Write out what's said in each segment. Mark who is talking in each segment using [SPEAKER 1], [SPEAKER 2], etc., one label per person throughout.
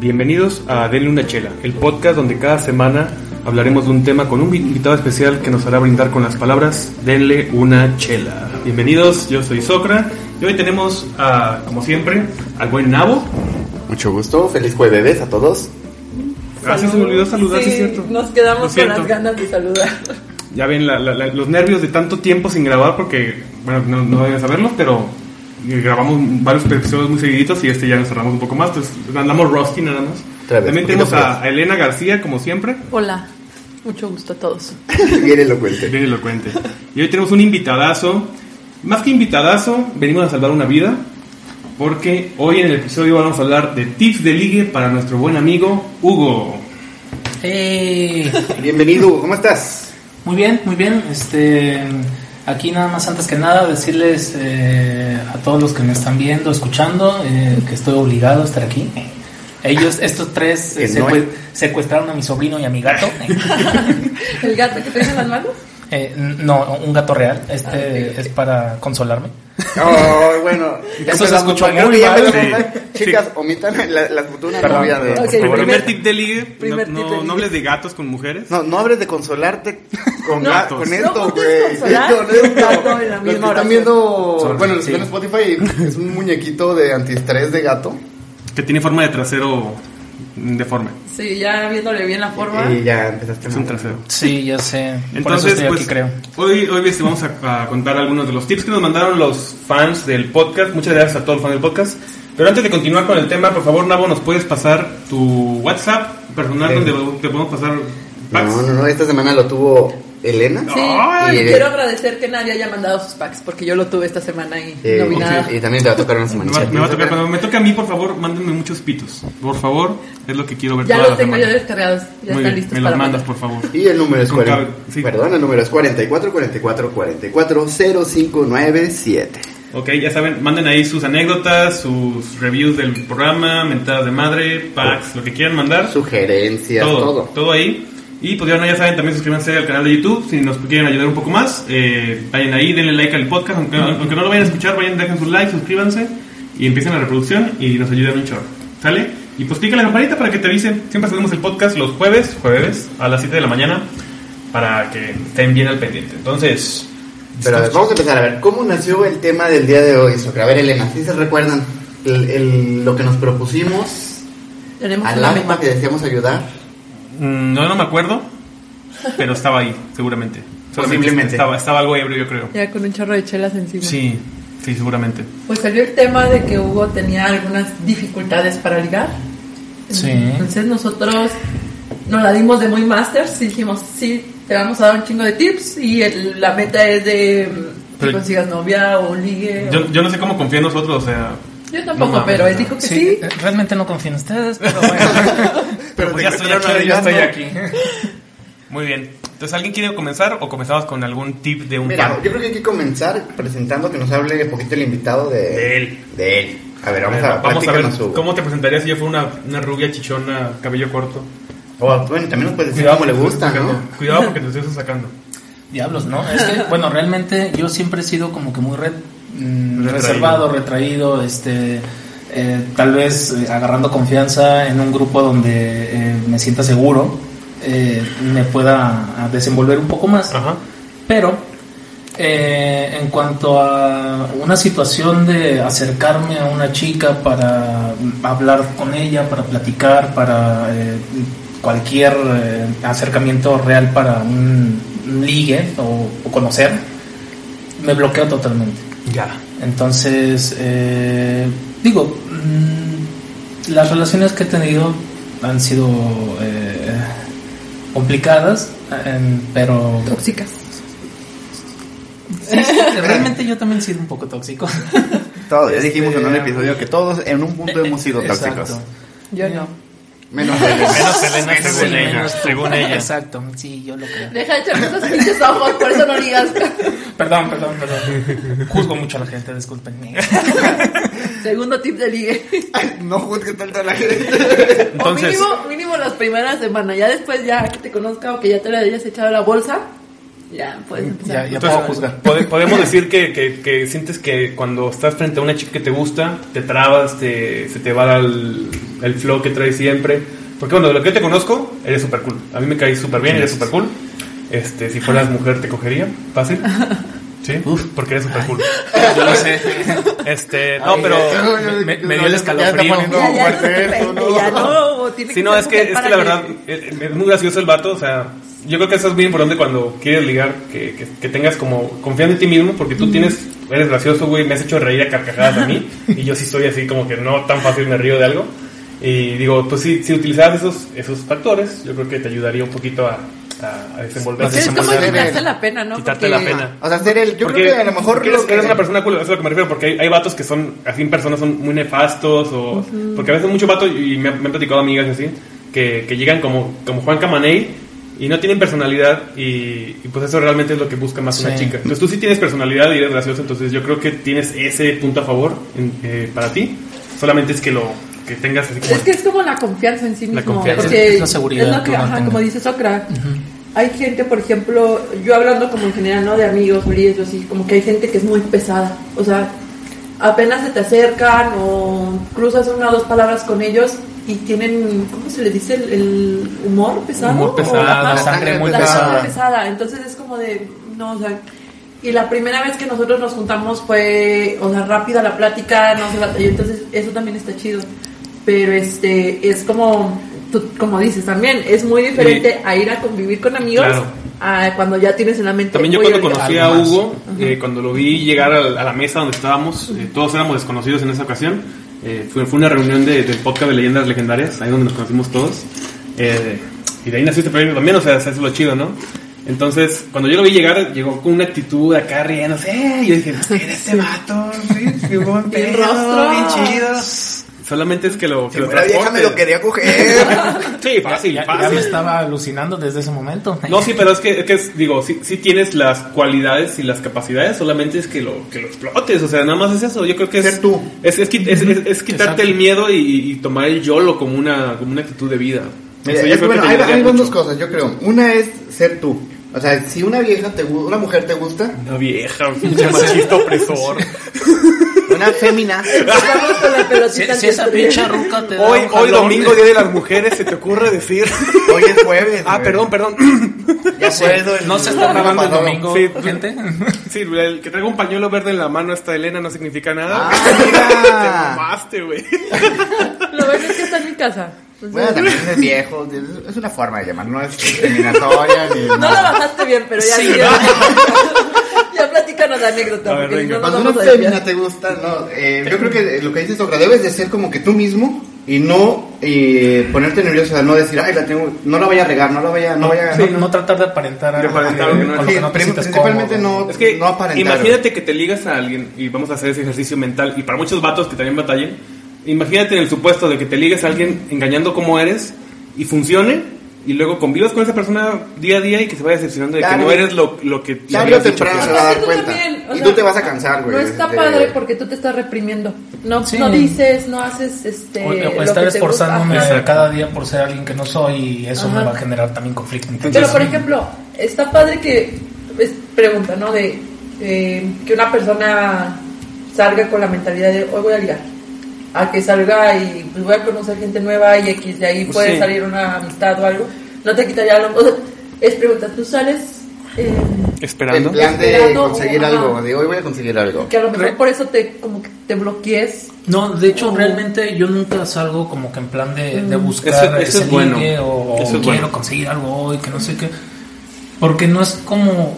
[SPEAKER 1] Bienvenidos a Denle una chela, el podcast donde cada semana hablaremos de un tema con un invitado especial que nos hará brindar con las palabras Denle una chela. Bienvenidos, yo soy Socra y hoy tenemos, a, como siempre, al buen Nabo.
[SPEAKER 2] Mucho gusto, feliz jueves a todos.
[SPEAKER 1] Ah, sí, se me olvidó saludar, sí,
[SPEAKER 3] Sí,
[SPEAKER 1] es cierto.
[SPEAKER 3] Nos
[SPEAKER 1] Lo
[SPEAKER 3] quedamos con
[SPEAKER 1] siento.
[SPEAKER 3] las ganas de saludar.
[SPEAKER 1] Ya ven la- la- la- los nervios de tanto tiempo sin grabar porque, bueno, no, no deben saberlo, pero eh, grabamos varios episodios muy seguiditos y este ya nos cerramos un poco más, entonces andamos rusty nada más.
[SPEAKER 2] Otra vez,
[SPEAKER 1] También
[SPEAKER 2] un poquito
[SPEAKER 1] tenemos a, a Elena García, como siempre,
[SPEAKER 3] Hola, mucho gusto a todos.
[SPEAKER 2] Bien elocuente.
[SPEAKER 1] bien elocuente. Y hoy tenemos un invitadazo, más que invitadazo, venimos a salvar una vida, porque hoy en el episodio vamos a hablar de tips de ligue para nuestro buen amigo Hugo.
[SPEAKER 4] ¡Hey!
[SPEAKER 2] Bienvenido, Hugo, ¿cómo estás?
[SPEAKER 4] Muy bien, muy bien. Este, aquí nada más antes que nada decirles eh, a todos los que me están viendo, escuchando, eh, que estoy obligado a estar aquí. Ellos, estos tres, eh,
[SPEAKER 2] Que no
[SPEAKER 4] secue-
[SPEAKER 2] hay-
[SPEAKER 4] secuestraron a mi sobrino y a mi gato.
[SPEAKER 3] ¿El gato que traes en las manos?
[SPEAKER 4] Eh, n- no, un gato real.
[SPEAKER 1] Ah,
[SPEAKER 4] Este es para consolarme.
[SPEAKER 2] Oh, bueno, ya
[SPEAKER 4] Eso se
[SPEAKER 2] empezamos
[SPEAKER 4] escuchó
[SPEAKER 2] mal, creo
[SPEAKER 4] muy
[SPEAKER 2] que ya
[SPEAKER 4] mal.
[SPEAKER 2] empezamos mal.
[SPEAKER 1] Sí.
[SPEAKER 2] Chicas, omitan la, la futura
[SPEAKER 4] Perdón.
[SPEAKER 2] novia de...
[SPEAKER 3] Ok,
[SPEAKER 2] por favor.
[SPEAKER 3] primer-
[SPEAKER 1] Primer tip de ligue, no,
[SPEAKER 3] primer tip
[SPEAKER 1] no-
[SPEAKER 3] de ligue.
[SPEAKER 1] no hables de gatos con mujeres.
[SPEAKER 2] No, no hables de consolarte con,
[SPEAKER 1] No,
[SPEAKER 2] ga- con
[SPEAKER 1] no
[SPEAKER 2] esto, güey.
[SPEAKER 3] puedes consolar
[SPEAKER 2] Esto, no, esto.
[SPEAKER 3] gato en la
[SPEAKER 2] Los que
[SPEAKER 3] misma
[SPEAKER 2] están
[SPEAKER 3] oración.
[SPEAKER 2] viendo...
[SPEAKER 4] Sorry,
[SPEAKER 2] bueno, los
[SPEAKER 4] sí.
[SPEAKER 2] que están en Spotify es un muñequito de antiestrés de gato.
[SPEAKER 1] Que tiene forma de trasero deforme.
[SPEAKER 3] Sí, ya viéndole bien la forma.
[SPEAKER 1] Eh,
[SPEAKER 2] Y ya empezaste
[SPEAKER 1] Es
[SPEAKER 2] mal.
[SPEAKER 1] un trasero.
[SPEAKER 4] Sí, ya sé. Por eso
[SPEAKER 1] Entonces,
[SPEAKER 4] estoy
[SPEAKER 1] pues,
[SPEAKER 4] aquí, creo.
[SPEAKER 1] hoy, hoy les vamos a, a contar algunos de los tips que nos mandaron los fans del podcast. Muchas gracias a todos los fans del podcast. Pero antes de continuar con el tema, por favor, Nabo, ¿nos puedes pasar tu WhatsApp personal
[SPEAKER 2] Sí.
[SPEAKER 1] donde te podemos pasar packs?
[SPEAKER 2] Eh. No, no, no, esta semana lo tuvo Elena.
[SPEAKER 3] Sí,
[SPEAKER 1] Ay,
[SPEAKER 3] y
[SPEAKER 2] eh.
[SPEAKER 3] quiero agradecer que nadie haya mandado sus packs porque yo lo tuve esta semana y
[SPEAKER 2] Eh,
[SPEAKER 3] no vi
[SPEAKER 2] y-
[SPEAKER 3] nada.
[SPEAKER 2] y también te va a tocar una
[SPEAKER 1] Me va,
[SPEAKER 2] semanita.
[SPEAKER 1] me va a tocar, cuando me toque a mí, por favor, mándenme muchos pitos. Por favor, es lo que quiero ver
[SPEAKER 3] Ya
[SPEAKER 1] toda
[SPEAKER 3] los
[SPEAKER 1] la
[SPEAKER 3] tengo ya
[SPEAKER 1] semana.
[SPEAKER 3] descargados, ya
[SPEAKER 1] Muy
[SPEAKER 3] están
[SPEAKER 1] bien,
[SPEAKER 3] listos
[SPEAKER 1] me
[SPEAKER 3] para
[SPEAKER 1] los mandas,
[SPEAKER 3] mandar.
[SPEAKER 1] por favor.
[SPEAKER 2] Y el número es,
[SPEAKER 1] Con
[SPEAKER 2] cuaren-
[SPEAKER 1] cable, sí.
[SPEAKER 2] perdón, el número es 44 44 44 0597.
[SPEAKER 1] Ok, ya saben, manden ahí sus anécdotas, sus reviews del programa, mentadas de madre, packs, lo que quieran mandar.
[SPEAKER 2] Sugerencias,
[SPEAKER 1] todo,
[SPEAKER 2] todo.
[SPEAKER 1] todo. ahí. Y pues ya, no, ya saben, también suscríbanse al canal de YouTube si nos quieren ayudar un poco más. Eh, vayan ahí, denle like al podcast. Aunque, aunque no lo vayan a escuchar, vayan, dejen su like, suscríbanse y empiecen la reproducción y nos ayudan un chorro. ¿Sale? Y pues clica la campanita para que te avise. Siempre subimos el podcast los jueves, jueves a las 7 de la mañana para que estén bien al pendiente. Entonces,
[SPEAKER 2] Pero a ver, vamos a empezar a ver cómo nació el tema del día de hoy. Socra? A ver, Elena, si se recuerdan el- el- lo que nos propusimos
[SPEAKER 3] Tenemos
[SPEAKER 2] al
[SPEAKER 3] una
[SPEAKER 2] alma
[SPEAKER 3] meta.
[SPEAKER 2] que deseamos ayudar.
[SPEAKER 1] mm, no, no me acuerdo, pero estaba ahí, seguramente. Solamente
[SPEAKER 2] Posiblemente.
[SPEAKER 1] Estaba, estaba algo ebrio, yo creo.
[SPEAKER 3] Ya con un chorro de chelas encima.
[SPEAKER 1] Sí, sí, seguramente.
[SPEAKER 3] Pues salió el tema de que Hugo tenía algunas dificultades para ligar.
[SPEAKER 4] Sí.
[SPEAKER 3] Entonces nosotros nos la dimos de muy masters y dijimos, sí, te vamos a dar un chingo de tips y el- la meta es de mm, que
[SPEAKER 1] Pero-
[SPEAKER 3] consigas novia o ligue. o-
[SPEAKER 1] Yo, yo no sé cómo confía en nosotros, o sea...
[SPEAKER 3] Yo tampoco,
[SPEAKER 1] No mames,
[SPEAKER 3] pero él
[SPEAKER 1] no.
[SPEAKER 3] dijo que sí.
[SPEAKER 4] eh, realmente no confío en ustedes, pero bueno.
[SPEAKER 2] Pero
[SPEAKER 1] pues
[SPEAKER 2] te
[SPEAKER 1] ya estoy
[SPEAKER 2] encontraron
[SPEAKER 1] aquí, ya estoy
[SPEAKER 2] ayudando.
[SPEAKER 1] aquí. Muy bien. Entonces, ¿alguien quiere comenzar o comenzamos con algún tip de un
[SPEAKER 2] Mira,
[SPEAKER 1] par?
[SPEAKER 2] yo creo que hay que comenzar presentando que nos hable un poquito el invitado de,
[SPEAKER 1] De él.
[SPEAKER 2] de él. A ver, vamos a,
[SPEAKER 1] Vamos a ver
[SPEAKER 2] platícanos, Hugo.
[SPEAKER 1] cómo te presentarías si yo fuera una, una rubia chichona, cabello corto.
[SPEAKER 2] O, bueno, también nos puedes decir cómo le
[SPEAKER 1] porque te
[SPEAKER 2] gusta,
[SPEAKER 1] estoy
[SPEAKER 2] ¿no?
[SPEAKER 1] sacando. Cuidado porque te estoy sacando.
[SPEAKER 4] Diablos, ¿no? Es que, bueno, realmente yo siempre he sido como que muy re- mm,
[SPEAKER 1] Retraído.
[SPEAKER 4] reservado, retraído, este, eh, tal vez eh, agarrando confianza en un grupo donde eh, me sienta seguro, eh, me pueda a desenvolver un poco más.
[SPEAKER 1] Ajá.
[SPEAKER 4] Pero eh, en cuanto a una situación de acercarme a una chica para mm, hablar con ella, para platicar, para eh, cualquier eh, acercamiento real para un, un ligue o, o conocer, me bloqueo totalmente.
[SPEAKER 1] Ya.
[SPEAKER 4] Entonces, eh, digo, mm, las relaciones que he tenido han sido eh, complicadas, em, pero
[SPEAKER 3] Tóxicas.
[SPEAKER 4] Sí, realmente yo también he sido un poco tóxico.
[SPEAKER 2] Todos, ya dijimos en un
[SPEAKER 4] Este,
[SPEAKER 2] episodio que todos en un punto hemos sido
[SPEAKER 4] Exacto.
[SPEAKER 2] tóxicos.
[SPEAKER 3] Yo no.
[SPEAKER 2] Menos de
[SPEAKER 5] Menos Elena,
[SPEAKER 4] Sí,
[SPEAKER 5] según ella.
[SPEAKER 4] menos tú.
[SPEAKER 5] Según ella.
[SPEAKER 4] Exacto, sí, yo lo creo.
[SPEAKER 3] Deja de echarme esos pinches ojos, por eso no digas.
[SPEAKER 4] Perdón, perdón, perdón. Juzgo mucho a la gente, disculpen.
[SPEAKER 3] Segundo tip de ligue.
[SPEAKER 2] No juzgues tanto a la gente.
[SPEAKER 3] o
[SPEAKER 1] Entonces,
[SPEAKER 3] mínimo, mínimo las primeras semanas. Ya después, ya que te conozca o que ya te la hayas echado a la bolsa, ya puedes empezar.
[SPEAKER 4] Ya, ya
[SPEAKER 1] entonces,
[SPEAKER 4] puedo juzgar.
[SPEAKER 1] pode- podemos decir que, que- que sientes que cuando estás frente a una chica que te gusta, te trabas, te- se te va el, el flow que traes siempre. Porque bueno, de lo que yo te conozco, eres súper cool. A mí me caes súper bien, eres súper cool. Este, si fueras mujer, te cogería. Fácil. Sí, porque eres súper cool.
[SPEAKER 4] Yo lo sé.
[SPEAKER 1] Este, no,
[SPEAKER 4] Ay,
[SPEAKER 1] pero
[SPEAKER 4] ya.
[SPEAKER 1] me, me- me dio el
[SPEAKER 2] Ya está
[SPEAKER 1] escalofrío.
[SPEAKER 2] poniendo-
[SPEAKER 3] Ya, ya,
[SPEAKER 2] No, fuerte
[SPEAKER 3] depende,
[SPEAKER 2] eso, no.
[SPEAKER 3] ya no. tiene
[SPEAKER 1] Sí, no,
[SPEAKER 3] ser
[SPEAKER 1] es que,
[SPEAKER 3] mujer
[SPEAKER 1] es que
[SPEAKER 3] para Pues
[SPEAKER 1] la verdad eh, eh, es muy gracioso el vato, o sea, yo creo que eso es muy importante cuando quieres ligar, que, que- que tengas como confianza en ti mismo, porque tú tienes, eres gracioso, güey, me has hecho reír a carcajadas a mí, y yo sí soy así como que no tan fácil me río de algo, y digo, pues sí, si utilizaras esos, esos factores, yo creo que te ayudaría un poquito a, a, a desenvolverte.
[SPEAKER 3] Sí, es como
[SPEAKER 2] Desenvolver.
[SPEAKER 3] quitarse la pena, ¿no?
[SPEAKER 1] Quitarte la pena.
[SPEAKER 2] O sea, ser el. Yo
[SPEAKER 1] Porque-
[SPEAKER 2] creo que a lo mejor.
[SPEAKER 1] porque
[SPEAKER 2] lo
[SPEAKER 1] eres,
[SPEAKER 2] que-
[SPEAKER 1] eres una persona cool, eso es a lo que me refiero, porque hay, hay vatos que son, así en personas son muy nefastos, o, porque a veces muchos vatos, y me, me han platicado amigas y así, que, que llegan como, como Juan Camaney y no tienen personalidad, y, y pues eso realmente es lo que busca más una
[SPEAKER 4] Sí.
[SPEAKER 1] chica. Entonces tú sí tienes personalidad y eres gracioso, entonces yo creo que tienes ese punto a favor en- eh, para ti, solamente es que lo que tengas así como...
[SPEAKER 3] Es que es como la confianza en sí mismo.
[SPEAKER 1] confianza,
[SPEAKER 3] porque
[SPEAKER 4] es la seguridad
[SPEAKER 3] es lo que,
[SPEAKER 4] que uno
[SPEAKER 3] ajá,
[SPEAKER 4] tenga.
[SPEAKER 3] como dice Socra. Hay gente, por ejemplo, yo hablando como en general, ¿no? De amigos, brillos, así, como que hay gente que es muy pesada. O sea, apenas se te acercan o cruzas una o dos palabras con ellos y tienen, ¿cómo se le dice? El, el humor pesado.
[SPEAKER 4] Humor
[SPEAKER 3] o-
[SPEAKER 4] pesado,
[SPEAKER 3] ajá,
[SPEAKER 4] sangre muy
[SPEAKER 3] la sangre
[SPEAKER 4] pesada.
[SPEAKER 3] pesada. Entonces es como de, no, o sea, y la primera vez que nosotros nos juntamos fue, o sea, rápida la plática, no se batalló, entonces eso también está chido. Pero este, es como, tú- como dices también, es muy diferente a ir a convivir con amigos
[SPEAKER 1] Claro.
[SPEAKER 3] a cuando ya tienes en la mente.
[SPEAKER 1] También yo
[SPEAKER 3] "Oye,
[SPEAKER 1] cuando
[SPEAKER 3] ahorita-
[SPEAKER 1] conocí a
[SPEAKER 4] Algo más.
[SPEAKER 1] Hugo, eh, cuando lo vi llegar al- a, la mesa donde estábamos, eh, todos éramos desconocidos en esa ocasión. eh, fue, fue una reunión de, del podcast de leyendas legendarias, ahí donde nos conocimos todos. eh, y de ahí nació este proyecto también, o sea, eso es lo chido, ¿no? Entonces, cuando yo lo vi llegar, llegó con una actitud acá riéndose. ¡eh! Yo dije, "Era este vato, sí, qué buen
[SPEAKER 3] Bien
[SPEAKER 1] pedo,
[SPEAKER 3] rostro".
[SPEAKER 1] bien chido. Solamente es que lo, que lo
[SPEAKER 2] Pero déjame lo
[SPEAKER 1] transportes.
[SPEAKER 2] quería coger.
[SPEAKER 1] Sí, fácil,
[SPEAKER 4] Ya, ya
[SPEAKER 1] fácil.
[SPEAKER 4] me estaba alucinando desde ese momento.
[SPEAKER 1] No, sí, pero es que, es que es- digo, sí, sí tienes las cualidades y las capacidades, solamente es que lo, que lo explotes, o sea, nada más es eso, yo creo que es...
[SPEAKER 2] Ser tú.
[SPEAKER 1] Es, es qui- es- es- es quitarte
[SPEAKER 4] Exacto.
[SPEAKER 1] el miedo y, y tomar el YOLO como una, como una actitud de vida.
[SPEAKER 2] Mira,
[SPEAKER 1] Eso yo
[SPEAKER 2] es
[SPEAKER 1] creo
[SPEAKER 2] bueno,
[SPEAKER 1] que te
[SPEAKER 2] hay,
[SPEAKER 1] ayudaría
[SPEAKER 2] hay
[SPEAKER 1] mucho.
[SPEAKER 2] dos cosas, yo creo. Una es ser tú. O sea, si una vieja te gu- una mujer te gusta,
[SPEAKER 1] Una vieja, un pinche machista opresor.
[SPEAKER 2] una fémina.
[SPEAKER 3] Vamos con la
[SPEAKER 4] Si,
[SPEAKER 3] pelotita
[SPEAKER 4] si
[SPEAKER 3] antes
[SPEAKER 4] esa
[SPEAKER 3] de-
[SPEAKER 4] pinche ruca te da
[SPEAKER 1] Hoy,
[SPEAKER 4] un
[SPEAKER 1] hoy
[SPEAKER 4] jalón,
[SPEAKER 1] domingo, Día de las Mujeres, se te ocurre decir...
[SPEAKER 2] Hoy es jueves.
[SPEAKER 1] ah,
[SPEAKER 2] güey.
[SPEAKER 1] perdón, perdón.
[SPEAKER 2] Ya puedo.
[SPEAKER 4] No se está grabando el
[SPEAKER 2] pasado.
[SPEAKER 4] domingo,
[SPEAKER 1] Sí.
[SPEAKER 4] gente.
[SPEAKER 1] Sí, el que traiga un pañuelo verde en la mano a esta Elena no significa nada.
[SPEAKER 2] Ah, mira.
[SPEAKER 1] Te mamaste, güey.
[SPEAKER 3] Lo bueno es que está en mi casa.
[SPEAKER 2] Bueno, también es viejo, es- es una forma de llamar, no es discriminatoria ni
[SPEAKER 3] No la
[SPEAKER 2] nada.
[SPEAKER 3] bajaste bien, pero ya
[SPEAKER 4] Sí,
[SPEAKER 3] sí, Ya platícanos la anécdota.
[SPEAKER 1] A ver,
[SPEAKER 3] porque si
[SPEAKER 1] venga.
[SPEAKER 3] no
[SPEAKER 2] Cuando
[SPEAKER 3] nos
[SPEAKER 2] una
[SPEAKER 3] vamos a desviar.
[SPEAKER 2] fémina te gusta, no, eh, yo creo que lo que dices Socra, debes de ser como que tú mismo y no eh, ponerte nervioso, no decir, ay, la tengo, no la voy a regar, no la voy a, no voy a,
[SPEAKER 4] no,
[SPEAKER 2] no".
[SPEAKER 4] no tratar de aparentar,
[SPEAKER 1] De aparentar algo que no
[SPEAKER 4] con lo
[SPEAKER 2] Sí,
[SPEAKER 4] que no te
[SPEAKER 2] prim-
[SPEAKER 4] sientes
[SPEAKER 2] principalmente
[SPEAKER 4] cómodo.
[SPEAKER 2] no,
[SPEAKER 1] Es que
[SPEAKER 2] no aparentar.
[SPEAKER 1] imagínate que te ligas a alguien y vamos a hacer ese ejercicio mental y para muchos vatos que también batallen, imagínate en el supuesto de que te ligas a alguien engañando como eres y funcione y luego convivas con esa persona día a día y que se vaya decepcionando de que
[SPEAKER 2] Tarde.
[SPEAKER 1] no eres lo, lo que le
[SPEAKER 2] Tarde o
[SPEAKER 1] habías dicho
[SPEAKER 2] temprano
[SPEAKER 1] que
[SPEAKER 2] se
[SPEAKER 1] eras.
[SPEAKER 2] va a dar
[SPEAKER 3] Es que tú
[SPEAKER 2] cuenta.
[SPEAKER 3] también, o
[SPEAKER 2] y
[SPEAKER 3] sea,
[SPEAKER 2] tú te vas a cansar, Ah, güey.
[SPEAKER 3] No está
[SPEAKER 2] de-
[SPEAKER 3] padre porque tú te estás reprimiendo. No,
[SPEAKER 4] Sí.
[SPEAKER 3] no dices, no haces este.
[SPEAKER 4] O, o
[SPEAKER 3] lo
[SPEAKER 4] estar
[SPEAKER 3] que te gusta.
[SPEAKER 4] esforzándome
[SPEAKER 3] Ajá.
[SPEAKER 4] cada día por ser alguien que no soy y eso me
[SPEAKER 3] Ajá.
[SPEAKER 4] va a generar también conflicto.
[SPEAKER 3] Pero por ejemplo, está padre que es pregunta, ¿no? De eh, que una persona salga con la mentalidad de hoy voy a ligar. A que salga y pues, voy a conocer gente nueva y aquí de ahí
[SPEAKER 1] Pues,
[SPEAKER 3] puede
[SPEAKER 1] sí.
[SPEAKER 3] salir una amistad o algo. No te quitaría lo. O sea, es pregunta, ¿tú sales? eh,
[SPEAKER 2] En
[SPEAKER 1] Esperando.
[SPEAKER 2] plan de
[SPEAKER 3] Esperando,
[SPEAKER 2] conseguir
[SPEAKER 3] ajá.
[SPEAKER 2] algo, de hoy voy a conseguir algo.
[SPEAKER 3] Que a lo mejor por eso te como que te bloquees.
[SPEAKER 4] No, de hecho,
[SPEAKER 3] Oh.
[SPEAKER 4] realmente yo nunca salgo como que en plan de, de buscar
[SPEAKER 1] Eso- eso
[SPEAKER 4] ese
[SPEAKER 1] es bueno.
[SPEAKER 4] ligue o, o
[SPEAKER 1] Eso es
[SPEAKER 4] quiero
[SPEAKER 1] bueno.
[SPEAKER 4] conseguir algo hoy, que no sé qué. Porque no es como.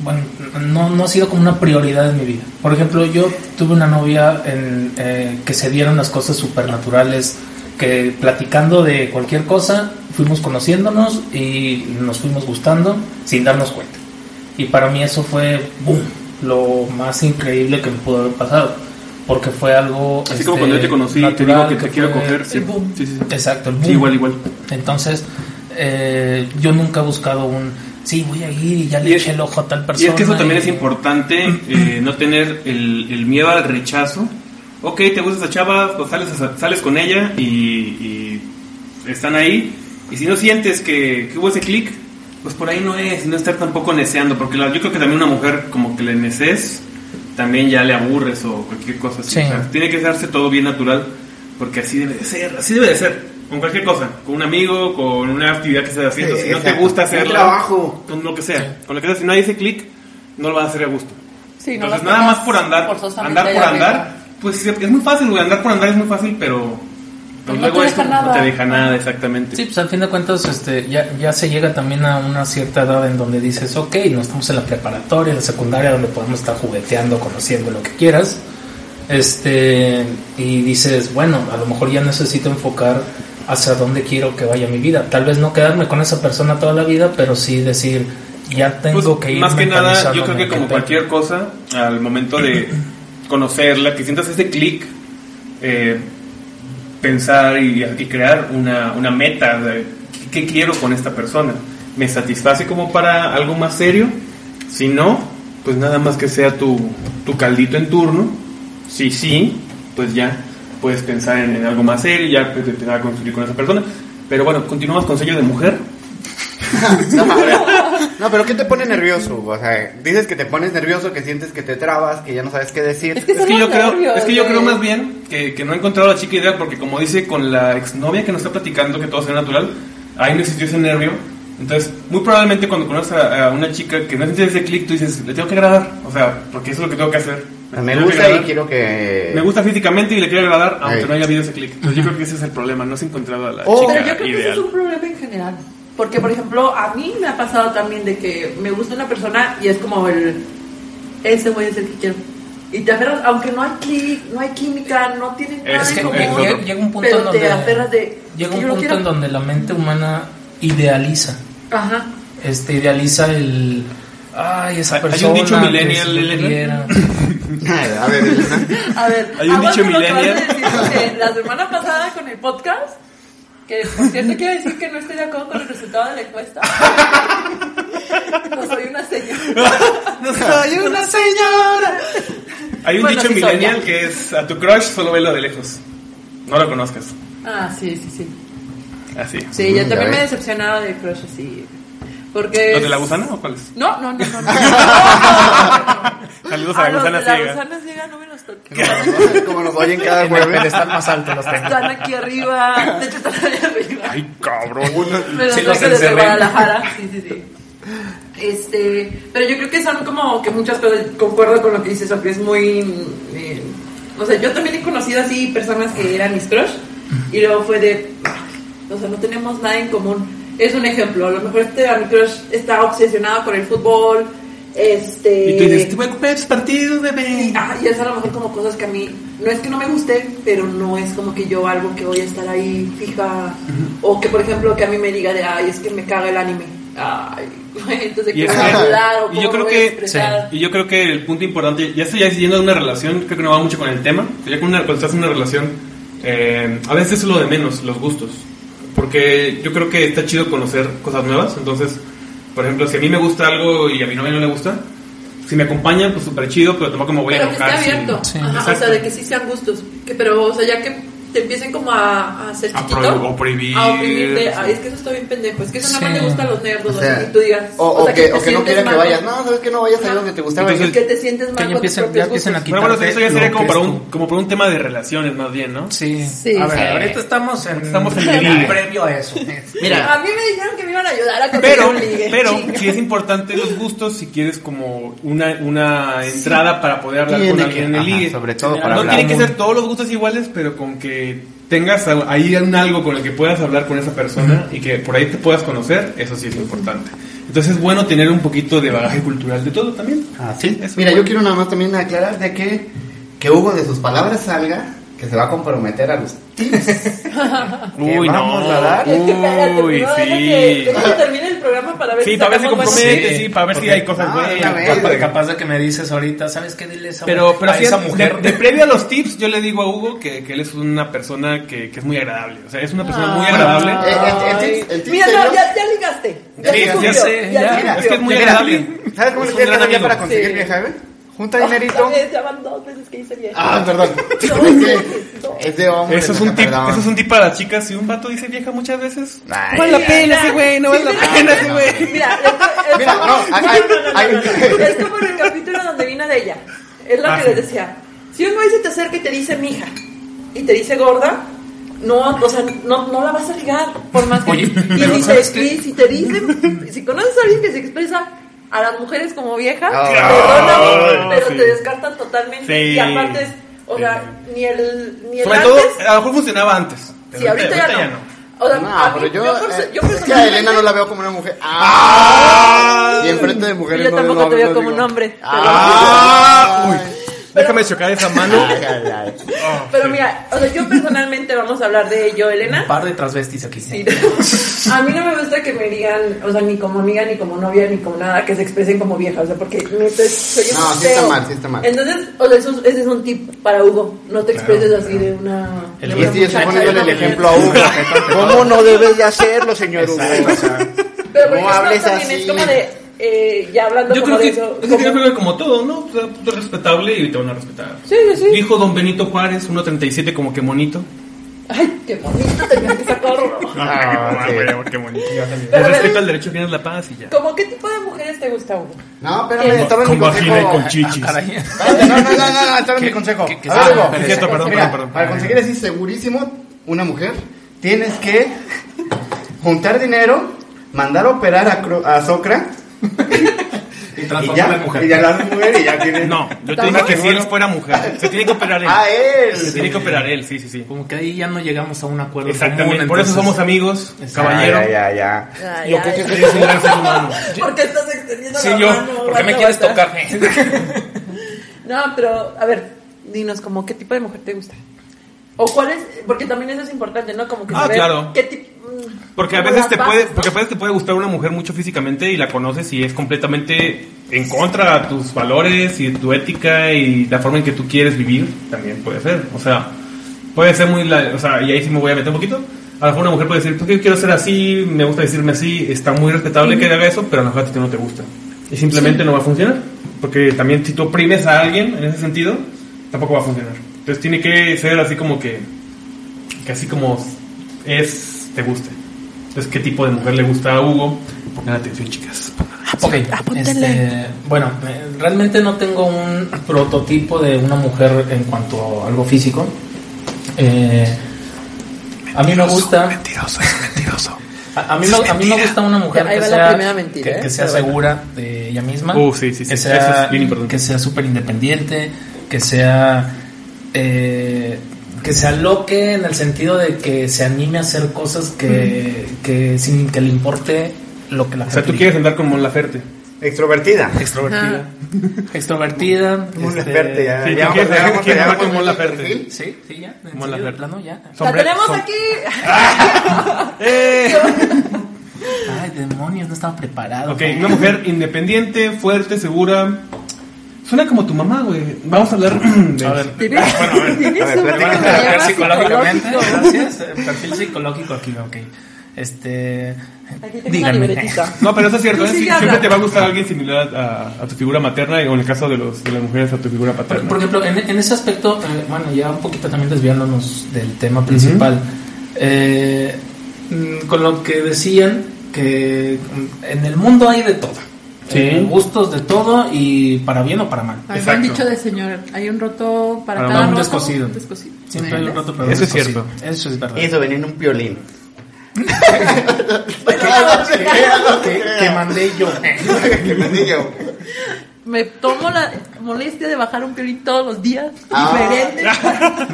[SPEAKER 4] Bueno, no, no ha sido como una prioridad en mi vida. Por ejemplo, yo tuve una novia en, eh, que se dieron las cosas supernaturales, que platicando de cualquier cosa, fuimos conociéndonos y nos fuimos gustando sin darnos cuenta. Y para mí eso fue, boom, lo más increíble que me pudo haber pasado. porque fue algo.
[SPEAKER 1] Así
[SPEAKER 4] este,
[SPEAKER 1] como cuando yo te conocí, te
[SPEAKER 4] natural,
[SPEAKER 1] digo que, te quiero
[SPEAKER 4] fue-
[SPEAKER 1] coger. Sí,
[SPEAKER 3] el boom.
[SPEAKER 1] sí, sí. sí.
[SPEAKER 4] Exacto, el boom.
[SPEAKER 1] Sí, igual, igual.
[SPEAKER 4] Entonces, eh, yo nunca he buscado un. Sí, voy a ir y ya le
[SPEAKER 1] Y-
[SPEAKER 4] eché el ojo a tal persona.
[SPEAKER 1] Y es que eso también
[SPEAKER 4] y-
[SPEAKER 1] es importante, eh, no tener el, el miedo al rechazo. Ok, te gusta esa chava, pues sales, sales con ella y, y están ahí. Y si no sientes que, que hubo ese clic, pues por ahí no es, y no estar tampoco neceando, porque la- yo creo que también una mujer como que le neces, también ya le aburres o cualquier cosa así.
[SPEAKER 4] Sí.
[SPEAKER 1] O sea, tiene que darse todo bien natural, porque así debe de ser, así debe de ser. Con cualquier cosa, con un amigo, con una actividad que estés haciendo,
[SPEAKER 2] Sí,
[SPEAKER 1] si no te
[SPEAKER 2] exacto.
[SPEAKER 1] gusta
[SPEAKER 2] Un
[SPEAKER 1] hacerla,
[SPEAKER 2] trabajo.
[SPEAKER 1] con lo que sea, con lo que sea, si no hay ese clic, no lo vas a hacer a gusto.
[SPEAKER 3] Sí,
[SPEAKER 1] Entonces,
[SPEAKER 3] las
[SPEAKER 1] Pues nada
[SPEAKER 3] tomas
[SPEAKER 1] más por andar,
[SPEAKER 3] forzosamente
[SPEAKER 1] andar por
[SPEAKER 3] allá arriba.
[SPEAKER 1] andar, pues sí, es muy fácil, güey, andar por andar es muy fácil, pero, pero
[SPEAKER 3] Pues no
[SPEAKER 1] luego
[SPEAKER 3] te
[SPEAKER 1] esto
[SPEAKER 3] deja
[SPEAKER 1] no te
[SPEAKER 3] nada.
[SPEAKER 1] deja nada, exactamente.
[SPEAKER 4] Sí, pues al fin de cuentas este, ya, ya se llega también a una cierta edad en donde dices, ok, no estamos en la preparatoria, en la secundaria, donde podemos estar jugueteando, conociendo lo que quieras. Este, y dices, bueno, a lo mejor ya necesito enfocar hacia dónde quiero que vaya mi vida. Tal vez no quedarme con esa persona toda la vida, pero sí decir, ya tengo
[SPEAKER 1] Pues,
[SPEAKER 4] que ir.
[SPEAKER 1] Más que nada, yo creo
[SPEAKER 4] mentalizándome
[SPEAKER 1] que como
[SPEAKER 4] tengo-
[SPEAKER 1] cualquier cosa, al momento de conocerla, que sientas ese clic, eh, pensar y, y crear una, una meta de qué qué quiero con esta persona. ¿Me satisface como para algo más serio? Si no, pues nada más que sea tu, tu caldito en turno. Si sí, pues ya puedes pensar en, en algo más serio, ya puedes empezar a construir con esa persona. Pero bueno, continuamos con sello de mujer.
[SPEAKER 2] No, pero- no, pero ¿qué te pone nervioso? O sea, dices que te pones nervioso, que sientes que te trabas, que ya no sabes qué decir.
[SPEAKER 3] Es que,
[SPEAKER 1] Es que, yo creo, es que yo creo más
[SPEAKER 3] bien.
[SPEAKER 1] bien que, que no he encontrado a la chica ideal porque como dice con la exnovia que nos está platicando que todo sea natural, ahí no existió ese nervio. Entonces, muy probablemente cuando conoces a, a una chica que no siente ese clic, tú dices, le tengo que agradar. O sea, porque eso es lo que tengo que hacer.
[SPEAKER 2] Pues Me
[SPEAKER 1] Tengo que
[SPEAKER 2] gusta y
[SPEAKER 1] agradar.
[SPEAKER 2] quiero que...
[SPEAKER 1] Me gusta físicamente y le quiero agradar, aunque
[SPEAKER 2] Ey.
[SPEAKER 1] no haya habido ese clic. Entonces, Pues yo creo que ese es el problema, no se ha encontrado a la
[SPEAKER 2] Oh.
[SPEAKER 3] Pero
[SPEAKER 1] chica
[SPEAKER 3] yo creo que ese es
[SPEAKER 1] ideal.
[SPEAKER 3] un problema en general. Porque, por ejemplo, a mí me ha pasado también de que me gusta una persona y es como el. Ese güey es el que quiero. Y te aferras, aunque no hay clic, no hay química, no tienen nada
[SPEAKER 1] Es
[SPEAKER 3] en
[SPEAKER 4] Es que
[SPEAKER 3] común,
[SPEAKER 1] es
[SPEAKER 4] llega, llega un punto
[SPEAKER 3] pero
[SPEAKER 4] en donde.
[SPEAKER 3] te aferras de.
[SPEAKER 4] llega
[SPEAKER 3] que
[SPEAKER 4] un
[SPEAKER 3] yo lo
[SPEAKER 4] punto
[SPEAKER 3] quiero.
[SPEAKER 4] en donde la mente humana idealiza.
[SPEAKER 3] Ajá.
[SPEAKER 4] este idealiza el ay esa
[SPEAKER 1] Hay- hay un
[SPEAKER 4] persona
[SPEAKER 1] dicho
[SPEAKER 4] que
[SPEAKER 1] millennial,
[SPEAKER 4] si lo
[SPEAKER 1] Elena.
[SPEAKER 4] tuviera.
[SPEAKER 2] A ver, Elena.
[SPEAKER 3] A ver,
[SPEAKER 1] Hay un
[SPEAKER 3] aguante
[SPEAKER 1] dicho
[SPEAKER 3] lo que acabas de
[SPEAKER 1] millennial.
[SPEAKER 3] decir, porque la semana pasada con el podcast, que por cierto quiero decir que no estoy de acuerdo con el resultado de la encuesta. No soy una señora.
[SPEAKER 1] No soy una señora. Hay un
[SPEAKER 3] Bueno,
[SPEAKER 1] dicho
[SPEAKER 3] sí soy,
[SPEAKER 1] millennial
[SPEAKER 3] ya.
[SPEAKER 1] que es, a tu crush solo velo de lejos. No lo conozcas.
[SPEAKER 3] Ah, sí, sí, sí.
[SPEAKER 1] Así.
[SPEAKER 3] Sí, yo
[SPEAKER 2] Mm,
[SPEAKER 3] también
[SPEAKER 2] ya
[SPEAKER 3] me he
[SPEAKER 2] ves.
[SPEAKER 3] decepcionado de Crush así. Porque.
[SPEAKER 1] ¿Los de la gusana o cuáles?
[SPEAKER 3] No, no, no, no. no.
[SPEAKER 1] Saludos a la
[SPEAKER 3] los
[SPEAKER 1] gusana
[SPEAKER 3] de la
[SPEAKER 1] ciega.
[SPEAKER 3] gusana ciega no me los toques.
[SPEAKER 2] Como- Como nos oyen cada
[SPEAKER 4] en el
[SPEAKER 2] jueves.
[SPEAKER 4] pedestal más alto los tengo
[SPEAKER 3] Están aquí arriba. De hecho, están ahí arriba.
[SPEAKER 1] Ay, cabrón.
[SPEAKER 3] Me los
[SPEAKER 4] Sí, los
[SPEAKER 3] traje desde
[SPEAKER 4] encerré.
[SPEAKER 3] Guadalajara. Sí, sí, sí. Este, pero yo creo que son como que muchas cosas. Concuerdo con lo que dices, que es muy. eh, o sea, yo también he conocido así personas que eran mis crush. Y luego fue de. "Ay, O sea, no tenemos nada en común. Es un ejemplo. A lo mejor este era mi crush está obsesionado con el fútbol. Este.
[SPEAKER 1] Y tú dices, te voy a comprar tus partidos, bebé.
[SPEAKER 3] Y, ah, y es a lo mejor como cosas que a mí no es que no me guste, pero no es como que yo algo que voy a estar ahí fija. O que, por ejemplo, que a mí me diga de, ay, es que me caga el anime. Ay, entonces,
[SPEAKER 1] Y
[SPEAKER 3] ¿qué
[SPEAKER 1] es
[SPEAKER 3] voy a
[SPEAKER 1] que-
[SPEAKER 3] hablar? ¿O
[SPEAKER 1] y yo
[SPEAKER 3] cómo
[SPEAKER 1] creo
[SPEAKER 3] me voy a
[SPEAKER 1] que-
[SPEAKER 3] expresar?
[SPEAKER 1] Y yo creo que el punto importante, ya estoy ya siguiendo en una relación, creo que no va mucho con el tema, pero ya con una- cuando estás en una relación, eh, a veces es lo de menos, los gustos. Porque yo creo que está chido conocer cosas nuevas, entonces, por ejemplo, si a mí me gusta algo y a mi novia no le gusta, si me acompaña, pues súper chido, pero tampoco me voy a
[SPEAKER 3] Pero que esté
[SPEAKER 1] enojar. si-
[SPEAKER 3] abierto.
[SPEAKER 4] Sí,
[SPEAKER 3] Ajá, o
[SPEAKER 1] exacto.
[SPEAKER 3] sea, de que sí sean gustos. Que, pero, o sea, ya que te empiecen como a, a hacer
[SPEAKER 1] A
[SPEAKER 3] chiquito.
[SPEAKER 1] prohib- o prohibir.
[SPEAKER 3] A oprimir de, "Ay, es que eso está bien pendejo. Es que eso nada más
[SPEAKER 4] Sí.
[SPEAKER 3] le gusta a los nerds. O,
[SPEAKER 2] O
[SPEAKER 3] sea,
[SPEAKER 2] sea,
[SPEAKER 3] y tú digas.
[SPEAKER 2] O, o
[SPEAKER 3] sea,
[SPEAKER 2] que, o
[SPEAKER 3] te
[SPEAKER 2] que no
[SPEAKER 3] sientes
[SPEAKER 2] quiera que
[SPEAKER 3] mal.
[SPEAKER 2] vayas. No, sabes que no vayas ahí donde te gustaba.
[SPEAKER 1] Entonces,
[SPEAKER 3] que te sientes
[SPEAKER 4] que
[SPEAKER 3] mal
[SPEAKER 4] ya
[SPEAKER 3] con tus
[SPEAKER 4] empiecen, ya
[SPEAKER 3] propios
[SPEAKER 4] empiecen a
[SPEAKER 3] gustos.
[SPEAKER 1] Pero bueno, eso ya
[SPEAKER 4] quitarte
[SPEAKER 1] sería
[SPEAKER 4] lo
[SPEAKER 1] como
[SPEAKER 4] que
[SPEAKER 1] para,
[SPEAKER 4] es
[SPEAKER 1] un,
[SPEAKER 4] tu-
[SPEAKER 1] como para un tema de relaciones más bien, ¿no?
[SPEAKER 4] Sí.
[SPEAKER 3] Sí,
[SPEAKER 4] a ver,
[SPEAKER 3] sí.
[SPEAKER 4] ahorita estamos en
[SPEAKER 1] Estamos en el ligue.
[SPEAKER 4] previo a eso.
[SPEAKER 2] Mira,
[SPEAKER 3] A mí me dijeron que me iban a ayudar a conseguir
[SPEAKER 1] Pero,
[SPEAKER 3] un ligue.
[SPEAKER 1] pero
[SPEAKER 3] Chinga.
[SPEAKER 1] si es importante los gustos, si quieres como una, una entrada para poder hablar con
[SPEAKER 2] Tiene
[SPEAKER 1] alguien
[SPEAKER 2] que-
[SPEAKER 1] en el
[SPEAKER 2] ajá,
[SPEAKER 1] ligue.
[SPEAKER 2] sobre todo para
[SPEAKER 1] no
[SPEAKER 2] hablar.
[SPEAKER 1] tiene que ser todos los gustos iguales, pero con que tengas a- ahí un algo con el que puedas hablar con esa persona y que por ahí te puedas conocer, eso sí es lo importante. Entonces es bueno tener un poquito de bagaje cultural de todo también.
[SPEAKER 2] Ah, sí.
[SPEAKER 1] Eso
[SPEAKER 2] Mira,
[SPEAKER 1] es bueno.
[SPEAKER 2] yo quiero nada más también aclarar de que que Hugo de sus palabras salga que se va a comprometer a los tips Ah, que
[SPEAKER 1] Uy,
[SPEAKER 2] vamos
[SPEAKER 1] no.
[SPEAKER 2] a dar.
[SPEAKER 3] Es que espérate,
[SPEAKER 1] Uy,
[SPEAKER 3] primero deja
[SPEAKER 1] sí.
[SPEAKER 3] que- deja que termine el programa para ver
[SPEAKER 1] Sí,
[SPEAKER 3] si
[SPEAKER 1] para ver si
[SPEAKER 3] sacamos buenas-
[SPEAKER 1] compromete,
[SPEAKER 4] Sí,
[SPEAKER 1] sí, para ver si
[SPEAKER 4] porque-
[SPEAKER 1] hay cosas
[SPEAKER 2] Ah,
[SPEAKER 1] buenas.
[SPEAKER 2] ya ves.
[SPEAKER 4] Capaz, capaz de que me dices ahorita, ¿sabes qué? Dile esa-
[SPEAKER 1] Pero, pero
[SPEAKER 4] a
[SPEAKER 1] así
[SPEAKER 4] esa
[SPEAKER 1] es,
[SPEAKER 4] mujer.
[SPEAKER 1] De, de previo a los tips, yo le digo a Hugo que, que él es una persona que, que es muy agradable. O sea, es una persona
[SPEAKER 3] Ah.
[SPEAKER 1] muy agradable.
[SPEAKER 2] Eh, el- el
[SPEAKER 3] Ay.
[SPEAKER 2] tips- el tips
[SPEAKER 3] Mira,
[SPEAKER 2] serio-
[SPEAKER 3] no, ya, ya ligaste. Ya,
[SPEAKER 1] Sí,
[SPEAKER 3] se
[SPEAKER 1] ya
[SPEAKER 3] cumplió,
[SPEAKER 4] sé, ya.
[SPEAKER 3] se
[SPEAKER 1] Mira,
[SPEAKER 3] cumplió.
[SPEAKER 1] es que es muy
[SPEAKER 2] Mira,
[SPEAKER 1] agradable.
[SPEAKER 2] ¿Sabes cómo
[SPEAKER 1] Es
[SPEAKER 2] le
[SPEAKER 1] un
[SPEAKER 2] tienes que
[SPEAKER 1] gran
[SPEAKER 2] hacer
[SPEAKER 1] amigo.
[SPEAKER 2] para conseguir
[SPEAKER 3] Sí.
[SPEAKER 2] vieja, güey? Junta
[SPEAKER 3] Otra
[SPEAKER 2] dinerito.
[SPEAKER 3] vez, Ya van dos veces que hice bien.
[SPEAKER 2] Ah, perdón. Es de- es de hombre.
[SPEAKER 1] Eso es un tip,
[SPEAKER 2] perdón.
[SPEAKER 1] eso es un tip para las chicas. Si un vato dice vieja muchas veces,
[SPEAKER 2] Ay.
[SPEAKER 1] no vale la pena ese güey, no vale la pena ese güey.
[SPEAKER 3] Mira, es, que- es
[SPEAKER 2] Mira,
[SPEAKER 3] como,
[SPEAKER 2] no, hay- hay-
[SPEAKER 3] no, no, no,
[SPEAKER 2] hay-
[SPEAKER 3] no, no. Es como en el capítulo donde vino de ella. Es lo
[SPEAKER 1] Ah,
[SPEAKER 3] que les
[SPEAKER 1] sí.
[SPEAKER 3] decía. Si un güey se te acerca y te dice mija y te dice gorda, no, o sea, no, no la vas a ligar. Por más que.
[SPEAKER 4] Oye,
[SPEAKER 3] y,
[SPEAKER 4] pero
[SPEAKER 3] si te,
[SPEAKER 4] ¿sabes qué?
[SPEAKER 3] y si te dicen, si conoces a alguien que se expresa a las mujeres como viejas,
[SPEAKER 2] Ah,
[SPEAKER 3] perdóname, pero
[SPEAKER 1] sí.
[SPEAKER 3] te descartan totalmente.
[SPEAKER 1] Sí.
[SPEAKER 3] Y aparte, es, o
[SPEAKER 1] Sí.
[SPEAKER 3] sea, ni el. Ni el
[SPEAKER 1] Sobre
[SPEAKER 3] antes,
[SPEAKER 1] todo, eh, a lo mejor funcionaba antes.
[SPEAKER 3] Sí, ahorita, ya, no. O sea, a
[SPEAKER 2] No,
[SPEAKER 3] mí-
[SPEAKER 2] pero yo,
[SPEAKER 3] perso-
[SPEAKER 2] eh,
[SPEAKER 3] yo
[SPEAKER 2] es que a Elena no la veo como una mujer. ¡Ah! Y enfrente de mujeres
[SPEAKER 3] Yo
[SPEAKER 2] no
[SPEAKER 3] tampoco
[SPEAKER 2] no-
[SPEAKER 3] te veo
[SPEAKER 2] no
[SPEAKER 3] como
[SPEAKER 2] digo.
[SPEAKER 3] un hombre,
[SPEAKER 2] ¡Ah!
[SPEAKER 1] pero-
[SPEAKER 2] Uy.
[SPEAKER 1] Déjame chocar esa mano. Ah.
[SPEAKER 2] Ay, ay, ay.
[SPEAKER 3] Pero mira, o sea, yo personalmente vamos a hablar de ello, Elena.
[SPEAKER 4] Un par de transvestis aquí.
[SPEAKER 3] Sí. A mí no me gusta que me digan, o sea, ni como amiga, ni como novia, ni como nada, que se expresen como vieja, o sea, porque neta, soy un
[SPEAKER 2] No, sí está
[SPEAKER 3] feo.
[SPEAKER 2] mal, sí está mal.
[SPEAKER 3] Entonces, o sea, eso- ese es un tip para Hugo, no te expreses así de una...
[SPEAKER 4] El
[SPEAKER 3] de
[SPEAKER 2] Y
[SPEAKER 3] una
[SPEAKER 2] estoy
[SPEAKER 3] muchacha,
[SPEAKER 2] poniéndole
[SPEAKER 3] de
[SPEAKER 2] el
[SPEAKER 3] una mujer.
[SPEAKER 2] ejemplo a Hugo. ¿Cómo no debes de hacerlo, señor Hugo?
[SPEAKER 4] Exacto, o sea,
[SPEAKER 3] Pero por
[SPEAKER 2] No
[SPEAKER 3] ejemplo,
[SPEAKER 2] hables
[SPEAKER 3] también
[SPEAKER 2] así.
[SPEAKER 3] es como de, eh, ya hablando
[SPEAKER 1] Yo
[SPEAKER 3] como
[SPEAKER 1] creo que,
[SPEAKER 3] de
[SPEAKER 1] es que
[SPEAKER 3] eso...
[SPEAKER 1] yo
[SPEAKER 3] como-
[SPEAKER 1] creo que como todo, ¿no? O sea, tú eres respetable y te van a respetar.
[SPEAKER 3] Sí, sí, sí.
[SPEAKER 1] Dijo don Benito Juárez, 1.37 como que monito.
[SPEAKER 3] Ay, qué bonito tener que sacarlo.
[SPEAKER 2] Ah, sí.
[SPEAKER 1] qué bonito.
[SPEAKER 3] Pero,
[SPEAKER 1] Con respecto al derecho que es la paz y ya.
[SPEAKER 3] ¿Cómo qué tipo de mujeres te gusta Hugo?
[SPEAKER 2] No,
[SPEAKER 3] Eh,
[SPEAKER 2] espérame, estaba en mi
[SPEAKER 1] Con vagina y
[SPEAKER 2] consejo. Ah,
[SPEAKER 1] con chichis.
[SPEAKER 4] caray.
[SPEAKER 2] Espérate, No, no, no, no, estaba en mi consejo.
[SPEAKER 4] qué- qué-
[SPEAKER 2] A ver,
[SPEAKER 4] ah,
[SPEAKER 2] Hugo.
[SPEAKER 4] es
[SPEAKER 1] cierto, perdón,
[SPEAKER 2] Mira,
[SPEAKER 1] perdón, perdón.
[SPEAKER 2] Para conseguir así segurísimo una mujer, tienes que juntar dinero, mandar a operar a, Cro- a Socra
[SPEAKER 4] Y
[SPEAKER 2] y
[SPEAKER 4] transforma
[SPEAKER 2] ya,
[SPEAKER 4] a la mujer.
[SPEAKER 2] y ya la haces mujer y ya tienes.
[SPEAKER 1] No, yo te dije que si él fuera mujer, se tiene que operar él.
[SPEAKER 2] Ah, él.
[SPEAKER 1] Se tiene que operar él, sí, sí, sí.
[SPEAKER 4] Como que ahí ya no llegamos a un acuerdo.
[SPEAKER 1] Exactamente,
[SPEAKER 4] común,
[SPEAKER 1] por eso
[SPEAKER 4] entonces-
[SPEAKER 1] somos amigos,
[SPEAKER 4] Exacto.
[SPEAKER 1] caballero.
[SPEAKER 2] Ya, ya, ya.
[SPEAKER 3] Ah,
[SPEAKER 1] Yo creo que eres un gran ser humano.
[SPEAKER 3] ¿Por qué estás extendiendo
[SPEAKER 4] Sí,
[SPEAKER 3] la
[SPEAKER 4] yo.
[SPEAKER 3] mano?
[SPEAKER 4] ¿Por qué me
[SPEAKER 3] Basta,
[SPEAKER 4] quieres
[SPEAKER 3] basta.
[SPEAKER 4] tocar?
[SPEAKER 3] No, pero a ver, dinos como qué tipo de mujer te gusta. O cuál es, porque también eso es importante, ¿no? Como que
[SPEAKER 1] Ah,
[SPEAKER 3] saber
[SPEAKER 1] claro.
[SPEAKER 3] qué mm, tipo
[SPEAKER 1] Porque a veces te puede, porque a veces te puede gustar una mujer mucho físicamente y la conoces y es completamente en contra de tus valores y tu ética y la forma en que tú quieres vivir, también puede ser. O sea, puede ser muy, la- o sea, y ahí sí me voy a meter un poquito. A lo mejor una mujer puede decir, pues yo quiero ser así, me gusta decirme así, está muy respetable que haga eso, pero a lo mejor a ti no te gusta. Y simplemente no va a funcionar. Porque también si tú oprimes a alguien en ese sentido, tampoco va a funcionar. Entonces tiene que ser así como que que así como es, te guste. Entonces, ¿qué tipo de mujer le gusta a Hugo? Pongan atención, chicas.
[SPEAKER 4] Ok, este, bueno, eh, realmente no tengo un prototipo de una mujer en cuanto a algo físico. Eh, a mí me gusta,
[SPEAKER 1] Mentiroso, es mentiroso.
[SPEAKER 4] a, a mí me, a mí me gusta una mujer
[SPEAKER 3] Ahí
[SPEAKER 4] que
[SPEAKER 3] va la
[SPEAKER 4] sea,
[SPEAKER 3] primera mentira,
[SPEAKER 4] que,
[SPEAKER 3] ¿eh?
[SPEAKER 4] que sea
[SPEAKER 3] Pero
[SPEAKER 4] segura de ella misma,
[SPEAKER 1] Uh, sí, sí, sí,
[SPEAKER 4] que
[SPEAKER 1] eso es
[SPEAKER 4] sea,
[SPEAKER 1] bien importante.
[SPEAKER 4] que sea súper independiente, que sea, eh, que sea loque en el sentido de que se anime a hacer cosas que, que sin que le importe lo que la
[SPEAKER 1] O sea,
[SPEAKER 4] gente
[SPEAKER 1] tú
[SPEAKER 4] diga.
[SPEAKER 1] quieres andar con Mon Laferte.
[SPEAKER 2] Extrovertida.
[SPEAKER 4] Extrovertida. Extrovertida.
[SPEAKER 2] Muy
[SPEAKER 4] este,
[SPEAKER 2] experta ya.
[SPEAKER 1] Sí,
[SPEAKER 2] ya
[SPEAKER 1] ¿quién quiere-
[SPEAKER 2] ya
[SPEAKER 1] quién
[SPEAKER 2] ya
[SPEAKER 1] habla con
[SPEAKER 2] muy
[SPEAKER 1] Mola
[SPEAKER 2] bien
[SPEAKER 1] Ferte?
[SPEAKER 2] perfil.
[SPEAKER 4] Sí, sí, ya. En
[SPEAKER 1] Mola
[SPEAKER 4] serio, de
[SPEAKER 1] Verde.
[SPEAKER 4] plano, ya.
[SPEAKER 3] La
[SPEAKER 1] Sombre-
[SPEAKER 3] tenemos
[SPEAKER 1] som-
[SPEAKER 3] aquí.
[SPEAKER 1] ¡Eh!
[SPEAKER 4] Ay, demonios, no estaba preparado.
[SPEAKER 1] Ok, una mujer independiente, fuerte, segura. Suena como tu mamá, güey. Vamos a hablar de...
[SPEAKER 4] A ver.
[SPEAKER 3] ¿Tienes, tienes
[SPEAKER 2] a ver,
[SPEAKER 3] un
[SPEAKER 2] platícame.
[SPEAKER 3] problema
[SPEAKER 4] Perfil psicológicamente.
[SPEAKER 3] psicológico?
[SPEAKER 4] Gracias. eh, Perfil psicológico aquí, ok. Este.
[SPEAKER 3] Aquí tengo una
[SPEAKER 4] Díganme.
[SPEAKER 3] libretita.
[SPEAKER 1] No, pero eso es cierto. ¿eh?
[SPEAKER 3] Tú sigue
[SPEAKER 1] Sí,
[SPEAKER 3] hablando.
[SPEAKER 1] siempre te va a gustar alguien similar a, a tu figura materna, o en el caso de, los, de las mujeres, a tu figura
[SPEAKER 4] Por,
[SPEAKER 1] paterna.
[SPEAKER 4] por ejemplo, en, en ese aspecto, eh, bueno, ya un poquito también desviándonos del tema principal, eh, mm, con lo que decían que mm, en el mundo hay de todo.
[SPEAKER 1] Sí.
[SPEAKER 4] Eh, gustos de todo y para bien o para mal.
[SPEAKER 1] Hay un Exacto. dicho
[SPEAKER 3] de señor, hay un roto
[SPEAKER 1] Para cada
[SPEAKER 4] un roto, descosido. un
[SPEAKER 3] descosido.
[SPEAKER 4] Siempre hay un roto para
[SPEAKER 1] Eso es
[SPEAKER 4] descosido. Eso es verdad.
[SPEAKER 2] Eso venía en un violín.
[SPEAKER 4] que, que mandé yo.
[SPEAKER 2] ¿Qué me digo?
[SPEAKER 3] Me tomo la molestia de bajar un piolín todos los días,
[SPEAKER 2] Ah.
[SPEAKER 3] diferente.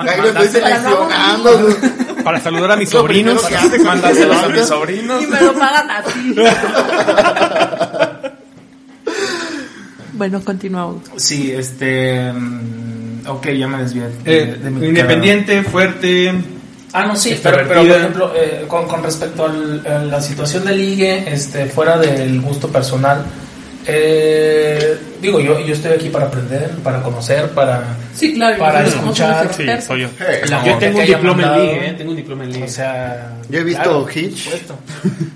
[SPEAKER 2] Ahí lo estoy
[SPEAKER 3] Para no
[SPEAKER 2] seleccionando.
[SPEAKER 1] Para saludar a mis sobrinos.
[SPEAKER 2] Lo primero que hace cuando
[SPEAKER 4] Mándaselos a
[SPEAKER 2] levanta.
[SPEAKER 4] mis sobrinos.
[SPEAKER 3] Y me lo pagan así. bueno, continuamos.
[SPEAKER 4] Sí, este. mm, ok, ya me desvié. de-
[SPEAKER 1] Eh,
[SPEAKER 4] de mi
[SPEAKER 1] independiente, fuerte.
[SPEAKER 4] Ah, no, sí, pero,
[SPEAKER 1] Extrovertida.
[SPEAKER 4] pero, por ejemplo, eh, con, con respecto al- a la situación de ligue, este, fuera del gusto personal, eh, digo, yo, yo estoy aquí para aprender, para conocer, para...
[SPEAKER 3] Sí, claro.
[SPEAKER 4] Para
[SPEAKER 3] nosotros somos
[SPEAKER 4] escuchar,
[SPEAKER 3] unos
[SPEAKER 6] Sí,
[SPEAKER 3] expertos.
[SPEAKER 6] soy yo.
[SPEAKER 4] la
[SPEAKER 1] Yo
[SPEAKER 4] gente
[SPEAKER 1] tengo un
[SPEAKER 4] que haya
[SPEAKER 1] diploma en
[SPEAKER 4] mandado.
[SPEAKER 1] liga, eh. Tengo un diploma en liga.
[SPEAKER 4] O sea...
[SPEAKER 2] Yo he visto
[SPEAKER 4] por
[SPEAKER 2] Hitch.
[SPEAKER 4] supuesto.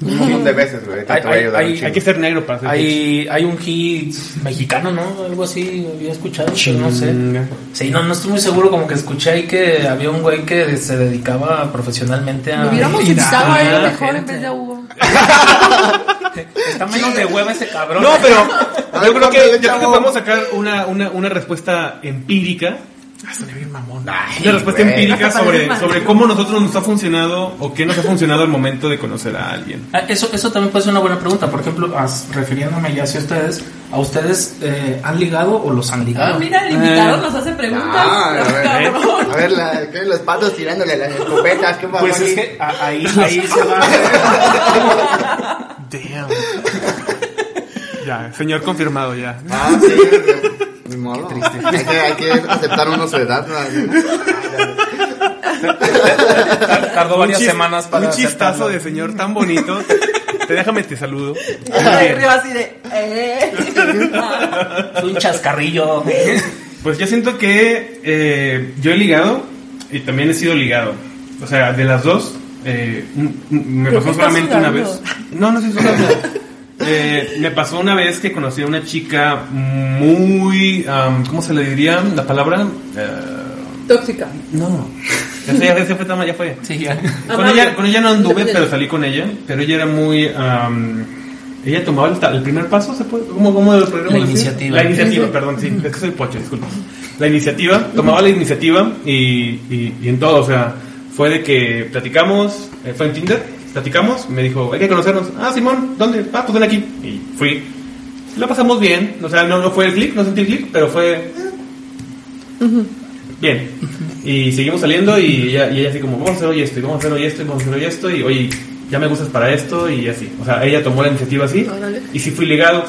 [SPEAKER 2] Un montón de veces, güey. Te,
[SPEAKER 4] Ay,
[SPEAKER 2] te va a
[SPEAKER 4] ay,
[SPEAKER 2] ayudar
[SPEAKER 4] ay,
[SPEAKER 2] un
[SPEAKER 4] hay
[SPEAKER 2] chingo.
[SPEAKER 1] Hay que ser negro para hacer
[SPEAKER 4] Hay, hay un hit mexicano, ¿no? Algo así, había escuchado, pero no sé. Sí, no, no estoy muy seguro, como que escuché ahí que había un güey que se dedicaba profesionalmente a...
[SPEAKER 3] Lo hubiéramos
[SPEAKER 1] Mira,
[SPEAKER 3] invitado a él mejor en
[SPEAKER 4] gente.
[SPEAKER 3] vez de a Hugo.
[SPEAKER 4] Está menos de hueva ese cabrón.
[SPEAKER 1] No, pero
[SPEAKER 2] A
[SPEAKER 1] yo
[SPEAKER 2] ver,
[SPEAKER 1] creo que,
[SPEAKER 2] cambia,
[SPEAKER 1] yo creo que
[SPEAKER 2] chavo.
[SPEAKER 1] podemos sacar una, una, una respuesta empírica. Ah, suena bien mamón. Una respuesta
[SPEAKER 2] güey.
[SPEAKER 1] empírica sobre, sobre cómo nosotros nos ha funcionado o qué nos ha funcionado al momento de conocer a alguien.
[SPEAKER 4] Ah, Eso, eso también puede ser una buena pregunta. Por ejemplo, as- refiriéndome ya hacia ustedes, ¿a ustedes eh, han ligado o los han
[SPEAKER 3] Ah,
[SPEAKER 4] ligado?
[SPEAKER 3] mira, el invitado nos hace preguntas.
[SPEAKER 2] Ah, a ver,
[SPEAKER 3] cabrón.
[SPEAKER 1] ¿eh?
[SPEAKER 2] a ver la, ¿qué? los patos tirándole a las escopetas. ¿Qué mamón?
[SPEAKER 4] Pues es que a- ahí, ahí se va.
[SPEAKER 6] Damn.
[SPEAKER 1] Ya, señor confirmado ya.
[SPEAKER 2] Ah, sí. Ni modo. Hay que, hay que aceptar uno su edad. ¿no?
[SPEAKER 4] Tardó varias semanas para.
[SPEAKER 1] Un chistazo
[SPEAKER 4] aceptarlo.
[SPEAKER 1] de señor tan bonito. te déjame te saludo.
[SPEAKER 3] Y ya de arriba así de. Eh.
[SPEAKER 4] Un chascarrillo.
[SPEAKER 1] Pues yo siento que eh, yo he ligado y también he sido ligado. O sea, de las dos, eh, m- m- me
[SPEAKER 3] ¿Pero
[SPEAKER 1] pasó
[SPEAKER 3] qué estás
[SPEAKER 1] solamente una
[SPEAKER 3] sudando?
[SPEAKER 1] vez. No, no estoy sudando. Eh, me pasó una vez que conocí a una chica muy... am, ¿Cómo se le diría la palabra? Eh,
[SPEAKER 3] Tóxica.
[SPEAKER 1] no. Ya sé, ya sé, fue tama- ya fue.
[SPEAKER 4] Sí, ya.
[SPEAKER 1] Con
[SPEAKER 3] Amable.
[SPEAKER 1] ella, con ella no anduve,
[SPEAKER 3] Independiente.
[SPEAKER 1] pero salí con ella. Pero ella era muy... am, ella tomaba el, ta- el primer paso, ¿se puede? ¿Cómo, cómo lo podríamos
[SPEAKER 4] La
[SPEAKER 1] decir?
[SPEAKER 4] iniciativa.
[SPEAKER 1] La iniciativa, perdón, sí. Es que soy pocho, disculpa. La iniciativa, tomaba la iniciativa y, y- y en todo, o sea, fue de que platicamos, eh, fue en Tinder, platicamos, me dijo, hay que conocernos. Ah, Simón, ¿dónde? Ah, pues ven aquí. Y fui. La pasamos bien, o sea, no, no fue el click, no sentí el click, pero fue... eh, Bien. Y seguimos saliendo y ella, y ella así como, vamos a hacer hoy esto, y vamos a hacer hoy esto, y vamos a hacer hoy esto, y oye, ya me gustas para esto, y así. O sea, ella tomó la iniciativa así,
[SPEAKER 3] Órale.
[SPEAKER 1] y sí fui legado.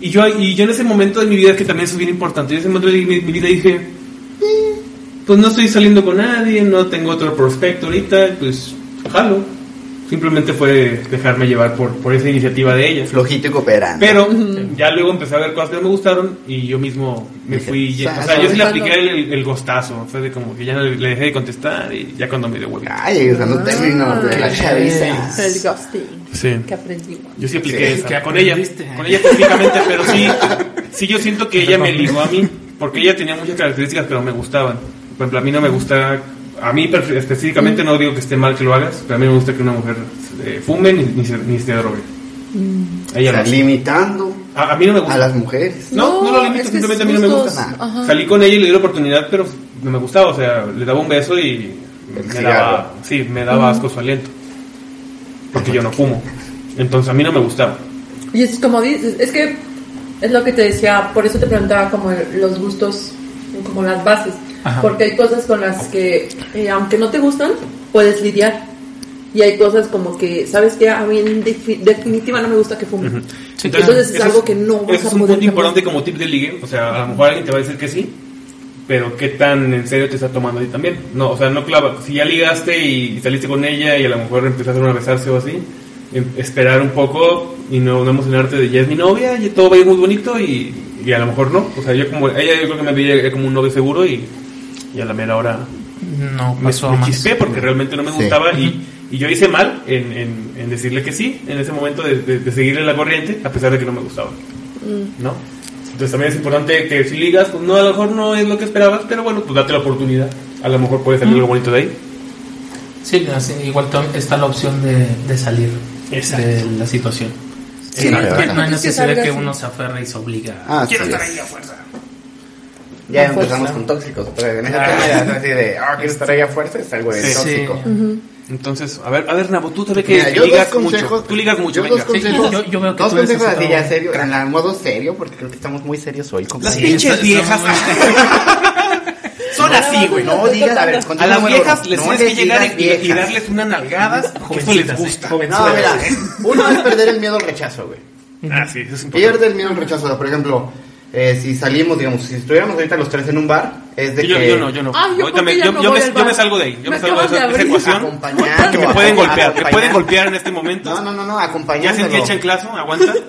[SPEAKER 1] Y yo, y yo en ese momento de mi vida, que también eso es bien importante, yo en ese momento de mi, mi vida dije, "Eh, pues no estoy saliendo con nadie, no tengo otro prospecto ahorita, pues jalo. Simplemente fue dejarme llevar por, por esa iniciativa de ella.
[SPEAKER 2] Flojito y cooperando.
[SPEAKER 1] Pero ya luego empecé a ver cosas que no me gustaron y yo mismo me
[SPEAKER 2] Dije,
[SPEAKER 1] fui. ye- o sea,
[SPEAKER 2] "Sas,
[SPEAKER 1] yo sí le
[SPEAKER 3] sas".
[SPEAKER 1] apliqué el, el- el gostazo. Fue de como que ya le, le dejé de contestar y ya cuando me dio huevito.
[SPEAKER 2] Ay, usando términos de la chaviza.
[SPEAKER 3] Ah, El ghosting.
[SPEAKER 1] Sí.
[SPEAKER 3] Que aprendimos.
[SPEAKER 1] Yo sí apliqué
[SPEAKER 2] Sí,
[SPEAKER 1] esa,
[SPEAKER 4] que
[SPEAKER 1] con ella.
[SPEAKER 4] aprendiste.
[SPEAKER 1] Con ella técnicamente, pero sí, sí yo siento que ella me ligó a mí. Porque ella tenía muchas características que no me gustaban. Por ejemplo, a mí no me gusta. A mí perfe- específicamente no digo que esté mal que lo hagas, pero a mí me gusta que una mujer eh, fume ni, ni se, ni se drogue. A Ella
[SPEAKER 2] O sea,
[SPEAKER 1] no.
[SPEAKER 2] limitando
[SPEAKER 1] A, a mí no me gusta.
[SPEAKER 2] a las mujeres.
[SPEAKER 1] No, no,
[SPEAKER 3] No,
[SPEAKER 1] lo limito,
[SPEAKER 3] es que
[SPEAKER 1] simplemente a mí
[SPEAKER 3] es
[SPEAKER 1] no me
[SPEAKER 3] gustos,
[SPEAKER 1] gusta.
[SPEAKER 3] ajá.
[SPEAKER 1] Salí con ella y le di la oportunidad, pero no me gustaba, o sea, le daba un beso y me
[SPEAKER 2] cigarro.
[SPEAKER 1] daba, sí, me daba asco su aliento. Porque yo no fumo. Entonces a mí no me gustaba.
[SPEAKER 3] Y es como dices, es que es lo que te decía, por eso te preguntaba como el- los gustos, como las bases, porque hay cosas con las que, eh, aunque no te gustan, puedes lidiar. Y hay cosas como que, ¿sabes qué? A mí en defi- definitiva no me gusta que fumen. Entonces es
[SPEAKER 1] eso
[SPEAKER 3] algo que no vas
[SPEAKER 1] eso
[SPEAKER 3] a
[SPEAKER 1] es un
[SPEAKER 3] poder
[SPEAKER 1] punto
[SPEAKER 3] cambiar.
[SPEAKER 1] importante como tip de ligue, o sea, a lo mejor alguien te va a decir que sí, pero qué tan en serio te está tomando a ti también. No, o sea, no clava, si ya ligaste y saliste con ella y a lo mejor empezaste a besarse o así, em- esperar un poco y no, no emocionarte de ya es mi novia, y todo va a ir muy bonito y, y a lo mejor no. O sea, yo como, ella yo creo que me veía como un novio seguro y, y a la mera hora
[SPEAKER 4] No,
[SPEAKER 1] me,
[SPEAKER 4] pasó
[SPEAKER 1] me
[SPEAKER 4] más.
[SPEAKER 1] chispé porque realmente no me
[SPEAKER 2] Sí.
[SPEAKER 1] gustaba y, y yo hice mal en, en- en decirle que sí en ese momento de, de- de seguirle la corriente a pesar de que no me gustaba
[SPEAKER 4] Mm.
[SPEAKER 1] ¿no? entonces también es importante que si ligas pues no a lo mejor no es lo que esperabas pero bueno pues date la oportunidad a lo mejor puede salir algo bonito de ahí
[SPEAKER 4] Sí, así, igual to- está la opción de, de salir
[SPEAKER 1] Exacto.
[SPEAKER 4] de la situación.
[SPEAKER 2] Sí,
[SPEAKER 4] no,
[SPEAKER 2] la verdad.
[SPEAKER 4] no hay
[SPEAKER 3] Es que
[SPEAKER 4] necesidad
[SPEAKER 3] salga
[SPEAKER 4] que
[SPEAKER 3] así.
[SPEAKER 4] uno se aferre y se obliga.
[SPEAKER 2] Ah,
[SPEAKER 4] Quiero
[SPEAKER 2] sí.
[SPEAKER 4] estar ahí a fuerza.
[SPEAKER 2] Ya
[SPEAKER 3] A
[SPEAKER 2] empezamos
[SPEAKER 3] fuerza.
[SPEAKER 2] con tóxicos. Pero en esa
[SPEAKER 4] Ah.
[SPEAKER 2] ah. así de, ah, quiero estar ahí a fuerza, es algo de
[SPEAKER 1] Sí.
[SPEAKER 2] tóxico.
[SPEAKER 1] entonces a ver a ver Nabu tú te ve que
[SPEAKER 2] Mira, yo dos
[SPEAKER 1] ligas
[SPEAKER 2] consejos.
[SPEAKER 1] mucho tú ligas mucho
[SPEAKER 2] yo
[SPEAKER 1] venga
[SPEAKER 2] dos consejos.
[SPEAKER 4] yo- yo veo que
[SPEAKER 2] dos
[SPEAKER 4] tú eres
[SPEAKER 2] consejos
[SPEAKER 4] ese
[SPEAKER 2] así
[SPEAKER 4] cabrón.
[SPEAKER 2] ya serio, en el modo serio, porque creo que estamos muy serios hoy. compadre.
[SPEAKER 1] las pinches
[SPEAKER 4] Sí, está-
[SPEAKER 1] viejas
[SPEAKER 4] está
[SPEAKER 2] Son así, güey. No digas, a ver,
[SPEAKER 1] a
[SPEAKER 2] consejo
[SPEAKER 1] las
[SPEAKER 2] número
[SPEAKER 1] viejas
[SPEAKER 2] dos,
[SPEAKER 1] les
[SPEAKER 2] no
[SPEAKER 1] tienes que llegar
[SPEAKER 2] digas
[SPEAKER 1] y, y
[SPEAKER 2] viejas.
[SPEAKER 1] darles unas nalgadas que eso les
[SPEAKER 4] Jovencitas,
[SPEAKER 1] gusta
[SPEAKER 4] eh, jovencitas.
[SPEAKER 2] No, mira, uno es perder el miedo al rechazo, güey.
[SPEAKER 1] ah sí eso es importante
[SPEAKER 2] Pierde el miedo al rechazo. Por ejemplo, eh, si salimos, digamos, si estuviéramos ahorita los tres en un bar, es de
[SPEAKER 1] yo,
[SPEAKER 2] que...
[SPEAKER 1] yo no, yo no.
[SPEAKER 3] Ah, yo
[SPEAKER 1] Ahorita
[SPEAKER 3] porque ya
[SPEAKER 1] yo,
[SPEAKER 3] no
[SPEAKER 1] yo
[SPEAKER 3] voy
[SPEAKER 1] me,
[SPEAKER 3] al
[SPEAKER 1] yo
[SPEAKER 3] bar.
[SPEAKER 1] me salgo de ahí. Yo me,
[SPEAKER 3] Me
[SPEAKER 1] salgo de
[SPEAKER 3] acabas
[SPEAKER 1] esa,
[SPEAKER 3] de
[SPEAKER 1] esa
[SPEAKER 3] abrir.
[SPEAKER 1] ecuación.
[SPEAKER 2] Acompañando,
[SPEAKER 1] Que me pueden golpear,
[SPEAKER 2] acompañando,
[SPEAKER 1] me pueden
[SPEAKER 2] acompañando.
[SPEAKER 1] golpear en este momento.
[SPEAKER 2] No, no, no, no,
[SPEAKER 1] Ya
[SPEAKER 2] acompañándolo.
[SPEAKER 1] sentí el chanclazo, aguanta.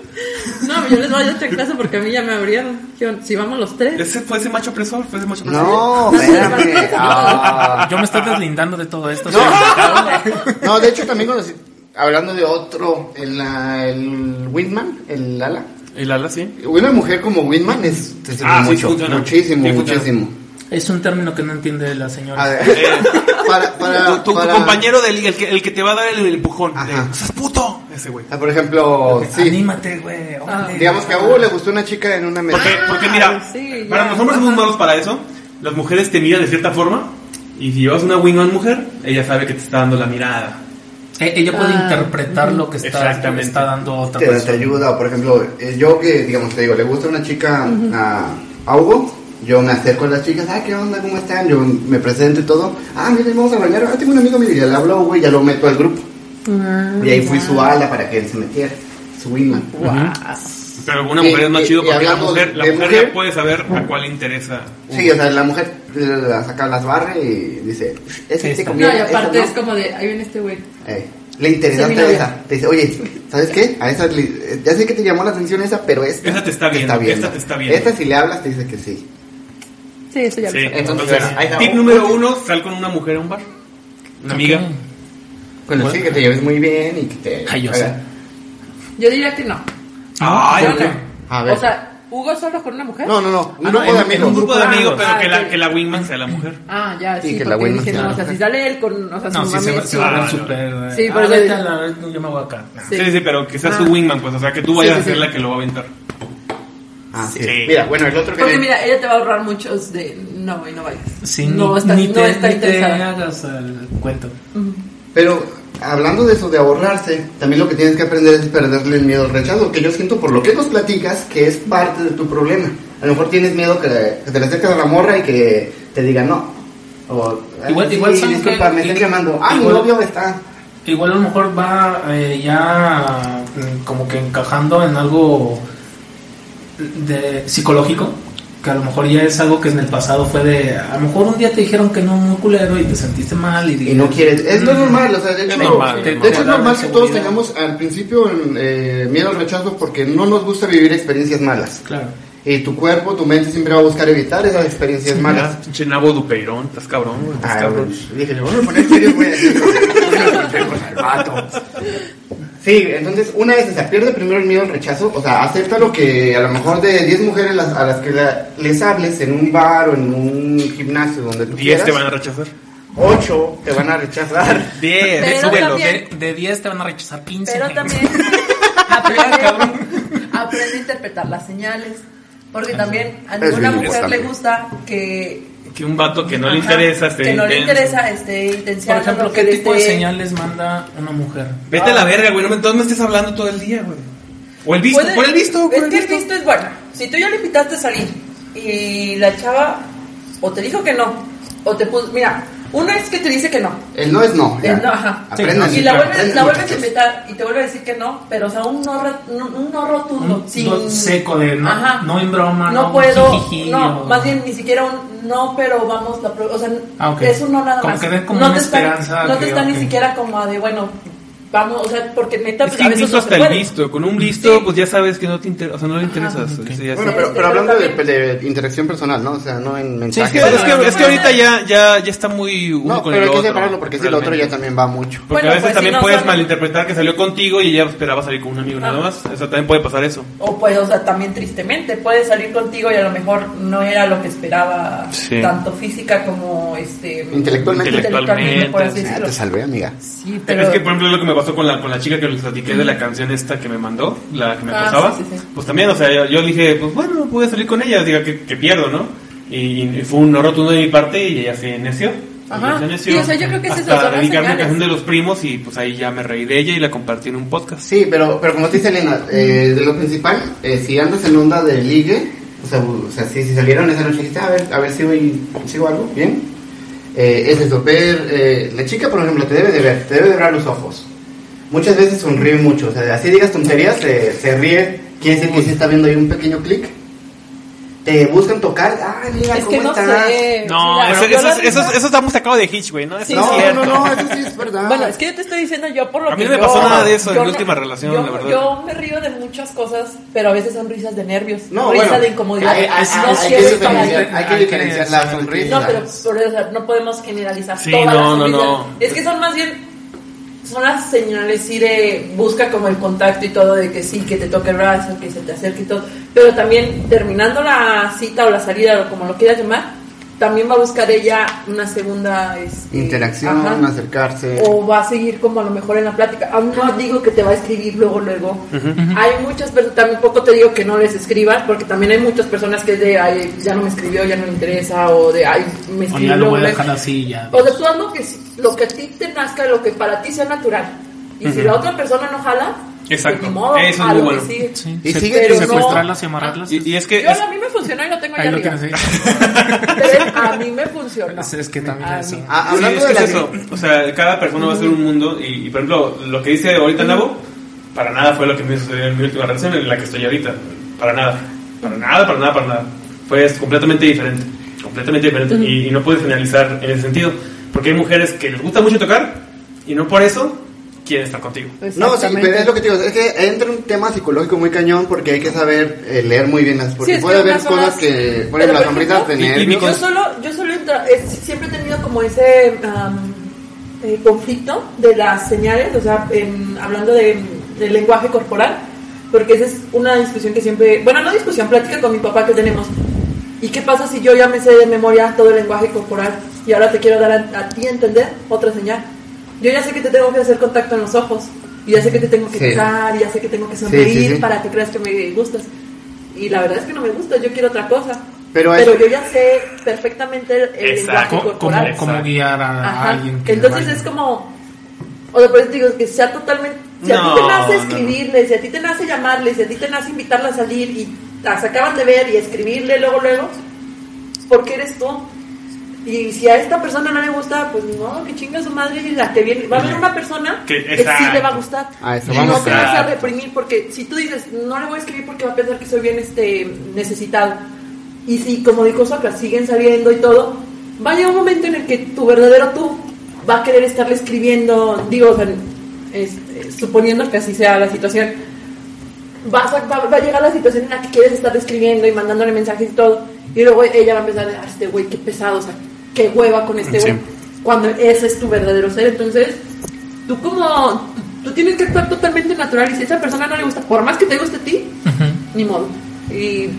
[SPEAKER 3] No, yo les voy a echar clase porque a mí ya me abrieron. Dijeron, Si vamos los tres.
[SPEAKER 1] Ese fue ese macho opresor, fue ese macho opresor.
[SPEAKER 2] No, espérame. Ah.
[SPEAKER 4] Yo me estoy deslindando de todo esto.
[SPEAKER 2] No.
[SPEAKER 4] soy-
[SPEAKER 2] No, de hecho también conocí- hablando de otro, el, ah, el Windman, el ala.
[SPEAKER 1] El ala sí.
[SPEAKER 2] Una mujer como Windman es te sirve
[SPEAKER 1] Ah, sí
[SPEAKER 2] mucho,
[SPEAKER 1] funciona.
[SPEAKER 2] muchísimo,
[SPEAKER 1] Sí funciona.
[SPEAKER 2] muchísimo.
[SPEAKER 4] Es un término que no entiende la señora.
[SPEAKER 2] A ver,
[SPEAKER 1] Eh,
[SPEAKER 2] para, para,
[SPEAKER 1] tu, tu- tu
[SPEAKER 2] para-
[SPEAKER 1] compañero del el que, el que te va a dar el, empujón.
[SPEAKER 2] Ajá.
[SPEAKER 1] Eh, ¡Seas puto! Ese güey.
[SPEAKER 2] Ah, Por ejemplo, sí. Ah,
[SPEAKER 4] Anímate, güey. órale.
[SPEAKER 2] Digamos que a Hugo le gustó una chica en una mesa.
[SPEAKER 1] Porque, porque mira,
[SPEAKER 3] sí, ya.
[SPEAKER 1] para los hombres somos
[SPEAKER 3] Ajá.
[SPEAKER 1] malos para eso. Las mujeres te miran de cierta forma. Y si llevas una wingman mujer, ella sabe que te está dando la mirada.
[SPEAKER 4] Eh, ella puede
[SPEAKER 3] Ah,
[SPEAKER 4] interpretar lo que está,
[SPEAKER 1] Exactamente.
[SPEAKER 4] está dando otra
[SPEAKER 2] te, te
[SPEAKER 4] persona.
[SPEAKER 2] ayuda, o por ejemplo, eh, yo que, digamos, te digo, le gusta una chica a, a Hugo, yo me acerco a las chicas, ah, ¿qué onda? ¿Cómo están? Yo me presento y todo, ah, miren, vamos a bailar, ah, tengo un amigo, mire, ya le hablo a Hugo y ya lo meto al grupo.
[SPEAKER 3] Ah,
[SPEAKER 2] y ahí fui su ala para que él se metiera, su wingman.
[SPEAKER 1] Pero una
[SPEAKER 2] Y-
[SPEAKER 1] mujer es más
[SPEAKER 2] y-
[SPEAKER 1] chido
[SPEAKER 2] y
[SPEAKER 1] porque la
[SPEAKER 2] hablamos
[SPEAKER 1] mujer, la
[SPEAKER 2] de
[SPEAKER 1] mujer
[SPEAKER 2] mujer.
[SPEAKER 1] ya puede saber a cuál le interesa.
[SPEAKER 2] Sí, o sea, la mujer eh, la saca las barras y dice, ese
[SPEAKER 4] Esta.
[SPEAKER 2] te
[SPEAKER 3] No,
[SPEAKER 2] conviene,
[SPEAKER 3] y
[SPEAKER 2] esa
[SPEAKER 3] aparte
[SPEAKER 2] no".
[SPEAKER 3] es como de, ahí viene este güey.
[SPEAKER 2] Eh, le interesa
[SPEAKER 3] Sí, mi
[SPEAKER 2] a
[SPEAKER 3] novia.
[SPEAKER 2] esa. Te dice, oye, ¿sabes qué? A esa, le- ya sé que te llamó la atención esa, pero esta,
[SPEAKER 1] Esa te está viendo, esta te está viendo.
[SPEAKER 2] Esta si le hablas te dice que sí.
[SPEAKER 3] Sí, eso ya
[SPEAKER 1] Sí,
[SPEAKER 3] lo sé.
[SPEAKER 2] Entonces,
[SPEAKER 1] entonces,
[SPEAKER 2] ahí está.
[SPEAKER 1] tip número uno, sal con una mujer a un bar. Una amiga.
[SPEAKER 2] Con el sí, que te lleves muy bien y que te.
[SPEAKER 4] Ay, yo sé.
[SPEAKER 3] Yo diría que no.
[SPEAKER 1] Ay,
[SPEAKER 3] Yo
[SPEAKER 1] Ah, ok.
[SPEAKER 3] no.
[SPEAKER 2] A ver.
[SPEAKER 3] O sea, Hugo solo con una mujer.
[SPEAKER 2] No, no, no. Un
[SPEAKER 4] Ah, no,
[SPEAKER 2] grupo
[SPEAKER 4] en-
[SPEAKER 2] de
[SPEAKER 4] en
[SPEAKER 2] amigos.
[SPEAKER 1] Un grupo de
[SPEAKER 4] Ah,
[SPEAKER 1] amigos, pero
[SPEAKER 3] ah,
[SPEAKER 1] que
[SPEAKER 3] ok.
[SPEAKER 1] la, que la wingman sea la mujer.
[SPEAKER 3] Ah, ya,
[SPEAKER 2] Sí,
[SPEAKER 3] sí,
[SPEAKER 2] que la
[SPEAKER 3] porque
[SPEAKER 2] buena
[SPEAKER 3] dije,
[SPEAKER 2] sea
[SPEAKER 3] no,
[SPEAKER 2] la
[SPEAKER 3] o sea,
[SPEAKER 2] mujer.
[SPEAKER 3] si sale él con, o sea,
[SPEAKER 4] No,
[SPEAKER 3] su
[SPEAKER 4] sí, se
[SPEAKER 3] mami
[SPEAKER 4] va,
[SPEAKER 3] es
[SPEAKER 4] se va a ver
[SPEAKER 3] su-
[SPEAKER 4] súper. eh,
[SPEAKER 3] Sí,
[SPEAKER 4] ah,
[SPEAKER 3] por eso-
[SPEAKER 4] vete a la red, yo me voy acá.
[SPEAKER 1] Sí, sí, pero que sea su
[SPEAKER 3] Ah.
[SPEAKER 1] wingman, pues, o sea, que tú vayas
[SPEAKER 3] Sí,
[SPEAKER 1] a
[SPEAKER 3] sí,
[SPEAKER 1] ser
[SPEAKER 3] sí.
[SPEAKER 1] la que lo va a aventar.
[SPEAKER 2] Ah, sí.
[SPEAKER 1] Sí.
[SPEAKER 2] Mira, bueno, el otro que.
[SPEAKER 3] Porque mira, ella te va a ahorrar muchos de no y no vayas.
[SPEAKER 4] Sí,
[SPEAKER 3] no
[SPEAKER 4] ni,
[SPEAKER 3] está,
[SPEAKER 4] ni
[SPEAKER 3] no
[SPEAKER 4] te,
[SPEAKER 3] está
[SPEAKER 4] ni te
[SPEAKER 3] interesada.
[SPEAKER 4] hagas el cuento.
[SPEAKER 2] Pero hablando de eso de ahorrarse, también lo que tienes que aprender es perderle el miedo al rechazo, que yo siento por lo que nos platicas que es parte de tu problema. A lo mejor tienes miedo que, que te le acerques a la morra y que te diga no. O, "Ay,
[SPEAKER 4] Igual- igual saben
[SPEAKER 2] disculpa,
[SPEAKER 4] que-
[SPEAKER 2] me están llamando. Ah, mi
[SPEAKER 4] igual-
[SPEAKER 2] novio está.
[SPEAKER 4] Igual a lo mejor va eh, ya mm, como que encajando en algo de psicológico, que a lo mejor ya es algo que en el pasado fue de, a lo mejor un día te dijeron que no, muy culero y te sentiste mal y,
[SPEAKER 2] Y no quieres. Esto es
[SPEAKER 4] Mm.
[SPEAKER 2] normal, o sea, de hecho,
[SPEAKER 1] normal,
[SPEAKER 2] de
[SPEAKER 1] es
[SPEAKER 2] hecho es
[SPEAKER 4] normal.
[SPEAKER 2] normal que todos
[SPEAKER 4] Seguridad.
[SPEAKER 2] tengamos al principio eh, miedo al rechazo porque no nos gusta vivir experiencias malas.
[SPEAKER 4] Claro.
[SPEAKER 2] Y tu cuerpo, tu mente siempre va a buscar evitar esas experiencias malas.
[SPEAKER 1] Mira, pinche nabo dupeirón, estás cabrón, güey, estás
[SPEAKER 2] Ah,
[SPEAKER 1] cabrón.
[SPEAKER 2] bueno. Dije, le voy a poner serio, güey. Al vato. Sí, entonces una vez, o sea, pierde primero el miedo al rechazo, o sea, acepta lo que a lo mejor de 10 mujeres las- a las que la- les hables en un bar o en un gimnasio donde tú
[SPEAKER 1] Y este van a
[SPEAKER 2] quieras,
[SPEAKER 1] rechazar.
[SPEAKER 2] 8 te van a rechazar.
[SPEAKER 4] 10,
[SPEAKER 3] Pero
[SPEAKER 4] súbelo. De,
[SPEAKER 3] también-
[SPEAKER 4] de 10 te van a rechazar 15.
[SPEAKER 3] Pero
[SPEAKER 4] güey.
[SPEAKER 3] también
[SPEAKER 4] Ah,
[SPEAKER 3] aprende, aprende a interpretar las señales. Porque
[SPEAKER 4] Ah,
[SPEAKER 3] también a
[SPEAKER 2] Es
[SPEAKER 3] ninguna
[SPEAKER 2] bien
[SPEAKER 3] mujer
[SPEAKER 2] importante.
[SPEAKER 3] le gusta que.
[SPEAKER 1] Que un vato que no le
[SPEAKER 3] Ajá,
[SPEAKER 1] interesa esté
[SPEAKER 3] Que no le
[SPEAKER 1] intenso.
[SPEAKER 3] interesa este
[SPEAKER 4] Por
[SPEAKER 3] intensiando.
[SPEAKER 4] ejemplo,
[SPEAKER 3] que
[SPEAKER 4] ¿qué tipo de
[SPEAKER 3] esté-
[SPEAKER 4] señales manda una mujer?
[SPEAKER 1] Vete a la verga, güey, no me, entonces me estés hablando todo el día, güey. O el visto,
[SPEAKER 3] Puede-
[SPEAKER 1] por el visto, por
[SPEAKER 3] Es
[SPEAKER 1] el
[SPEAKER 3] que el
[SPEAKER 1] visto.
[SPEAKER 3] visto es bueno. Si tú ya le invitaste a salir y la chava o te dijo que no, o te puso. Mira, una es que te dice que no.
[SPEAKER 2] El no es no. ya.
[SPEAKER 3] El no, ajá.
[SPEAKER 2] Aprendan.
[SPEAKER 3] y la,
[SPEAKER 4] claro.
[SPEAKER 3] vuelves, la vuelves a invitar y te vuelve a decir que no, pero o sea, un no, re- un- un no rotundo.
[SPEAKER 4] Un
[SPEAKER 3] sin-
[SPEAKER 4] no seco de no- no en broma,
[SPEAKER 3] No,
[SPEAKER 4] no
[SPEAKER 3] puedo,
[SPEAKER 4] jijiji,
[SPEAKER 3] no,
[SPEAKER 4] o-
[SPEAKER 3] más bien ni siquiera un no, pero vamos, la pro- o sea,
[SPEAKER 4] Ah, ok.
[SPEAKER 3] es un no nada
[SPEAKER 4] Como
[SPEAKER 3] más.
[SPEAKER 4] que den como
[SPEAKER 3] no
[SPEAKER 4] una
[SPEAKER 3] te está-
[SPEAKER 4] esperanza
[SPEAKER 3] No te
[SPEAKER 4] que,
[SPEAKER 3] está
[SPEAKER 4] ok.
[SPEAKER 3] ni siquiera como a de, bueno, vamos, o sea, porque neta,
[SPEAKER 1] Es
[SPEAKER 3] pues,
[SPEAKER 1] que
[SPEAKER 3] a veces
[SPEAKER 1] incluso
[SPEAKER 3] no
[SPEAKER 1] hasta
[SPEAKER 3] se
[SPEAKER 1] el
[SPEAKER 3] puede.
[SPEAKER 1] visto, con un visto,
[SPEAKER 3] Sí.
[SPEAKER 1] pues ya sabes que no te interesa, o sea, no le interesas.
[SPEAKER 4] ok.
[SPEAKER 1] eso ya sabes.
[SPEAKER 2] Bueno, pero, pero
[SPEAKER 3] Este,
[SPEAKER 2] hablando de,
[SPEAKER 3] pero
[SPEAKER 2] de interacción personal, ¿no? O sea, no en
[SPEAKER 1] Sí, es
[SPEAKER 2] mensajes.
[SPEAKER 1] que, es que, es que ahorita ya, ya, ya está muy uno
[SPEAKER 2] no,
[SPEAKER 1] con
[SPEAKER 2] pero
[SPEAKER 1] el
[SPEAKER 2] hay
[SPEAKER 1] otro.
[SPEAKER 2] que separarlo porque si el otro ya
[SPEAKER 1] realmente.
[SPEAKER 2] también va mucho.
[SPEAKER 1] Porque
[SPEAKER 3] Bueno,
[SPEAKER 1] a veces
[SPEAKER 3] pues, si
[SPEAKER 1] también
[SPEAKER 3] no
[SPEAKER 1] puedes
[SPEAKER 3] sale-
[SPEAKER 1] malinterpretar que salió contigo y ella esperaba salir con un amigo nada
[SPEAKER 3] Ah.
[SPEAKER 1] más. Eso también puede pasar eso.
[SPEAKER 3] O pues, o sea, también tristemente, puede salir contigo y a lo mejor no era lo que esperaba,
[SPEAKER 1] Sí.
[SPEAKER 3] tanto física como este
[SPEAKER 2] Intelectualmente.
[SPEAKER 3] intelectualmente por así
[SPEAKER 1] Intelectualmente,
[SPEAKER 2] Ah,
[SPEAKER 3] decirlo.
[SPEAKER 2] te salvé, amiga.
[SPEAKER 3] Sí, pero
[SPEAKER 1] Es que, por ejemplo, es lo que me pasó con la, con la chica que les platiqué de la canción esta que me mandó, la que me
[SPEAKER 3] Ah,
[SPEAKER 1] pasaba.
[SPEAKER 3] sí, sí, sí.
[SPEAKER 1] Pues también, o sea, yo, yo dije, pues bueno, pude salir con ella, diga que, que pierdo, ¿no? Y, y fue un no rotundo de mi parte y ella se neció.
[SPEAKER 3] Ajá.
[SPEAKER 1] Se neció.
[SPEAKER 3] Sí, o sea, yo creo que es eso,
[SPEAKER 1] Hasta
[SPEAKER 3] son las
[SPEAKER 1] dedicarme a
[SPEAKER 3] señales.
[SPEAKER 1] canción de los primos y pues ahí ya me reí de ella y la compartí en un podcast.
[SPEAKER 2] Sí, pero, pero como te dice Elena, eh, de lo principal, eh, si andas en onda de ligue, o sea, bu- o sea, si, si salieron esa noche, dijiste, a ver, a ver si voy, sigo algo, bien. Eh, es eso, ver, eh, la chica, por ejemplo, te debe de ver, te debe de ver los ojos. Muchas veces sonríe mucho, o sea, así digas tonterías, se, se ríe. Quiere decir que sí está viendo ahí un pequeño clic. te buscan tocar. Ah, mira,
[SPEAKER 3] Es
[SPEAKER 2] ¿cómo
[SPEAKER 3] que no
[SPEAKER 2] estás?
[SPEAKER 3] sé.
[SPEAKER 1] No,
[SPEAKER 3] Mira,
[SPEAKER 1] eso,
[SPEAKER 3] yo
[SPEAKER 1] eso,
[SPEAKER 3] la
[SPEAKER 1] eso, eso,
[SPEAKER 3] risa-
[SPEAKER 1] estamos sacados de Hitch, güey, ¿no? Eso
[SPEAKER 3] Sí,
[SPEAKER 1] no es
[SPEAKER 3] sí.
[SPEAKER 2] No,
[SPEAKER 1] cierto.
[SPEAKER 2] no, no, eso sí es verdad.
[SPEAKER 3] Bueno, es que yo te estoy diciendo yo por lo
[SPEAKER 1] A mí
[SPEAKER 3] que
[SPEAKER 1] no me
[SPEAKER 3] yo-
[SPEAKER 1] pasó nada de eso en
[SPEAKER 3] yo
[SPEAKER 1] mi
[SPEAKER 3] no-
[SPEAKER 1] última relación,
[SPEAKER 3] yo-
[SPEAKER 1] la verdad.
[SPEAKER 3] Yo me río de muchas cosas, pero a veces son risas de nervios.
[SPEAKER 2] No,
[SPEAKER 3] risa
[SPEAKER 2] bueno,
[SPEAKER 3] de incomodidad.
[SPEAKER 2] hay- hay-
[SPEAKER 3] no
[SPEAKER 2] hay que
[SPEAKER 3] quiero estar ahí.
[SPEAKER 2] diferenciar, hay que
[SPEAKER 4] Hay que
[SPEAKER 2] diferenciar la
[SPEAKER 4] saber que-
[SPEAKER 2] sonrisa.
[SPEAKER 3] No, pero por eso, no podemos generalizar.
[SPEAKER 1] Sí,
[SPEAKER 3] todas
[SPEAKER 1] no,
[SPEAKER 3] las
[SPEAKER 1] no,
[SPEAKER 3] sonrisas.
[SPEAKER 1] no.
[SPEAKER 3] Es que son más bien, son las señales, sí, de busca como el contacto y todo, de que sí, que te toque el brazo, que se te acerque y todo. Pero también terminando la cita o la salida o como lo quieras llamar, también va a buscar ella una segunda este,
[SPEAKER 2] Interacción,
[SPEAKER 3] ajá.
[SPEAKER 2] acercarse.
[SPEAKER 3] O va a seguir como a lo mejor en la plática. Aún no digo que te va a escribir luego, luego. Hay muchas personas, tampoco te digo que no les escribas, porque también hay muchas personas que es de, ay, ya no me escribió, ya no me interesa, o de, ay, me
[SPEAKER 4] O
[SPEAKER 3] escribió.
[SPEAKER 4] ya lo voy a
[SPEAKER 3] luego,
[SPEAKER 4] dejar
[SPEAKER 3] luego.
[SPEAKER 4] así, ya.
[SPEAKER 3] O sea, tú haz lo que, lo que a ti te nazca, lo que para ti sea natural. Y si la otra persona no jala,
[SPEAKER 1] Exacto.
[SPEAKER 3] pues ni modo,
[SPEAKER 1] Eso es
[SPEAKER 3] a
[SPEAKER 1] muy
[SPEAKER 3] lo
[SPEAKER 1] bueno.
[SPEAKER 3] que sigue.
[SPEAKER 4] Sí.
[SPEAKER 2] Y
[SPEAKER 4] Se-
[SPEAKER 2] sigue
[SPEAKER 3] pero
[SPEAKER 4] secuestrarlas
[SPEAKER 3] no.
[SPEAKER 4] y amarrarlas.
[SPEAKER 1] Y, y es que
[SPEAKER 3] Yo,
[SPEAKER 1] es-
[SPEAKER 3] a mí me funciona y lo tengo ya
[SPEAKER 4] Ahí lo tienes.
[SPEAKER 3] arriba.
[SPEAKER 4] ahí.
[SPEAKER 3] Pero a mí me funciona.
[SPEAKER 4] Es, es que también
[SPEAKER 3] A
[SPEAKER 4] eso.
[SPEAKER 3] mí.
[SPEAKER 2] Ah,
[SPEAKER 1] Sí,
[SPEAKER 2] hablando
[SPEAKER 1] es que
[SPEAKER 2] de
[SPEAKER 1] es
[SPEAKER 2] la
[SPEAKER 1] eso. O sea, cada persona va a ser un mundo. Y, y, por ejemplo, lo que dice ahorita Nabo, para nada fue lo que me sucedió en mi última relación, en la que estoy ahorita. Para nada. Para nada, para nada, para nada. Fue completamente diferente. Completamente diferente. y, y no puedes generalizar en ese sentido. Porque hay mujeres que les gusta mucho tocar y no por eso quieren estar contigo.
[SPEAKER 2] No, sí,
[SPEAKER 3] Exactamente.
[SPEAKER 2] pero es lo que te digo, es que entra un tema psicológico muy cañón porque hay que saber eh, leer muy bien las, porque
[SPEAKER 3] es que
[SPEAKER 2] puede haber
[SPEAKER 3] unas son
[SPEAKER 2] cosas
[SPEAKER 3] las-
[SPEAKER 2] que, por ejemplo, las
[SPEAKER 3] Pero, por
[SPEAKER 2] sonrisas de
[SPEAKER 3] ejemplo,
[SPEAKER 1] y- y mi
[SPEAKER 2] nervios.
[SPEAKER 1] con-
[SPEAKER 3] Yo solo, yo solo entra- es- siempre he tenido como ese am, eh, conflicto de las señales, o sea, em, hablando de- del lenguaje corporal, porque esa es una discusión que siempre, bueno, no discusión, plática con mi papá que tenemos. ¿Y qué pasa si yo ya me sé de memoria todo el lenguaje corporal y ahora te quiero dar a, a ti a entender otra señal? Yo ya sé que te tengo que hacer contacto en los ojos, y ya sé que te tengo que
[SPEAKER 2] Sí.
[SPEAKER 3] tocar, y ya sé que tengo que
[SPEAKER 2] Sí, sí,
[SPEAKER 3] sonreír
[SPEAKER 2] sí.
[SPEAKER 3] para que creas que me gustas. Y la verdad es que no me gusta, yo quiero otra cosa.
[SPEAKER 2] Pero
[SPEAKER 3] Pero,
[SPEAKER 2] hay-
[SPEAKER 3] yo ya sé perfectamente el, el
[SPEAKER 1] Exacto,
[SPEAKER 3] lenguaje
[SPEAKER 4] Co-
[SPEAKER 3] corporal.
[SPEAKER 4] como, como guiar a
[SPEAKER 3] Ajá.
[SPEAKER 4] alguien que
[SPEAKER 3] Entonces
[SPEAKER 4] vaya.
[SPEAKER 3] es como. O sea, por eso te digo que sea totalmente. Si a
[SPEAKER 1] No,
[SPEAKER 3] ti te nace
[SPEAKER 1] no, no.
[SPEAKER 3] escribirle, si a ti te nace llamarle, si a ti te nace invitarla a salir y las acaban de ver y escribirle luego, luego, porque eres tú. Y si a esta persona no le gusta, pues no, que chinga su madre y la que viene. Va a haber una persona
[SPEAKER 1] Que-
[SPEAKER 3] que, sí le va a
[SPEAKER 1] exacto.
[SPEAKER 3] gustar.
[SPEAKER 2] A eso
[SPEAKER 3] y
[SPEAKER 2] vamos.
[SPEAKER 3] no te vas a
[SPEAKER 1] Exacto.
[SPEAKER 3] reprimir, porque si tú dices, no le voy a escribir porque va a pensar que soy bien este necesitado. Y si, como dijo Sócrates, siguen saliendo y todo, va a llegar un momento en el que tu verdadero tú va a querer estarle escribiendo, digo, o sea, este, suponiendo que así sea la situación, vas a- va, va a llegar la situación en la que quieres estar escribiendo y mandándole mensajes y todo, y luego ella va a empezar, "Ah, este güey, qué pesado, o sea, qué hueva con este
[SPEAKER 1] Sí.
[SPEAKER 3] güey, cuando ese es tu verdadero ser, entonces tú como, tú tienes que actuar totalmente natural y si a esa persona no le gusta, por más que te guste a ti, ni modo, y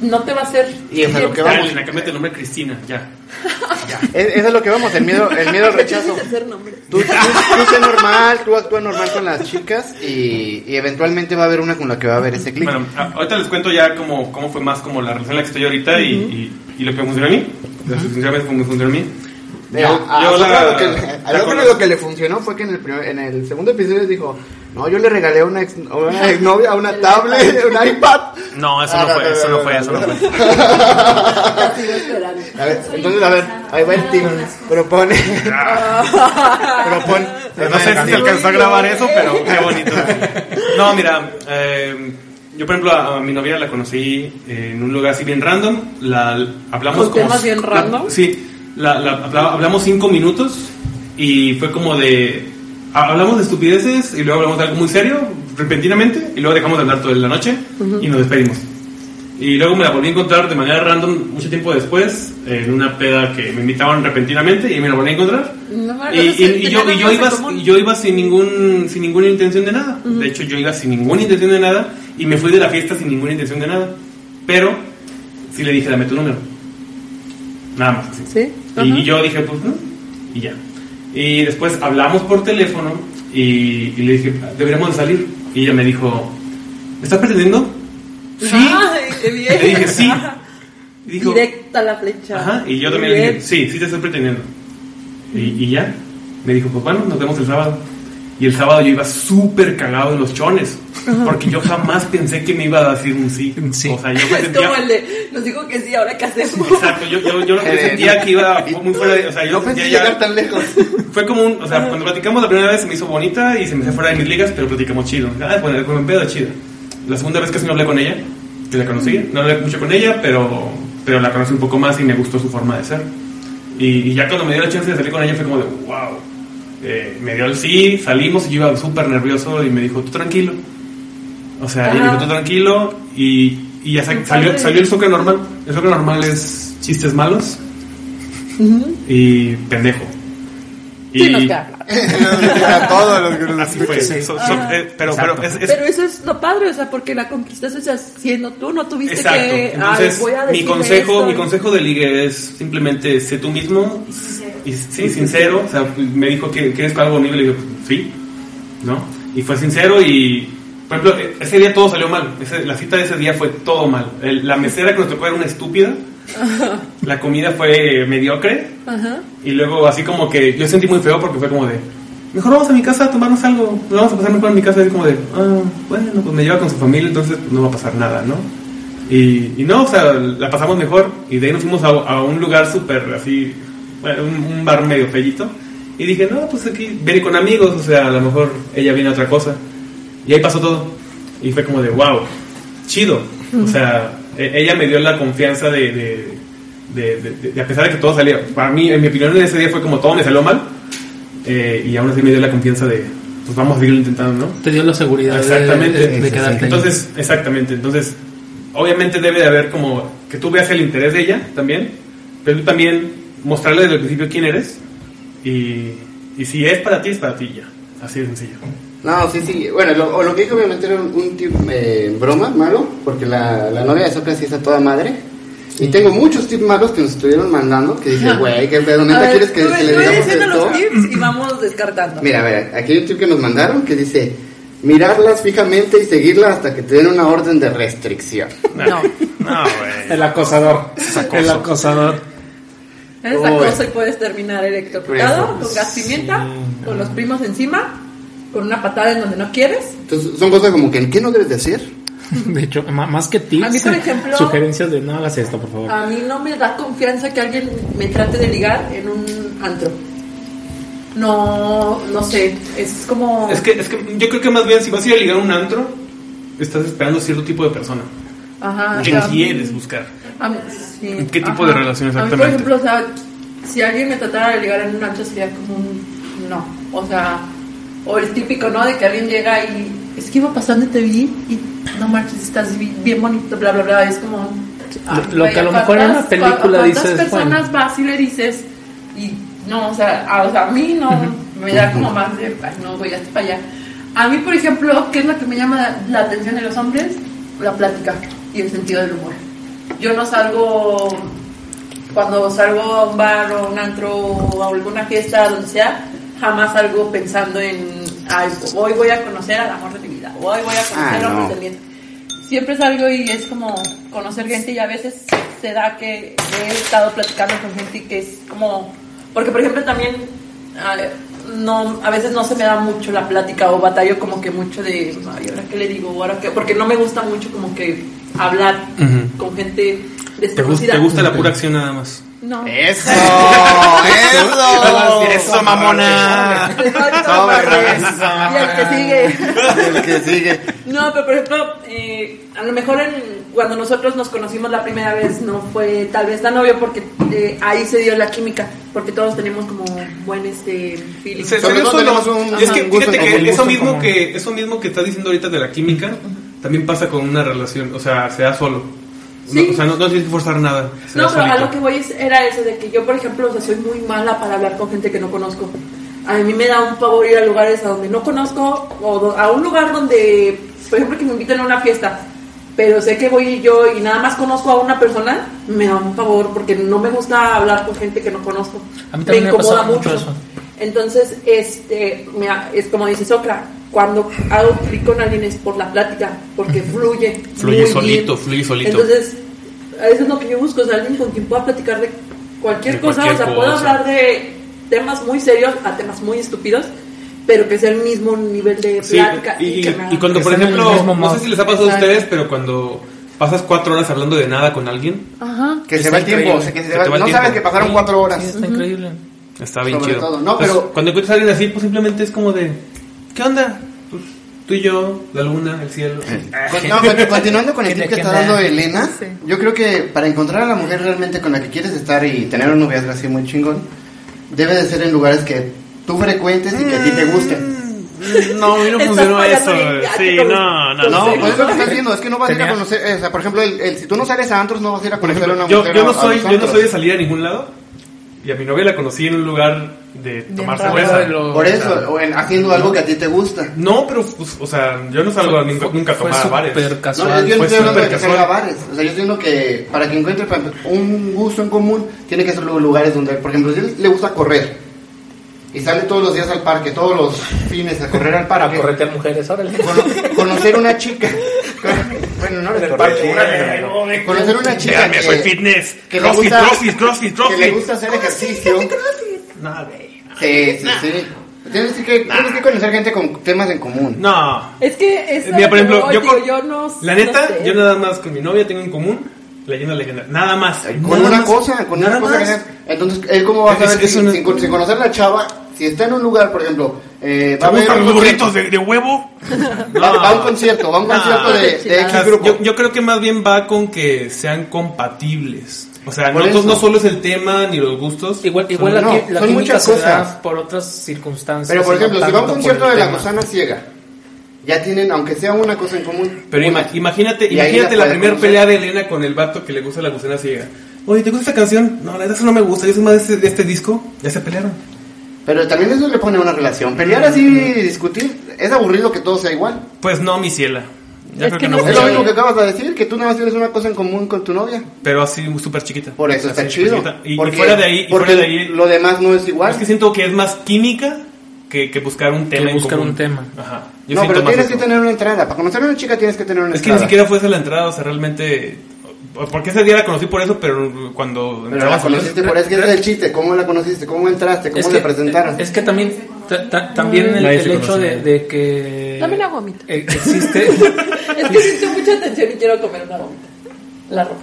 [SPEAKER 3] no te va a hacer...
[SPEAKER 2] Y es a lo que
[SPEAKER 1] Dale,
[SPEAKER 2] vamos.
[SPEAKER 1] Elena, cámbiate el nombre a Cristina, ya.
[SPEAKER 2] Es- Eso es lo que vamos, el miedo, el miedo al rechazo.
[SPEAKER 3] Tercer nombre.
[SPEAKER 2] Tú, tú, tú sé normal, tú actúa normal con las chicas y, y eventualmente va a haber una con la que va a haber ese clic.
[SPEAKER 1] Bueno, a- ahorita les cuento ya cómo, cómo fue más como la relación en la que estoy ahorita y, y- y lo que me funcionó a mí. Las sinceramente cómo me funcionó a mí.
[SPEAKER 2] Mira,
[SPEAKER 1] Yo-
[SPEAKER 2] a-
[SPEAKER 1] yo
[SPEAKER 2] a
[SPEAKER 1] la-
[SPEAKER 2] Sofía lo que le-
[SPEAKER 1] la
[SPEAKER 2] a Sofía
[SPEAKER 1] conozco.
[SPEAKER 2] lo que le funcionó fue que en el, primer- en el segundo episodio dijo, no, yo le regalé a una, ex, a una exnovia una tablet, un iPad.
[SPEAKER 1] No, eso
[SPEAKER 2] Ah,
[SPEAKER 1] no fue, eso no fue, eso no fue.
[SPEAKER 3] Ya sigo esperando.
[SPEAKER 2] A ver, entonces, a ver, ahí va el team. Propone. propone.
[SPEAKER 1] No sé si se alcanzó a grabar eso, pero qué bonito. No, mira, eh, yo por ejemplo a, a mi novia la conocí eh, en un lugar así bien random. La hablamos
[SPEAKER 3] ¿Con temas bien
[SPEAKER 1] la-
[SPEAKER 3] random?
[SPEAKER 1] sí, la, la- habla- hablamos cinco minutos y fue como de ha- hablamos de estupideces y luego hablamos de algo muy serio repentinamente y luego dejamos de hablar toda la noche y nos despedimos. Y luego me la volví a encontrar de manera random mucho tiempo después en una peda que me invitaban repentinamente y me la volví a encontrar.
[SPEAKER 3] No, no
[SPEAKER 1] y,
[SPEAKER 3] sé,
[SPEAKER 1] y- y yo,
[SPEAKER 3] teníamos
[SPEAKER 1] y yo
[SPEAKER 3] más en
[SPEAKER 1] iba,
[SPEAKER 3] común.
[SPEAKER 1] yo iba sin ningún sin ninguna intención de nada. De hecho, yo iba sin ninguna intención de nada y me fui de la fiesta sin ninguna intención de nada. Pero sí le dije, dame tu número. Nada más así.
[SPEAKER 3] Sí,
[SPEAKER 1] Y,
[SPEAKER 3] ajá.
[SPEAKER 1] y yo dije, pues no. Y ya. Y después hablamos por teléfono y, y le dije, deberíamos de salir. Y ella me dijo, ¿me estás pretendiendo? Sí.
[SPEAKER 3] Ay, qué bien.
[SPEAKER 1] Le dije, sí. Y dijo,
[SPEAKER 3] Directa la flecha.
[SPEAKER 1] Ajá, y yo
[SPEAKER 3] Muy
[SPEAKER 1] también le dije,
[SPEAKER 3] bien.
[SPEAKER 1] sí, sí te estoy pretendiendo. Y, y ya, me dijo, pues bueno, nos vemos el sábado. Y el sábado yo iba súper cagado en los chones, porque yo jamás pensé que me iba a decir un sí.
[SPEAKER 4] Sí.
[SPEAKER 1] O sea, yo me
[SPEAKER 3] Es como el
[SPEAKER 1] sentía...
[SPEAKER 3] de, nos dijo que sí, ahora qué hacemos.
[SPEAKER 1] Exacto, yo, yo, yo lo que sentía que iba muy fuera de... O sea, yo
[SPEAKER 2] Eh, No pensé
[SPEAKER 1] ya-
[SPEAKER 2] llegar
[SPEAKER 1] ya-
[SPEAKER 2] tan lejos.
[SPEAKER 1] fue como un, o sea, cuando platicamos la primera vez se me hizo bonita y se me fue fuera de mis ligas, pero platicamos chido. Ah, bueno, con un pedo chido. La segunda vez casi no hablé con ella que la conocí, no hablé mucho con ella, pero, pero la conocí un poco más y me gustó su forma de ser. Y, y ya cuando me dio la chance de salir con ella fue como de, wow. Eh, me dio el sí, salimos y yo iba súper nervioso y me dijo, tú tranquilo. O sea, ella me dijo, tú tranquilo y, y ya sa- salió, salió el soca normal. El soca normal es chistes malos y pendejo. Y
[SPEAKER 3] Sí, nos queda claro.
[SPEAKER 4] a todos los que nos
[SPEAKER 1] así fue.
[SPEAKER 4] escuchan.
[SPEAKER 1] So- so-
[SPEAKER 3] Ajá.
[SPEAKER 1] eh, pero pero es, es-
[SPEAKER 3] Pero eso es lo padre, o sea, porque la conquistaste o sea, siendo tú, no tuviste
[SPEAKER 1] Exacto.
[SPEAKER 3] que.
[SPEAKER 1] Entonces,
[SPEAKER 3] "Ay, voy a
[SPEAKER 1] mi
[SPEAKER 3] decirle
[SPEAKER 1] consejo,
[SPEAKER 3] esto".
[SPEAKER 1] mi consejo de ligue es simplemente sé tú mismo y sí, sincero. O sea, me dijo que, que es algo bonito y le dije, sí, ¿no? Y fue sincero y, por ejemplo, e- ese día todo salió mal. Ese- la cita de ese día fue todo mal. El- la mesera que nos tocó era una estúpida. La comida fue mediocre. Y luego así como que yo sentí muy feo porque fue como de, mejor vamos a mi casa a tomarnos algo, nos vamos a pasar mejor en mi casa. Y es como de, ah, bueno, pues me lleva con su familia, entonces pues, no va a pasar nada, ¿no? Y, y no, o sea, la pasamos mejor y de ahí nos fuimos a, a un lugar súper así, bueno, un, un bar medio pellito. Y dije, no, pues aquí viene con amigos, o sea, a lo mejor ella viene a otra cosa. Y ahí pasó todo. Y fue como de, wow, chido. O sea, e- ella me dio la confianza de, de, de- de- de- de- a pesar de que todo salía, para mí, en mi opinión, en ese día fue como todo me salió mal. eh, y aún así me dio la confianza de, pues vamos a seguirlo intentando, ¿no?
[SPEAKER 7] Te dio la seguridad de-
[SPEAKER 1] Exactamente.
[SPEAKER 7] de, de quedarte ahí.
[SPEAKER 1] Entonces, exactamente. Entonces, obviamente debe de haber como que tú veas el interés de ella también, pero tú también mostrarle desde el principio quién eres y, y si es para ti, es para ti ya. Así de sencillo.
[SPEAKER 2] No, sí, sí. Bueno, lo, o lo que dijo obviamente era un, un tip eh, broma malo, porque la, la novia de Sócrates sí está toda madre. Y tengo muchos tips malos que nos estuvieron mandando, que dije, güey, qué pedo,
[SPEAKER 3] A
[SPEAKER 2] neta
[SPEAKER 3] ver,
[SPEAKER 2] quieres que,
[SPEAKER 3] tú
[SPEAKER 2] que
[SPEAKER 3] ve-
[SPEAKER 2] le
[SPEAKER 3] tú ve
[SPEAKER 2] digamos
[SPEAKER 3] diciendo
[SPEAKER 2] esto?
[SPEAKER 3] los tips y vamos descartando.
[SPEAKER 2] Mira, a ver, aquí hay un tip que nos mandaron que dice, mirarlas fijamente y seguirlas hasta que te den una orden de restricción.
[SPEAKER 3] No.
[SPEAKER 1] No, güey.
[SPEAKER 4] El acosador. El acosador.
[SPEAKER 3] Eres
[SPEAKER 2] Uy.
[SPEAKER 3] acoso y puedes terminar electrocutado con gas pimienta, con los primos encima, con una patada en donde no quieres.
[SPEAKER 2] Entonces, son cosas como que, ¿qué no debes decir?
[SPEAKER 4] De hecho, ma- más que tips,
[SPEAKER 3] A mí, por ejemplo-
[SPEAKER 4] sugerencias de no hagas esto, por favor.
[SPEAKER 3] A mí no me da confianza que alguien me trate de ligar en un antro. No, no sé, es como...
[SPEAKER 1] Es que, es que yo creo que más bien si vas a ir a ligar a un antro, estás esperando cierto tipo de persona.
[SPEAKER 3] Ajá, o
[SPEAKER 1] ¿Quién
[SPEAKER 3] sea,
[SPEAKER 1] quieres buscar?
[SPEAKER 3] a mí- Ah, sí,
[SPEAKER 1] ¿Qué tipo de relación
[SPEAKER 3] A
[SPEAKER 1] exactamente?
[SPEAKER 3] mí, por ejemplo, o sea, si alguien me tratara de ligar en un antro sería como un no. O sea, o el típico, ¿no? De que alguien llega y es que iba pasando y te vi y no manches, estás bi- bien bonito, bla, bla, bla. Es como. ay,
[SPEAKER 4] Lo que a lo
[SPEAKER 3] Ah, güey,
[SPEAKER 4] mejor en una
[SPEAKER 3] ¿cuántas-
[SPEAKER 4] película
[SPEAKER 3] cua- ¿cuántas
[SPEAKER 4] dices,
[SPEAKER 3] personas vas y le dices y no, o sea, a, o sea, a mí no me da como más de, ay, no, voy hasta para allá. A mí, por ejemplo, ¿qué es lo que me llama la atención de los hombres? La plática y el sentido del humor. Yo no salgo, cuando salgo a un bar o a un antro o a alguna fiesta, donde sea, jamás salgo pensando en, ay, hoy voy a conocer al amor de mi vida, hoy voy a conocer
[SPEAKER 2] Ah,
[SPEAKER 3] a
[SPEAKER 2] no.
[SPEAKER 3] los Siempre salgo y es como conocer gente y a veces se da que he estado platicando con gente que es como... Porque, por ejemplo, también ah, no, a veces no se me da mucho la plática o batallo como que mucho de, ay, ¿ahora qué le digo? ¿Ahora qué? Porque no me gusta mucho como que hablar
[SPEAKER 1] Ujú.
[SPEAKER 3] con gente
[SPEAKER 1] ¿Te, gus-
[SPEAKER 3] desconocida.
[SPEAKER 1] te gusta la pura acción nada más?
[SPEAKER 3] No.
[SPEAKER 4] ¡Eso!
[SPEAKER 1] ¡Oh,
[SPEAKER 2] ¡Eso!
[SPEAKER 4] ¡Eso, mamona!
[SPEAKER 3] Exacto,
[SPEAKER 2] No me
[SPEAKER 3] padre.
[SPEAKER 2] regreses,
[SPEAKER 3] Y el que sigue.
[SPEAKER 2] El que sigue.
[SPEAKER 3] No, pero por ejemplo, eh, a lo mejor en- cuando nosotros nos conocimos la primera vez no fue tal vez tan obvio porque eh, ahí se dio la química, porque todos tenemos como buen este feeling.
[SPEAKER 1] Se-
[SPEAKER 2] Sobre
[SPEAKER 1] se-
[SPEAKER 2] todo
[SPEAKER 1] eso
[SPEAKER 2] tenemos
[SPEAKER 1] no-
[SPEAKER 2] un-
[SPEAKER 1] y es
[SPEAKER 2] ajá,
[SPEAKER 1] que
[SPEAKER 2] un gusto
[SPEAKER 1] fíjate
[SPEAKER 2] en
[SPEAKER 1] que
[SPEAKER 2] común,
[SPEAKER 1] eso
[SPEAKER 2] gusto en
[SPEAKER 1] mismo
[SPEAKER 2] común.
[SPEAKER 1] que eso mismo que estás diciendo ahorita de la química también pasa con una relación, o sea, se da solo. No,
[SPEAKER 3] Sí.
[SPEAKER 1] o sea, no, no tienes que forzar nada. se
[SPEAKER 3] No,
[SPEAKER 1] da
[SPEAKER 3] pero a
[SPEAKER 1] solito.
[SPEAKER 3] lo que voy es, era eso, de que yo, por ejemplo, o sea, soy muy mala para hablar con gente que no conozco. A mí me da un pavor ir a lugares a donde no conozco o do- a un lugar donde, por ejemplo, que me inviten a una fiesta, pero sé que voy yo y nada más conozco a una persona, me da un pavor porque no me gusta hablar con gente que no conozco.
[SPEAKER 7] A mí también me ha
[SPEAKER 3] incomoda
[SPEAKER 7] pasado mucho eso.
[SPEAKER 3] Entonces, este, me ha- es como dice Socra, cuando hago clic con alguien es por la plática, porque fluye.
[SPEAKER 1] Fluye
[SPEAKER 3] muy
[SPEAKER 1] solito,
[SPEAKER 3] bien.
[SPEAKER 1] fluye solito.
[SPEAKER 3] Entonces, eso es lo que yo busco, o sea, alguien con quien pueda platicar de cualquier
[SPEAKER 1] De
[SPEAKER 3] cosa,
[SPEAKER 1] cualquier
[SPEAKER 3] o sea, puedo
[SPEAKER 1] cosa.
[SPEAKER 3] hablar de temas muy serios a temas muy estúpidos, pero que sea el mismo nivel de
[SPEAKER 1] Sí,
[SPEAKER 3] plática.
[SPEAKER 1] y,
[SPEAKER 3] que me
[SPEAKER 1] y cuando
[SPEAKER 3] haga-
[SPEAKER 1] por
[SPEAKER 7] Que estén en el
[SPEAKER 1] ejemplo,
[SPEAKER 7] mismo
[SPEAKER 1] no
[SPEAKER 7] mood.
[SPEAKER 1] sé si les ha pasado a
[SPEAKER 3] Exacto.
[SPEAKER 1] ustedes, pero cuando pasas cuatro horas hablando de nada con alguien,
[SPEAKER 3] Ajá.
[SPEAKER 2] Que se
[SPEAKER 1] Está
[SPEAKER 2] va el tiempo,
[SPEAKER 1] increíble.
[SPEAKER 2] o sea, que se
[SPEAKER 1] Se
[SPEAKER 2] va-
[SPEAKER 1] te va el
[SPEAKER 2] no
[SPEAKER 1] tiempo.
[SPEAKER 2] sabes que pasaron cuatro horas.
[SPEAKER 7] Sí, está increíble.
[SPEAKER 1] está bien
[SPEAKER 2] Sobre
[SPEAKER 1] chido.
[SPEAKER 2] todo, no,
[SPEAKER 1] Pues,
[SPEAKER 2] pero-
[SPEAKER 1] cuando encuentras a alguien así, pues simplemente es como de, ¿qué onda? Pues, Tú y yo, la luna, el cielo.
[SPEAKER 2] Con- no, pero continuando con el
[SPEAKER 4] Que
[SPEAKER 2] tip
[SPEAKER 4] me
[SPEAKER 2] que está
[SPEAKER 4] quema.
[SPEAKER 2] dando Elena,
[SPEAKER 3] Sí.
[SPEAKER 2] yo creo que para encontrar a la mujer realmente con la que quieres estar y tener un noviazgo así muy chingón, debe de ser en lugares que tú frecuentes y que a ti te
[SPEAKER 1] Mm.
[SPEAKER 2] gusten.
[SPEAKER 1] No, a mí no
[SPEAKER 3] Estás
[SPEAKER 1] funcionó eso. eh.
[SPEAKER 3] pagando bien gacho
[SPEAKER 1] Sí,
[SPEAKER 3] con-
[SPEAKER 1] no, no,
[SPEAKER 2] No,
[SPEAKER 1] no.
[SPEAKER 2] pues es lo que estás viendo, es que no vas a ir a
[SPEAKER 8] Tenía-
[SPEAKER 2] conocer, eh, o sea, por ejemplo, el, el- si tú no sales a antros, no vas a ir a
[SPEAKER 1] Por
[SPEAKER 2] conocer a una
[SPEAKER 1] ejemplo, yo,
[SPEAKER 2] mujer.
[SPEAKER 1] yo
[SPEAKER 2] a-
[SPEAKER 1] no
[SPEAKER 2] a
[SPEAKER 1] soy,
[SPEAKER 2] los
[SPEAKER 1] yo no
[SPEAKER 2] antros.
[SPEAKER 1] soy de salir a ningún lado. Y a mi novia la conocí en un lugar de tomar
[SPEAKER 3] raro.
[SPEAKER 1] cerveza.
[SPEAKER 2] Por eso, o en- haciendo algo que a ti te gusta.
[SPEAKER 1] No, pero, pues, o sea, yo no salgo a nunca, nunca a tomar a bares.
[SPEAKER 4] Super
[SPEAKER 2] No,
[SPEAKER 4] casual.
[SPEAKER 2] yo no
[SPEAKER 1] fue
[SPEAKER 2] estoy hablando de que
[SPEAKER 1] Pues súper
[SPEAKER 2] salga a
[SPEAKER 1] casual.
[SPEAKER 2] bares. O sea, yo estoy diciendo que para que encuentre pa- un gusto en común, tiene que ser lu- lugares donde, por ejemplo, si él le gusta correr y sale todos los días al parque, todos los fines a correr al
[SPEAKER 4] Para
[SPEAKER 2] parque,
[SPEAKER 4] corretear mujeres, órale.
[SPEAKER 2] cono- conocer una chica. con- bueno, no le correr. Conocer una chica
[SPEAKER 1] Véanme,
[SPEAKER 2] que-
[SPEAKER 1] soy fitness.
[SPEAKER 2] que le
[SPEAKER 1] crossfit,
[SPEAKER 2] gusta-
[SPEAKER 1] crossfit, crossfit,
[SPEAKER 2] Que le
[SPEAKER 1] crossfit.
[SPEAKER 2] gusta hacer ejercicio.
[SPEAKER 1] No, güey.
[SPEAKER 2] Sí, sí, sí. Tienes que, tienes que conocer gente con temas en común.
[SPEAKER 1] No.
[SPEAKER 3] Es que es. a
[SPEAKER 1] Mira,
[SPEAKER 3] lo
[SPEAKER 1] por
[SPEAKER 3] que
[SPEAKER 1] ejemplo,
[SPEAKER 3] voy,
[SPEAKER 1] yo,
[SPEAKER 3] digo,
[SPEAKER 1] con-
[SPEAKER 3] yo no.
[SPEAKER 1] La
[SPEAKER 3] no
[SPEAKER 1] neta,
[SPEAKER 3] sé.
[SPEAKER 1] yo nada más con mi novia tengo en común leyenda legendaria. Nada más.
[SPEAKER 2] Con
[SPEAKER 1] Nada
[SPEAKER 2] una
[SPEAKER 1] más.
[SPEAKER 2] cosa, con
[SPEAKER 1] Nada
[SPEAKER 2] una cosa.
[SPEAKER 1] más.
[SPEAKER 2] que- Entonces, él cómo va a
[SPEAKER 1] Es-
[SPEAKER 2] saber
[SPEAKER 1] es
[SPEAKER 2] si-
[SPEAKER 1] una-
[SPEAKER 2] sin, con- sin conocer la chava, si está en un lugar, por ejemplo, eh,
[SPEAKER 1] ¿Te
[SPEAKER 2] va a haber Ah,
[SPEAKER 1] gustan
[SPEAKER 2] un
[SPEAKER 1] los
[SPEAKER 2] concierto,
[SPEAKER 1] burritos de, de huevo?
[SPEAKER 2] va, va a un concierto, va a un
[SPEAKER 1] No.
[SPEAKER 2] concierto de, de
[SPEAKER 3] Enchiladas.
[SPEAKER 2] X
[SPEAKER 1] Las-
[SPEAKER 2] grupo.
[SPEAKER 1] yo, yo creo que más bien va con que sean compatibles. O sea,
[SPEAKER 2] Por
[SPEAKER 1] no, entonces
[SPEAKER 2] eso.
[SPEAKER 1] no solo es el tema ni los gustos.
[SPEAKER 4] Igual, igual
[SPEAKER 2] Son-
[SPEAKER 4] la, qui-
[SPEAKER 2] no,
[SPEAKER 4] la
[SPEAKER 2] son
[SPEAKER 4] química
[SPEAKER 2] muchas
[SPEAKER 4] se
[SPEAKER 2] cosas.
[SPEAKER 4] da por otras circunstancias.
[SPEAKER 2] Pero por
[SPEAKER 4] y no
[SPEAKER 2] ejemplo, si va a un
[SPEAKER 4] tanto por
[SPEAKER 2] concierto
[SPEAKER 4] el
[SPEAKER 2] de la
[SPEAKER 4] tema.
[SPEAKER 2] gusana ciega, ya tienen, aunque sea una cosa en común.
[SPEAKER 1] Pero
[SPEAKER 2] una.
[SPEAKER 1] ima- imagínate,
[SPEAKER 2] Y ahí
[SPEAKER 1] imagínate
[SPEAKER 2] la
[SPEAKER 1] la
[SPEAKER 2] puedes
[SPEAKER 1] primera
[SPEAKER 2] conocer.
[SPEAKER 1] pelea de Elena con el vato que le gusta la gusana ciega. Oye, ¿te gusta esta canción? No, la verdad eso no me gusta. Yo soy más de este, de este disco. Ya se pelearon.
[SPEAKER 2] Pero también eso le pone a una relación. Pelear así
[SPEAKER 1] Mm.
[SPEAKER 2] y discutir, es aburrido que todo sea igual.
[SPEAKER 1] Pues no, mi ciela. Ya creo
[SPEAKER 3] Es que
[SPEAKER 1] que
[SPEAKER 3] no
[SPEAKER 1] no.
[SPEAKER 2] Es lo
[SPEAKER 3] Sí.
[SPEAKER 2] mismo que acabas de decir, que tú nada más tienes una cosa en común con tu novia.
[SPEAKER 1] Pero así, súper chiquita.
[SPEAKER 2] Por eso está
[SPEAKER 1] Así,
[SPEAKER 2] chido.
[SPEAKER 1] chiquita. Y, y
[SPEAKER 2] Porque-
[SPEAKER 1] fuera de ahí, y
[SPEAKER 2] porque
[SPEAKER 1] fuera de ahí.
[SPEAKER 2] lo demás no es igual.
[SPEAKER 1] Es que siento que es más química que, que buscar un tema. en
[SPEAKER 4] buscar
[SPEAKER 1] común.
[SPEAKER 4] un tema.
[SPEAKER 1] Ajá. Yo
[SPEAKER 2] No,
[SPEAKER 1] siento
[SPEAKER 2] pero
[SPEAKER 1] más
[SPEAKER 2] tienes
[SPEAKER 1] eso.
[SPEAKER 2] que tener una entrada. Para conocer a una chica tienes que tener una
[SPEAKER 1] Es que ni
[SPEAKER 2] entrada.
[SPEAKER 1] siquiera fue esa la entrada, o sea, realmente. o- Porque ese día la conocí por eso, pero cuando
[SPEAKER 2] Pero la
[SPEAKER 1] a hablar-
[SPEAKER 2] conociste, por es que ese es el chiste. ¿Cómo la conociste? ¿Cómo entraste? ¿Cómo le presentaron?
[SPEAKER 4] Es que también, ta- ta- también el,
[SPEAKER 8] Nadie
[SPEAKER 4] el
[SPEAKER 8] se
[SPEAKER 4] hecho
[SPEAKER 8] conoce,
[SPEAKER 4] de,
[SPEAKER 8] ¿no?
[SPEAKER 4] de que.
[SPEAKER 3] Dame la gomita.
[SPEAKER 4] e- Existe,
[SPEAKER 3] Es que siento mucha tensión y quiero comer una gomita. La ropa.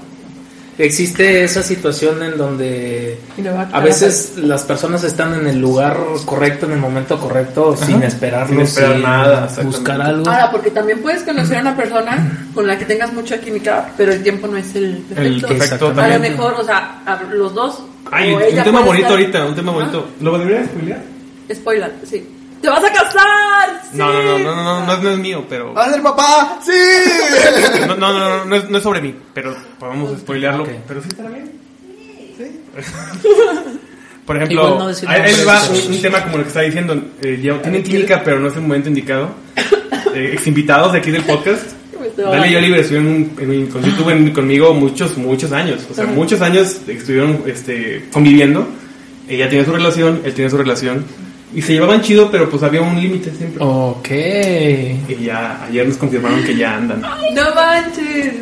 [SPEAKER 4] existe esa situación en donde
[SPEAKER 3] Y le va a
[SPEAKER 4] a
[SPEAKER 3] quitar
[SPEAKER 4] veces las personas están en el lugar correcto, en el momento correcto, sin esperarlo,
[SPEAKER 1] Sin esperar nada, exactamente.
[SPEAKER 4] buscar algo.
[SPEAKER 3] Ahora, porque también puedes conocer a una persona con la que tengas mucha química, pero el tiempo no es el
[SPEAKER 4] el
[SPEAKER 3] perfecto.
[SPEAKER 4] que
[SPEAKER 1] perfecto
[SPEAKER 3] a lo
[SPEAKER 4] exactamente-
[SPEAKER 3] mejor, o sea, a los dos.
[SPEAKER 1] Ay,
[SPEAKER 3] o
[SPEAKER 1] un
[SPEAKER 3] ella
[SPEAKER 1] tema
[SPEAKER 3] puede
[SPEAKER 1] bonito
[SPEAKER 3] estar-
[SPEAKER 1] ahorita, un tema bonito. ¿Lo debería spoilear?
[SPEAKER 3] Ah, spoiler, sí. ¡Te vas a casar! ¡Sí!
[SPEAKER 1] No, no, no, no, no, no, no, es- no es mío, pero.
[SPEAKER 2] ¡Va a ser papá! ¡Sí!
[SPEAKER 1] No, no, no, no, no es, no es sobre mí, pero podemos spoilearlo.
[SPEAKER 4] Ok.
[SPEAKER 1] Pero sí estará bien. Sí. Por
[SPEAKER 4] Igual
[SPEAKER 1] ejemplo,
[SPEAKER 4] no decir
[SPEAKER 1] ahí- ahí
[SPEAKER 4] nombres,
[SPEAKER 1] va
[SPEAKER 4] pero-
[SPEAKER 1] un, un tema como lo que está diciendo. eh, ya tienen química, pero no es el momento indicado. Eh, ex invitados de aquí del podcast.
[SPEAKER 3] Me estoy
[SPEAKER 1] Dale y yo
[SPEAKER 3] ahogando.
[SPEAKER 1] Libre estuvieron en- en un- con YouTube en- conmigo muchos, muchos años. O sea,
[SPEAKER 3] Ajá.
[SPEAKER 1] muchos años estuvieron este, conviviendo. Ella tiene su relación, él tiene su relación. Y se llevaban chido, pero pues había un límite siempre.
[SPEAKER 4] Ok.
[SPEAKER 1] Y ya, ayer nos confirmaron que ya andan.
[SPEAKER 3] ¡No manches!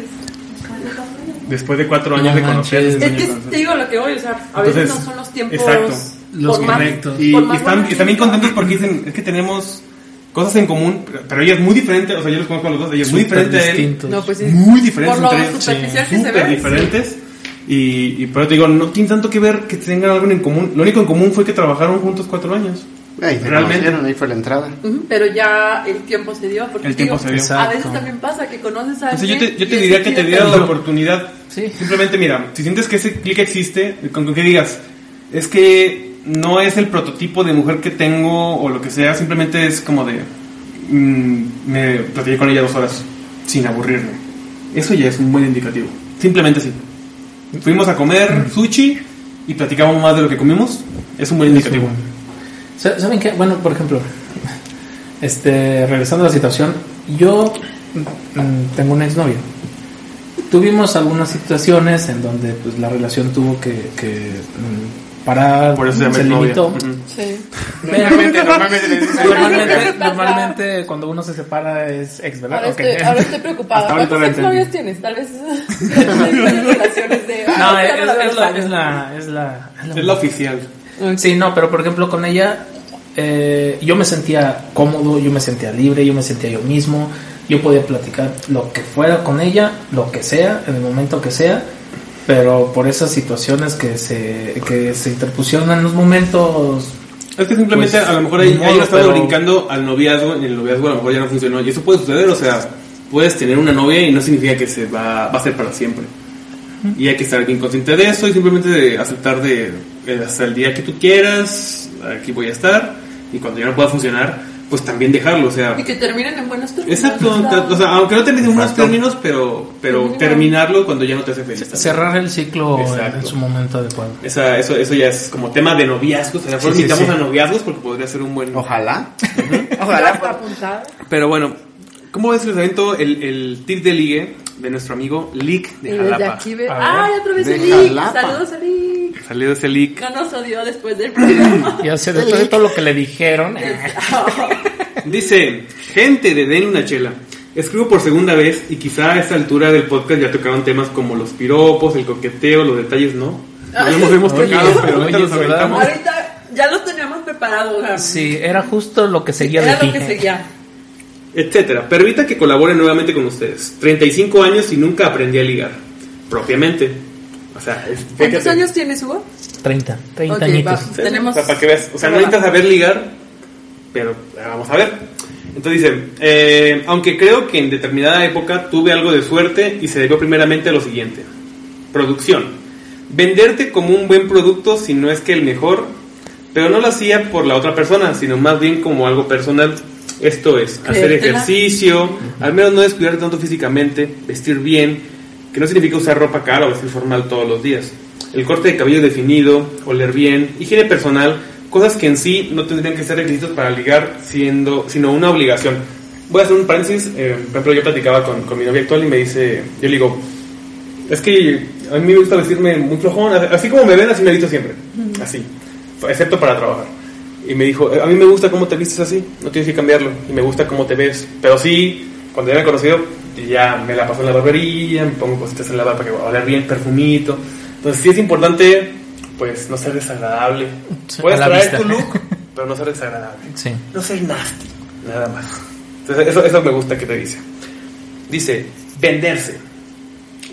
[SPEAKER 1] Después de cuatro
[SPEAKER 4] No
[SPEAKER 1] años de
[SPEAKER 4] manches.
[SPEAKER 1] conocerse. dos
[SPEAKER 3] Es que
[SPEAKER 1] años de
[SPEAKER 3] te digo lo que voy, o sea, a
[SPEAKER 1] Entonces,
[SPEAKER 3] veces no son los tiempos
[SPEAKER 1] exacto.
[SPEAKER 4] Los
[SPEAKER 3] por más-
[SPEAKER 4] correctos.
[SPEAKER 3] por
[SPEAKER 1] Y,
[SPEAKER 3] más
[SPEAKER 1] y están,
[SPEAKER 3] buena
[SPEAKER 1] y están bien
[SPEAKER 3] química.
[SPEAKER 1] contentos porque dicen, es que tenemos cosas en común, pero- pero ella es muy diferente, o sea, yo los conozco a los dos, ella es muy
[SPEAKER 4] Súper
[SPEAKER 1] diferente a él.
[SPEAKER 4] distintos.
[SPEAKER 3] No, pues sí.
[SPEAKER 1] muy diferentes
[SPEAKER 3] Por lo
[SPEAKER 1] entre ellos.
[SPEAKER 3] superficial que se
[SPEAKER 1] Súper
[SPEAKER 3] ve.
[SPEAKER 1] diferentes. Y, y por eso te digo, no tienen tanto que ver que tengan algo en común. Lo único en común fue que trabajaron juntos cuatro años.
[SPEAKER 2] Ahí se
[SPEAKER 1] Realmente.
[SPEAKER 2] conocieron, ahí fue la entrada.
[SPEAKER 3] Ujú, Pero ya el tiempo se dio. Porque
[SPEAKER 1] El tiempo se dio.
[SPEAKER 3] A
[SPEAKER 4] Exacto.
[SPEAKER 3] veces también pasa que conoces a
[SPEAKER 1] Entonces yo
[SPEAKER 3] alguien.
[SPEAKER 1] te, yo
[SPEAKER 3] y
[SPEAKER 1] te
[SPEAKER 3] es
[SPEAKER 1] diría que te
[SPEAKER 3] yo
[SPEAKER 1] dieras la
[SPEAKER 3] tengo-
[SPEAKER 1] oportunidad.
[SPEAKER 4] Sí.
[SPEAKER 1] Simplemente mira, si sientes que ese clic existe, con con que digas, es que no es el prototipo de mujer que tengo o lo que sea, simplemente es como de, mm, me platiqué con ella dos horas sin aburrirme. Eso ya es un buen indicativo. Simplemente sí. Fuimos a comer sushi y platicamos más de lo que comimos. Es un buen indicativo.
[SPEAKER 4] Sa- ¿Saben qué? Bueno, por ejemplo, este, regresando a la situación, yo mm, tengo una exnovia. Tuvimos algunas situaciones en donde pues, la relación tuvo que, que, mm, parar,
[SPEAKER 1] Por eso se llama novia.
[SPEAKER 4] limitó.
[SPEAKER 1] Ujú.
[SPEAKER 3] Sí.
[SPEAKER 4] Pero-
[SPEAKER 2] Normalmente, normalmente les dicen-
[SPEAKER 4] normalmente, normalmente cuando uno se separa es ex,
[SPEAKER 1] Ah,
[SPEAKER 4] ¿verdad?
[SPEAKER 3] Ahora,
[SPEAKER 4] Ok.
[SPEAKER 3] estoy, ahora estoy preocupada.
[SPEAKER 4] Hasta ahorita lo
[SPEAKER 3] ¿Cuántos exnovios
[SPEAKER 4] entendí.
[SPEAKER 3] tienes? Tal vez relaciones de.
[SPEAKER 4] No,
[SPEAKER 3] Ah,
[SPEAKER 4] es,
[SPEAKER 3] ya
[SPEAKER 4] es la,
[SPEAKER 3] ves.
[SPEAKER 4] es la- es la-
[SPEAKER 1] Es la oficial.
[SPEAKER 4] Sí, no, pero por ejemplo con ella eh, yo me sentía cómodo, yo me sentía libre, yo me sentía yo mismo, yo podía platicar lo que fuera con ella, lo que sea, en el momento que sea, pero por esas situaciones que se, que se interpusieron en los momentos
[SPEAKER 1] Es que simplemente
[SPEAKER 4] Pues,
[SPEAKER 1] a lo mejor ahí,
[SPEAKER 4] ni
[SPEAKER 1] ahí
[SPEAKER 4] modo,
[SPEAKER 1] no estaba
[SPEAKER 4] pero-
[SPEAKER 1] brincando al noviazgo y el noviazgo a lo mejor ya no funcionó. Y eso puede suceder, o sea, puedes tener una novia y no significa que se va, va a ser para siempre. Y hay que estar bien consciente de eso y simplemente de aceptar de eh, hasta el día que tú quieras, aquí voy a estar. Y cuando ya no pueda funcionar, pues también dejarlo, o sea.
[SPEAKER 3] Y que terminen en buenos términos.
[SPEAKER 1] Exacto,
[SPEAKER 3] o sea,
[SPEAKER 1] o sea, aunque no termines en buenos
[SPEAKER 2] Exacto.
[SPEAKER 1] términos, pero, pero
[SPEAKER 3] Termina.
[SPEAKER 1] terminarlo cuando ya no te hace feliz. también.
[SPEAKER 4] Cerrar el ciclo en,
[SPEAKER 1] Exacto.
[SPEAKER 4] en su momento adecuado.
[SPEAKER 1] Esa- eso, eso ya es como tema de noviazgos. A lo mejor
[SPEAKER 4] Sí, sí,
[SPEAKER 1] invitamos
[SPEAKER 4] sí.
[SPEAKER 1] a noviazgos porque podría ser un buen.
[SPEAKER 2] Ojalá.
[SPEAKER 3] ya
[SPEAKER 2] Ojalá. Pues
[SPEAKER 3] está
[SPEAKER 1] Pues
[SPEAKER 2] por-
[SPEAKER 3] apuntado.
[SPEAKER 1] Pero bueno, ¿cómo ves que les avento el, el tip de ligue de nuestro amigo Lick
[SPEAKER 3] Y
[SPEAKER 1] de
[SPEAKER 3] desde
[SPEAKER 1] Jalapa?
[SPEAKER 3] aquí ve.
[SPEAKER 4] A
[SPEAKER 3] ¡Ay, otra vez
[SPEAKER 2] De
[SPEAKER 3] Eric!
[SPEAKER 2] Jalapa.
[SPEAKER 3] Saludos, Eric.
[SPEAKER 1] Salió ese Lick.
[SPEAKER 3] No nos odió después del programa.
[SPEAKER 8] Y hacer después de todo lo que le dijeron. eh,
[SPEAKER 1] Dice: Gente de Den una chela. Escribo por segunda vez y quizá a esta altura del podcast ya tocaron temas como los piropos, el coqueteo, los detalles, ¿no? No los hemos
[SPEAKER 4] Oye,
[SPEAKER 1] tocado, pero ahorita
[SPEAKER 4] oye,
[SPEAKER 1] los
[SPEAKER 4] ¿verdad?
[SPEAKER 1] aventamos.
[SPEAKER 3] Ahorita ya los teníamos preparados. Gaby.
[SPEAKER 4] Sí, era justo lo que seguía
[SPEAKER 3] Era
[SPEAKER 4] de
[SPEAKER 3] lo
[SPEAKER 4] ti.
[SPEAKER 3] que seguía.
[SPEAKER 1] etcétera. Permita que colabore nuevamente con ustedes. 35 años y nunca aprendí a ligar. Propiamente. O sea, es-
[SPEAKER 3] ¿Cuántos
[SPEAKER 1] fíjate.
[SPEAKER 3] años tienes, Hugo?
[SPEAKER 4] 30, 30
[SPEAKER 3] Ok,
[SPEAKER 4] añitos.
[SPEAKER 3] va.
[SPEAKER 1] Sí,
[SPEAKER 3] Tenemos-
[SPEAKER 1] o sea, para que veas. O sea, no necesitas saber ligar, pero eh, vamos a ver. Entonces dice, eh, aunque creo que en determinada época tuve algo de suerte y se debió primeramente a lo siguiente. Producción. Venderte como un buen producto si no es que el mejor, pero no lo hacía por la otra persona, sino más bien como algo personal. Esto es, hacer
[SPEAKER 3] Creértela.
[SPEAKER 1] ejercicio, al menos no descuidarte tanto físicamente, vestir bien, que no significa usar ropa cara o vestir formal todos los días. El corte de cabello definido, oler bien, higiene personal, cosas que en sí no tendrían que ser requisitos para ligar, siendo, sino una obligación. Voy a hacer un paréntesis, eh, por ejemplo, yo platicaba con, con mi novia actual y me dice, yo le digo, es que a mí me gusta vestirme muy flojón, así como me ven, así me visto siempre, así, excepto para trabajar. Y me dijo, a mí me gusta cómo te vistes así, no tienes que cambiarlo, y me gusta cómo te ves, pero sí, cuando ya me he conocido, ya me la paso en la barbería, me pongo cositas en la barba para que oler bien, perfumito, entonces sí es importante, pues, no ser desagradable.
[SPEAKER 4] Sí,
[SPEAKER 1] Puedes
[SPEAKER 4] a la
[SPEAKER 1] traer
[SPEAKER 4] vista.
[SPEAKER 1] tu look, pero no ser desagradable.
[SPEAKER 4] Sí.
[SPEAKER 1] No soy nasty. Nada más. Entonces, eso, eso me gusta que te dice. Dice, venderse.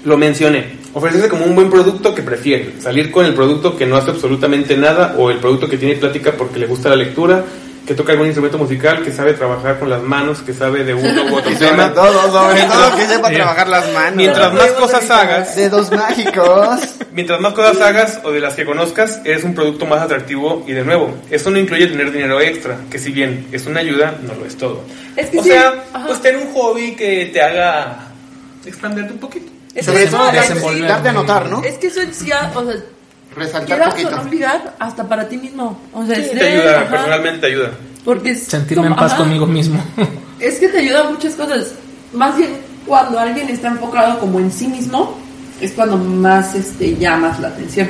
[SPEAKER 1] Lo mencioné. Ofrecerse como un buen producto que prefiere. Salir con el producto que no hace absolutamente nada o el producto que tiene plática porque le gusta la lectura, que toca algún instrumento musical, que sabe trabajar con las manos, que sabe de uno u otro
[SPEAKER 2] Y sobre
[SPEAKER 1] tema.
[SPEAKER 2] todo, sobre todo, que sepa trabajar las manos.
[SPEAKER 1] Mientras más cosas hagas,
[SPEAKER 2] Dedos mágicos.
[SPEAKER 1] Mientras más cosas hagas o de las que conozcas, eres un producto más atractivo y de nuevo, esto no incluye tener dinero extra, que si bien es una ayuda, no lo es todo.
[SPEAKER 3] Es que
[SPEAKER 1] o
[SPEAKER 3] sí,
[SPEAKER 1] sea,
[SPEAKER 3] ajá.
[SPEAKER 1] pues tener un hobby que te haga expanderte un poquito.
[SPEAKER 3] Es
[SPEAKER 2] Sobre
[SPEAKER 3] que
[SPEAKER 2] todo,
[SPEAKER 3] eso-
[SPEAKER 2] darte
[SPEAKER 4] desenvolver.
[SPEAKER 2] darte a notar, ¿no?
[SPEAKER 3] Es que eso sí, o sea,
[SPEAKER 2] Resaltar
[SPEAKER 3] quieras o no
[SPEAKER 2] poquito.
[SPEAKER 3] obligar hasta para ti mismo. O sea, es
[SPEAKER 1] Te
[SPEAKER 3] de-
[SPEAKER 1] ayuda,
[SPEAKER 3] ajá.
[SPEAKER 1] personalmente te ayuda.
[SPEAKER 3] Porque es
[SPEAKER 4] Sentirme
[SPEAKER 3] como-
[SPEAKER 4] en paz
[SPEAKER 3] ajá.
[SPEAKER 4] conmigo mismo.
[SPEAKER 3] Es que te ayuda a muchas cosas. Más bien, cuando alguien está enfocado como en sí mismo, es cuando más este, llamas la atención.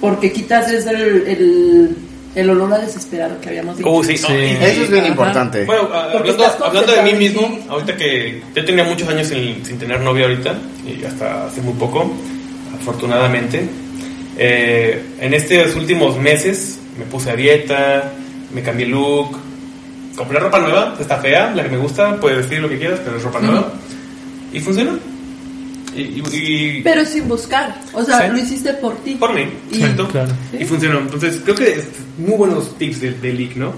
[SPEAKER 3] Porque quitas ese- el, el, el olor a desesperado que habíamos dicho.
[SPEAKER 1] Oh, sí, no,
[SPEAKER 4] Sí.
[SPEAKER 1] y-
[SPEAKER 2] Eso es bien
[SPEAKER 3] Ajá.
[SPEAKER 2] importante.
[SPEAKER 1] Bueno, a-
[SPEAKER 3] Porque
[SPEAKER 1] hablando,
[SPEAKER 3] estás
[SPEAKER 1] hablando de mí
[SPEAKER 3] concentrado en
[SPEAKER 1] mismo,
[SPEAKER 3] ti.
[SPEAKER 1] ahorita que yo tenía muchos años sin, sin tener novia ahorita, y hasta hace muy poco, afortunadamente, eh, en estos últimos meses me puse a dieta, me cambié look, compré ropa nueva, está fea, la que me gusta, puedes vestir lo que quieras, pero es ropa nueva, y funcionó. Y, y- y-
[SPEAKER 3] Pero sin buscar. O sea,
[SPEAKER 1] Sí.
[SPEAKER 3] lo hiciste por ti.
[SPEAKER 1] por mí,
[SPEAKER 3] Y-
[SPEAKER 1] exacto.
[SPEAKER 4] claro.
[SPEAKER 1] Y funcionó. Entonces, creo que es muy buenos tips del de leak, ¿no?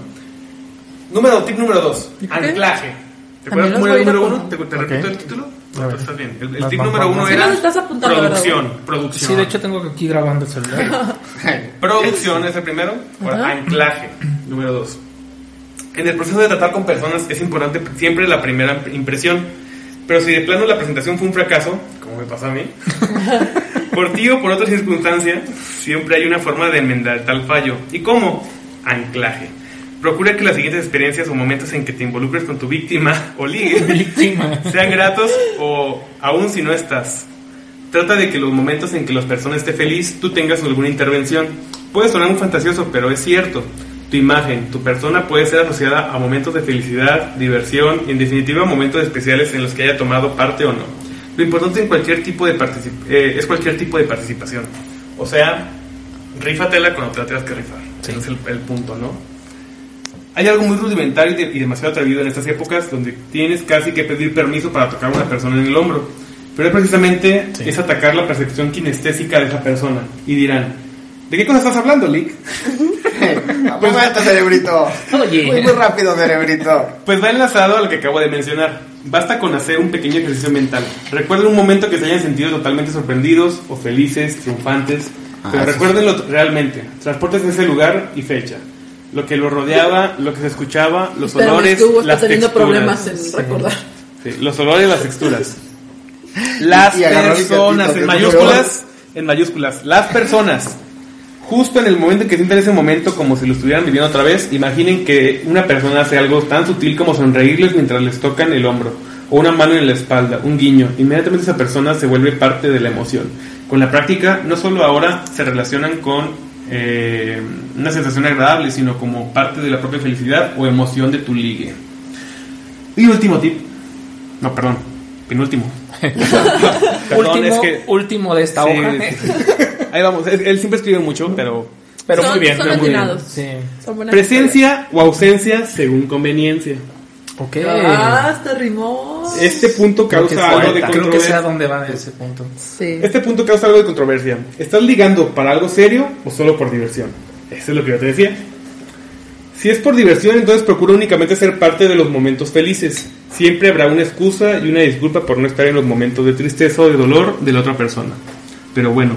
[SPEAKER 1] Número, tip número dos, anclaje. ¿Te acuerdas
[SPEAKER 3] También los
[SPEAKER 1] cómo era
[SPEAKER 3] voy a
[SPEAKER 1] el
[SPEAKER 3] ir
[SPEAKER 1] número uno?
[SPEAKER 3] apuntando.
[SPEAKER 1] ¿Te, te
[SPEAKER 8] Ok.
[SPEAKER 1] repito el título?
[SPEAKER 4] A ver.
[SPEAKER 1] Estás bien. El, el
[SPEAKER 4] Vas,
[SPEAKER 1] tip
[SPEAKER 4] vas,
[SPEAKER 1] número
[SPEAKER 4] vas,
[SPEAKER 1] uno
[SPEAKER 4] vas.
[SPEAKER 1] era
[SPEAKER 3] Sí, lo estás apuntando,
[SPEAKER 1] producción,
[SPEAKER 4] Sí,
[SPEAKER 1] producción.
[SPEAKER 4] de hecho tengo aquí grabando el celular.
[SPEAKER 1] Producción es el primero. Ahora,
[SPEAKER 3] Ajá.
[SPEAKER 1] anclaje, número dos. En el proceso de tratar con personas es importante siempre la primera impresión. Pero si de plano la presentación fue un fracaso, como me pasó a mí, por ti o por otra circunstancia, siempre hay una forma de enmendar tal fallo. ¿Y cómo? Anclaje. Procura que las siguientes experiencias o momentos en que te involucres con tu víctima o ligue
[SPEAKER 4] Víctima.
[SPEAKER 1] sean gratos o aún si no estás. Trata de que los momentos en que la persona esté feliz, tú tengas alguna intervención. Puede sonar un fantasioso, pero es cierto. Tu imagen, tu persona puede ser asociada a momentos de felicidad, diversión y en definitiva momentos especiales en los que haya tomado parte o no. Lo importante en cualquier tipo de particip- eh, es cualquier tipo de participación. O sea, rífatela cuando te la tengas que rifar. Ese es el, el punto, ¿no? Hay algo muy rudimentario y, de- y demasiado atrevido en estas épocas donde tienes casi que pedir permiso para tocar a una persona en el hombro. Pero es precisamente es atacar la percepción kinestésica de esa persona. Y dirán, ¿de qué cosa estás hablando, Lick?
[SPEAKER 9] Pues vete, cerebrito.
[SPEAKER 4] Oye.
[SPEAKER 9] Muy, muy rápido, cerebrito.
[SPEAKER 1] Pues va enlazado a lo que acabo de mencionar. Basta con hacer un pequeño ejercicio mental. Recuerden un momento que se hayan sentido totalmente sorprendidos o felices, triunfantes.
[SPEAKER 9] Ah,
[SPEAKER 1] pero
[SPEAKER 9] eso
[SPEAKER 1] recuérdenlo t- realmente. Transportes ese lugar y fecha. Lo que lo rodeaba, lo que se escuchaba, los
[SPEAKER 3] Espérame,
[SPEAKER 1] olores,
[SPEAKER 3] que Hugo está
[SPEAKER 1] las
[SPEAKER 3] teniendo
[SPEAKER 1] texturas.
[SPEAKER 3] problemas en recordar.
[SPEAKER 1] Sí, los olores, las texturas. Las
[SPEAKER 9] Y- y agarró mi
[SPEAKER 1] personas,
[SPEAKER 9] gatito,
[SPEAKER 1] en
[SPEAKER 9] que es
[SPEAKER 1] mayúsculas, en mayúsculas, las personas. Justo en el momento en que sientan ese momento como si lo estuvieran viviendo otra vez, imaginen que una persona hace algo tan sutil como sonreírles mientras les tocan el hombro, o una mano en la espalda, un guiño. Inmediatamente esa persona se vuelve parte de la emoción. Con la práctica, no solo ahora se relacionan con eh, una sensación agradable, sino como parte de la propia felicidad o emoción de tu ligue. Y último tip. No, perdón. Penúltimo.
[SPEAKER 4] último,
[SPEAKER 1] perdón, es que...
[SPEAKER 4] último de esta
[SPEAKER 1] Sí,
[SPEAKER 4] hoja.
[SPEAKER 1] sí, sí. Ahí vamos. Él, él siempre escribe mucho, pero...
[SPEAKER 4] Pero
[SPEAKER 3] Son-
[SPEAKER 4] muy bien,
[SPEAKER 3] son
[SPEAKER 4] pero muy bien.
[SPEAKER 3] atinados.
[SPEAKER 4] Sí.
[SPEAKER 3] Son buenas
[SPEAKER 1] Presencia o ausencia según conveniencia.
[SPEAKER 4] Ok.
[SPEAKER 3] historias. Ah, hasta rimó.
[SPEAKER 1] Este punto
[SPEAKER 4] Creo que,
[SPEAKER 1] causa algo de
[SPEAKER 4] creo que sé
[SPEAKER 1] controversia.
[SPEAKER 4] a dónde va ese punto.
[SPEAKER 3] Sí.
[SPEAKER 1] Este punto causa algo de controversia. ¿Estás ligando para algo serio o solo por diversión? Eso es lo que yo te decía. Si es por diversión, entonces procura únicamente ser parte de los momentos felices. Siempre habrá una excusa y una disculpa por no estar en los momentos de tristeza o de dolor de la otra persona. Pero bueno,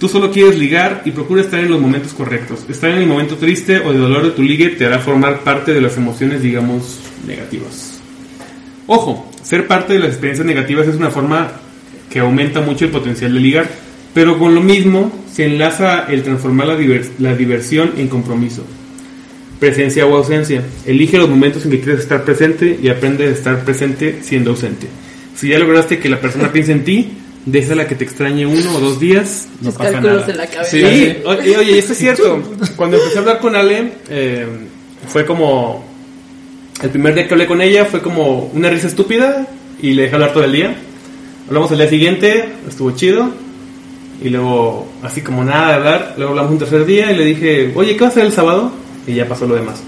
[SPEAKER 1] tú solo quieres ligar y procura estar en los momentos correctos. Estar en el momento triste o de dolor de tu ligue te hará formar parte de las emociones, digamos, negativas. Ojo, ser parte de las experiencias negativas es una forma que aumenta mucho el potencial de ligar, pero con lo mismo se enlaza el transformar la, diver- la diversión en compromiso. Presencia o ausencia. Elige los momentos en que quieres estar presente y aprende a estar presente siendo ausente. Si ya lograste que la persona piense en ti, déjala que te extrañe uno o dos días, no
[SPEAKER 3] Sus
[SPEAKER 1] pasa
[SPEAKER 3] cálculos
[SPEAKER 1] nada.
[SPEAKER 3] en la cabeza.
[SPEAKER 1] Sí, o- oye, oye, esto es cierto. Cuando empecé a hablar con Ale, eh, fue como. El primer día que hablé con ella fue como una risa estúpida y le dejé hablar todo el día. Hablamos el día siguiente, estuvo chido. Y luego, así como nada de hablar, luego hablamos un tercer día y le dije, oye, ¿qué vas a hacer el sábado? Y ya pasó lo demás.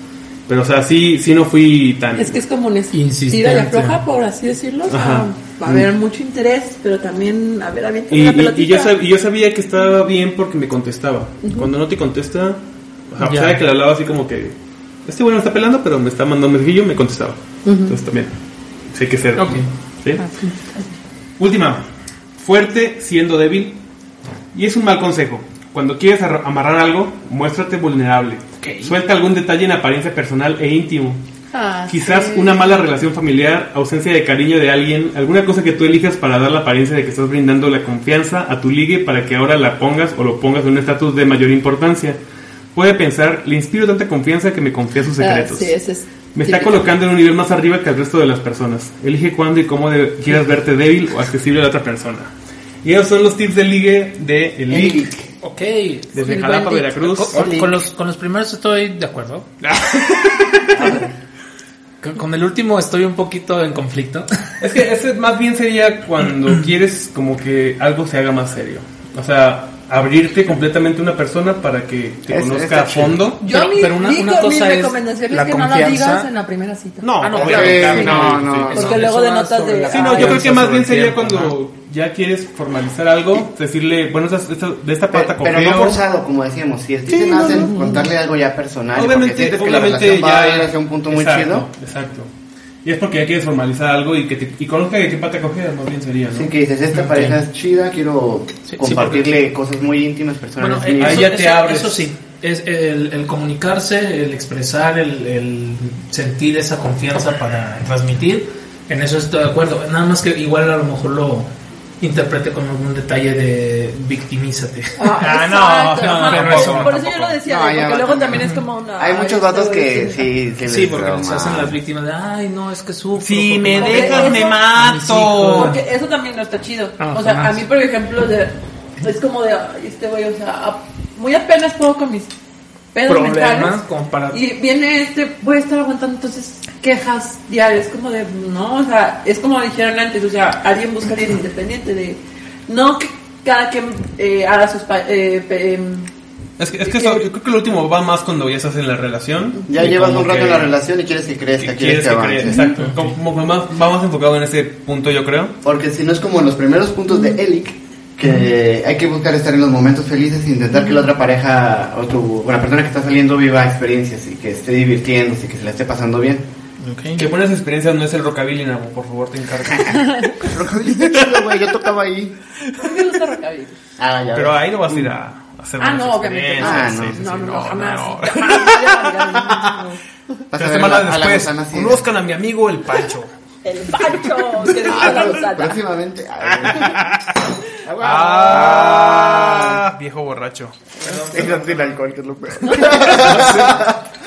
[SPEAKER 1] Pero, o sea, sí, sí no fui tan.
[SPEAKER 3] Es que es como una tira y
[SPEAKER 10] Insistente.
[SPEAKER 3] afloja, por así decirlo. o sea,
[SPEAKER 1] Ajá.
[SPEAKER 3] va a haber mucho interés, pero también, a ver, a ver,
[SPEAKER 1] Y, y- y yo sab- y yo sabía que estaba bien porque me contestaba. Cuando no te contesta, o sea, a
[SPEAKER 10] Ya.
[SPEAKER 1] pesar de que le hablaba así como que, este bueno me está pelando, pero me está mandando un mensajillo y me contestaba. Entonces también, sé que ser.
[SPEAKER 10] Ok.
[SPEAKER 1] ¿sí? Última, fuerte siendo débil. Y es un mal consejo. Cuando quieres arra- amarrar algo, muéstrate vulnerable. Suelta algún detalle en apariencia personal e íntimo.
[SPEAKER 3] Ah,
[SPEAKER 1] Quizás una mala relación familiar, ausencia de cariño de alguien, alguna cosa que tú elijas para dar la apariencia de que estás brindando la confianza a tu ligue para que ahora la pongas o lo pongas en un estatus de mayor importancia. Puede pensar, le inspiro tanta confianza que me confía sus secretos.
[SPEAKER 3] Ah, sí, ese es
[SPEAKER 1] Me está
[SPEAKER 3] típico.
[SPEAKER 1] colocando en un nivel más arriba que el resto de las personas. Elige cuándo y cómo de- quieras verte débil o accesible a la otra persona. Y esos son los tips de ligue de El Ligue,
[SPEAKER 4] Ok.
[SPEAKER 1] desde
[SPEAKER 3] El
[SPEAKER 1] Jalapa,
[SPEAKER 3] buen ligue.
[SPEAKER 1] Veracruz.
[SPEAKER 4] Con- Con, con los, con los primeros estoy de acuerdo. Con- Con el último estoy un poquito en conflicto.
[SPEAKER 1] Es que ese más bien sería cuando quieres como que algo se haga más serio. O sea, abrirte completamente a una persona para que te
[SPEAKER 9] Es-
[SPEAKER 1] conozca
[SPEAKER 9] está
[SPEAKER 1] a
[SPEAKER 9] chido.
[SPEAKER 1] fondo.
[SPEAKER 3] Yo
[SPEAKER 4] Pero-
[SPEAKER 3] mi,
[SPEAKER 4] pero una-
[SPEAKER 3] mi-
[SPEAKER 4] una
[SPEAKER 3] mi
[SPEAKER 4] cosa es
[SPEAKER 3] recomendación es,
[SPEAKER 4] la
[SPEAKER 3] que no la
[SPEAKER 4] confianza.
[SPEAKER 3] digas en la primera cita.
[SPEAKER 1] No,
[SPEAKER 4] Ah, no,
[SPEAKER 1] o
[SPEAKER 4] pero-
[SPEAKER 1] sea,
[SPEAKER 9] sí, no, no,
[SPEAKER 1] sí.
[SPEAKER 3] Porque
[SPEAKER 4] eso
[SPEAKER 3] luego
[SPEAKER 4] va
[SPEAKER 3] denotas
[SPEAKER 4] sobre
[SPEAKER 3] de-
[SPEAKER 4] la
[SPEAKER 1] Sí, no,
[SPEAKER 9] Ah,
[SPEAKER 1] yo creo que
[SPEAKER 4] confianza
[SPEAKER 1] más
[SPEAKER 4] sobre
[SPEAKER 1] bien
[SPEAKER 4] el
[SPEAKER 1] sería
[SPEAKER 4] tiempo, ¿no?
[SPEAKER 1] cuando ya quieres formalizar algo, decirle, bueno, esta- esta- de esta
[SPEAKER 9] Pe-
[SPEAKER 1] pata
[SPEAKER 9] Pero
[SPEAKER 1] confío.
[SPEAKER 9] no forzado, como decíamos, si es que
[SPEAKER 1] Sí,
[SPEAKER 9] te
[SPEAKER 1] no,
[SPEAKER 9] nacen, contarle algo ya personal, y porque
[SPEAKER 1] obviamente,
[SPEAKER 9] sientes que la
[SPEAKER 1] obviamente
[SPEAKER 9] relación
[SPEAKER 1] ya
[SPEAKER 9] va a ir hacia un punto muy
[SPEAKER 1] exacto,
[SPEAKER 9] chido,
[SPEAKER 1] Exacto. Y es porque ya quieres formalizar algo y que te, y conozca de qué pata coger, más bien sería, ¿no?
[SPEAKER 9] así que dices, esta pareja es chida, quiero
[SPEAKER 4] Sí, sí,
[SPEAKER 9] compartirle cosas muy íntimas,
[SPEAKER 4] Bueno,
[SPEAKER 9] personales
[SPEAKER 4] eh,
[SPEAKER 9] mías.
[SPEAKER 4] eso,
[SPEAKER 1] ya te
[SPEAKER 4] eso-
[SPEAKER 1] abres.
[SPEAKER 4] eso sí, es el, el comunicarse, el expresar, el, el sentir esa confianza para transmitir, en eso estoy de acuerdo. Nada más que igual a lo mejor lo interprete con algún detalle de victimízate.
[SPEAKER 3] Ah,
[SPEAKER 4] Ah,
[SPEAKER 3] exacto, ajá,
[SPEAKER 4] pero
[SPEAKER 3] por,
[SPEAKER 4] eso
[SPEAKER 3] por eso
[SPEAKER 4] no,
[SPEAKER 3] yo lo
[SPEAKER 4] tampoco.
[SPEAKER 3] decía,
[SPEAKER 9] No,
[SPEAKER 3] de-
[SPEAKER 9] ya
[SPEAKER 3] porque
[SPEAKER 9] va
[SPEAKER 3] luego
[SPEAKER 9] también.
[SPEAKER 3] también es como una... este,
[SPEAKER 9] Hay
[SPEAKER 3] ay,
[SPEAKER 9] muchos
[SPEAKER 3] esta
[SPEAKER 9] vatos que
[SPEAKER 3] adolescente.
[SPEAKER 9] sí, sí,
[SPEAKER 4] Sí,
[SPEAKER 9] les
[SPEAKER 4] porque
[SPEAKER 9] trauman.
[SPEAKER 4] se hacen las víctimas de, ay, no, es que sufro.
[SPEAKER 1] Si
[SPEAKER 4] porque
[SPEAKER 1] me
[SPEAKER 4] no
[SPEAKER 3] dejas, me
[SPEAKER 4] a mis
[SPEAKER 1] mato".
[SPEAKER 4] hijos".
[SPEAKER 3] Porque eso también no está chido.
[SPEAKER 4] Ah,
[SPEAKER 3] o sea,
[SPEAKER 4] jamás.
[SPEAKER 3] a mí, por ejemplo, de- es como de, ay, este güey, o sea, a- muy apenas puedo con mis pedos
[SPEAKER 4] Problemas
[SPEAKER 3] mentales.
[SPEAKER 4] como para-
[SPEAKER 3] Y viene este, voy a estar aguantando entonces quejas diarias, como de, no, o sea, es como dijeron antes, o sea, alguien busca a alguien independiente, de, no que cada quien eh, haga sus... pa- eh, pe- em,
[SPEAKER 1] Es que, es que eso- yo creo que lo último va más cuando ya estás en la relación.
[SPEAKER 9] Ya
[SPEAKER 1] Y
[SPEAKER 9] llevas
[SPEAKER 1] como
[SPEAKER 9] un rato
[SPEAKER 1] que-
[SPEAKER 9] en la relación y quieres que crezca,
[SPEAKER 1] que
[SPEAKER 9] quieres que
[SPEAKER 1] crees,
[SPEAKER 9] avance.
[SPEAKER 1] Exacto. Como, como más, va más enfocado en ese punto, yo creo.
[SPEAKER 9] Porque si no es como en los primeros puntos de Elic, que hay que buscar estar en los momentos felices e intentar que la otra pareja o, tu, o la persona que está saliendo viva experiencias y que esté divirtiéndose, que se la esté pasando bien.
[SPEAKER 1] Que buenas experiencias no es el rockabilly, Nabo, por favor, te encargo.
[SPEAKER 9] Rockabilly, qué chido, güey, yo tocaba ahí.
[SPEAKER 3] me gusta rockabilly.
[SPEAKER 9] Ah, ya.
[SPEAKER 1] Pero
[SPEAKER 9] ves.
[SPEAKER 1] ahí no vas a ir a a hacer
[SPEAKER 3] Ah,
[SPEAKER 1] buenas
[SPEAKER 3] no, obviamente.
[SPEAKER 1] experiencias,
[SPEAKER 9] Ah,
[SPEAKER 1] sí,
[SPEAKER 9] no.
[SPEAKER 1] sí,
[SPEAKER 3] no,
[SPEAKER 1] sí,
[SPEAKER 3] no, no, jamás.
[SPEAKER 1] no.
[SPEAKER 3] jamás.
[SPEAKER 9] Vas a
[SPEAKER 1] Tres
[SPEAKER 9] ver
[SPEAKER 1] semanas
[SPEAKER 9] a la- a la
[SPEAKER 1] después,
[SPEAKER 9] gusana así de-
[SPEAKER 1] conozcan a mi amigo el Pancho.
[SPEAKER 3] El Pancho, que
[SPEAKER 9] Ah,
[SPEAKER 3] dijo la
[SPEAKER 9] pero-
[SPEAKER 3] gusana.
[SPEAKER 9] próximamente. Ah, güey.
[SPEAKER 1] Ah, viejo borracho.
[SPEAKER 9] Es anti alcohol, que es lo peor.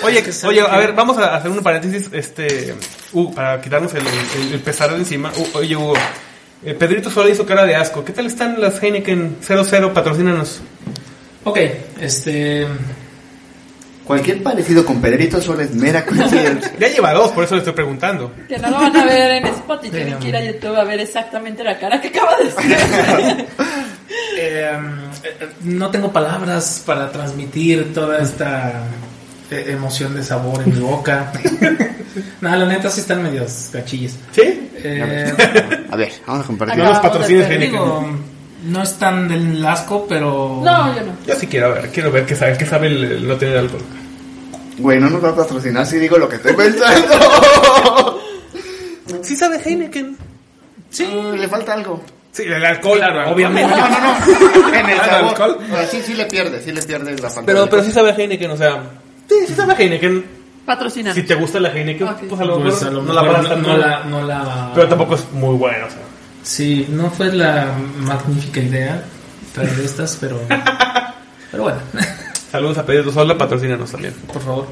[SPEAKER 1] Oye, oye, a ver, vamos a hacer un paréntesis, este, uh, para quitarnos el, el- el pesar de encima. Uh, oye, Hugo, eh, Pedrito solo hizo cara de asco. ¿Qué tal están las Heineken 00? Patrocínanos.
[SPEAKER 4] Ok, este.
[SPEAKER 9] Cualquier parecido con Pedrito solo es mera coincidencia.
[SPEAKER 1] Ya lleva dos, por eso le estoy preguntando.
[SPEAKER 3] Que no lo van a ver en Spotify, tienen que ir a YouTube a ver exactamente la cara que acaba de hacer.
[SPEAKER 4] eh, eh, no tengo palabras para transmitir toda esta eh, emoción de sabor en mi boca. Nada, la neta sí están medios cachillas.
[SPEAKER 1] ¿Sí?
[SPEAKER 4] Eh,
[SPEAKER 9] A ver, vamos a
[SPEAKER 3] Ah,
[SPEAKER 9] compartir.
[SPEAKER 1] No nos patrocines
[SPEAKER 3] Acabamos de
[SPEAKER 1] Heineken.
[SPEAKER 4] digo, no están del asco, pero.
[SPEAKER 3] No, yo no.
[SPEAKER 1] Yo sí quiero ver, quiero ver qué sabe, qué sabe el, el no tener alcohol.
[SPEAKER 9] Güey, no nos va a patrocinar si digo lo que estoy pensando.
[SPEAKER 1] Sí sabe Heineken.
[SPEAKER 9] Sí. Mm, le falta algo.
[SPEAKER 1] Sí, el alcohol, obviamente.
[SPEAKER 9] No, no, no. En el
[SPEAKER 1] Ah,
[SPEAKER 9] sabor.
[SPEAKER 1] alcohol.
[SPEAKER 9] O sea, sí, sí le pierde, sí le pierde la pantalla.
[SPEAKER 1] Pero, pero sí sabe Heineken, o sea. Sí, sí sabe Heineken.
[SPEAKER 3] Patrocina.
[SPEAKER 1] Si te gusta la Heineken,
[SPEAKER 3] Ok.
[SPEAKER 1] pues a lo mejor
[SPEAKER 4] Pues, a lo
[SPEAKER 1] no la
[SPEAKER 4] mejor
[SPEAKER 1] paras tanto.
[SPEAKER 4] no la- no la-
[SPEAKER 1] Pero tampoco es muy buena, o sea.
[SPEAKER 4] Sí, no fue la magnífica idea traer estas, pero. pero bueno,
[SPEAKER 1] Saludos a Pedrito Sola, patrocínanos también.
[SPEAKER 4] por favor.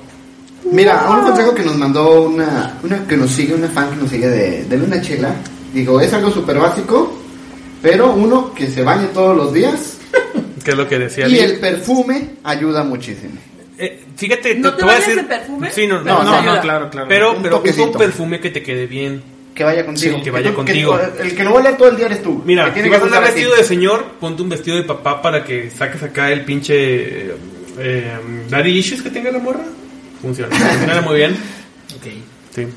[SPEAKER 9] Mira, un consejo que nos mandó una, una que nos sigue, una fan que nos sigue de, de Luna Chela. Digo, es algo súper básico, pero uno que se bañe todos los días
[SPEAKER 1] Que es lo que decía
[SPEAKER 9] y
[SPEAKER 1] Lee.
[SPEAKER 9] el perfume ayuda muchísimo.
[SPEAKER 1] Eh, fíjate,
[SPEAKER 3] ¿No te
[SPEAKER 1] voy a
[SPEAKER 3] bañas
[SPEAKER 1] decir.
[SPEAKER 3] en perfume?
[SPEAKER 1] Sí, no,
[SPEAKER 9] Pero
[SPEAKER 1] no, no,
[SPEAKER 9] te
[SPEAKER 1] no,
[SPEAKER 9] ayuda.
[SPEAKER 1] claro, claro. Pero,
[SPEAKER 9] Un
[SPEAKER 1] pero usa un
[SPEAKER 9] toquecito.
[SPEAKER 1] perfume que te quede bien.
[SPEAKER 9] Que vaya contigo.
[SPEAKER 1] Sí, que vaya
[SPEAKER 9] tú-
[SPEAKER 1] contigo.
[SPEAKER 9] el que no va a leer todo el día eres tú.
[SPEAKER 1] Mira,
[SPEAKER 9] Que
[SPEAKER 1] si
[SPEAKER 9] tiene
[SPEAKER 1] vas a
[SPEAKER 9] que
[SPEAKER 1] andar
[SPEAKER 9] gustar ti.
[SPEAKER 1] vestido de señor, ponte un vestido de papá para que saques acá el pinche. eh, eh, daddy issues que tenga la morra. Funciona, funciona muy bien.
[SPEAKER 4] Ok.
[SPEAKER 1] Sí.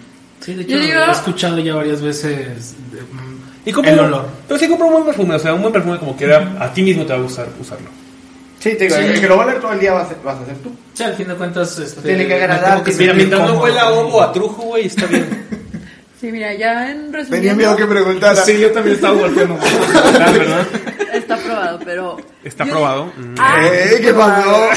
[SPEAKER 4] Sí, de
[SPEAKER 3] Yo
[SPEAKER 4] hecho,
[SPEAKER 3] digo-
[SPEAKER 4] lo he escuchado ya varias veces. de- mm,
[SPEAKER 1] Y compra
[SPEAKER 4] el
[SPEAKER 1] un-
[SPEAKER 4] olor.
[SPEAKER 1] Pero sí compra un buen perfume, o sea, un buen perfume como quiera, a ti mismo te va a gustar usarlo.
[SPEAKER 9] Sí, te digo, el que lo va a leer todo el día vas a, vas a ser tú.
[SPEAKER 4] Sí, al fin de cuentas. Este,
[SPEAKER 9] Tiene que
[SPEAKER 4] me
[SPEAKER 9] agradar,
[SPEAKER 4] tengo
[SPEAKER 9] que
[SPEAKER 1] Mira,
[SPEAKER 4] sentir
[SPEAKER 1] mientras no
[SPEAKER 4] cómodo.
[SPEAKER 1] huela a hongo, a trujo, güey, está bien.
[SPEAKER 3] Sí, mira, ya en
[SPEAKER 9] Tenía
[SPEAKER 3] resumen
[SPEAKER 9] miedo que preguntara.
[SPEAKER 1] Sí, yo también estaba golpeando.
[SPEAKER 4] Ah,
[SPEAKER 1] ¿verdad?
[SPEAKER 3] está probado, pero.
[SPEAKER 1] Está
[SPEAKER 3] yo-
[SPEAKER 1] probado. Mm.
[SPEAKER 3] Ah,
[SPEAKER 9] Eh, ¿Qué pasó?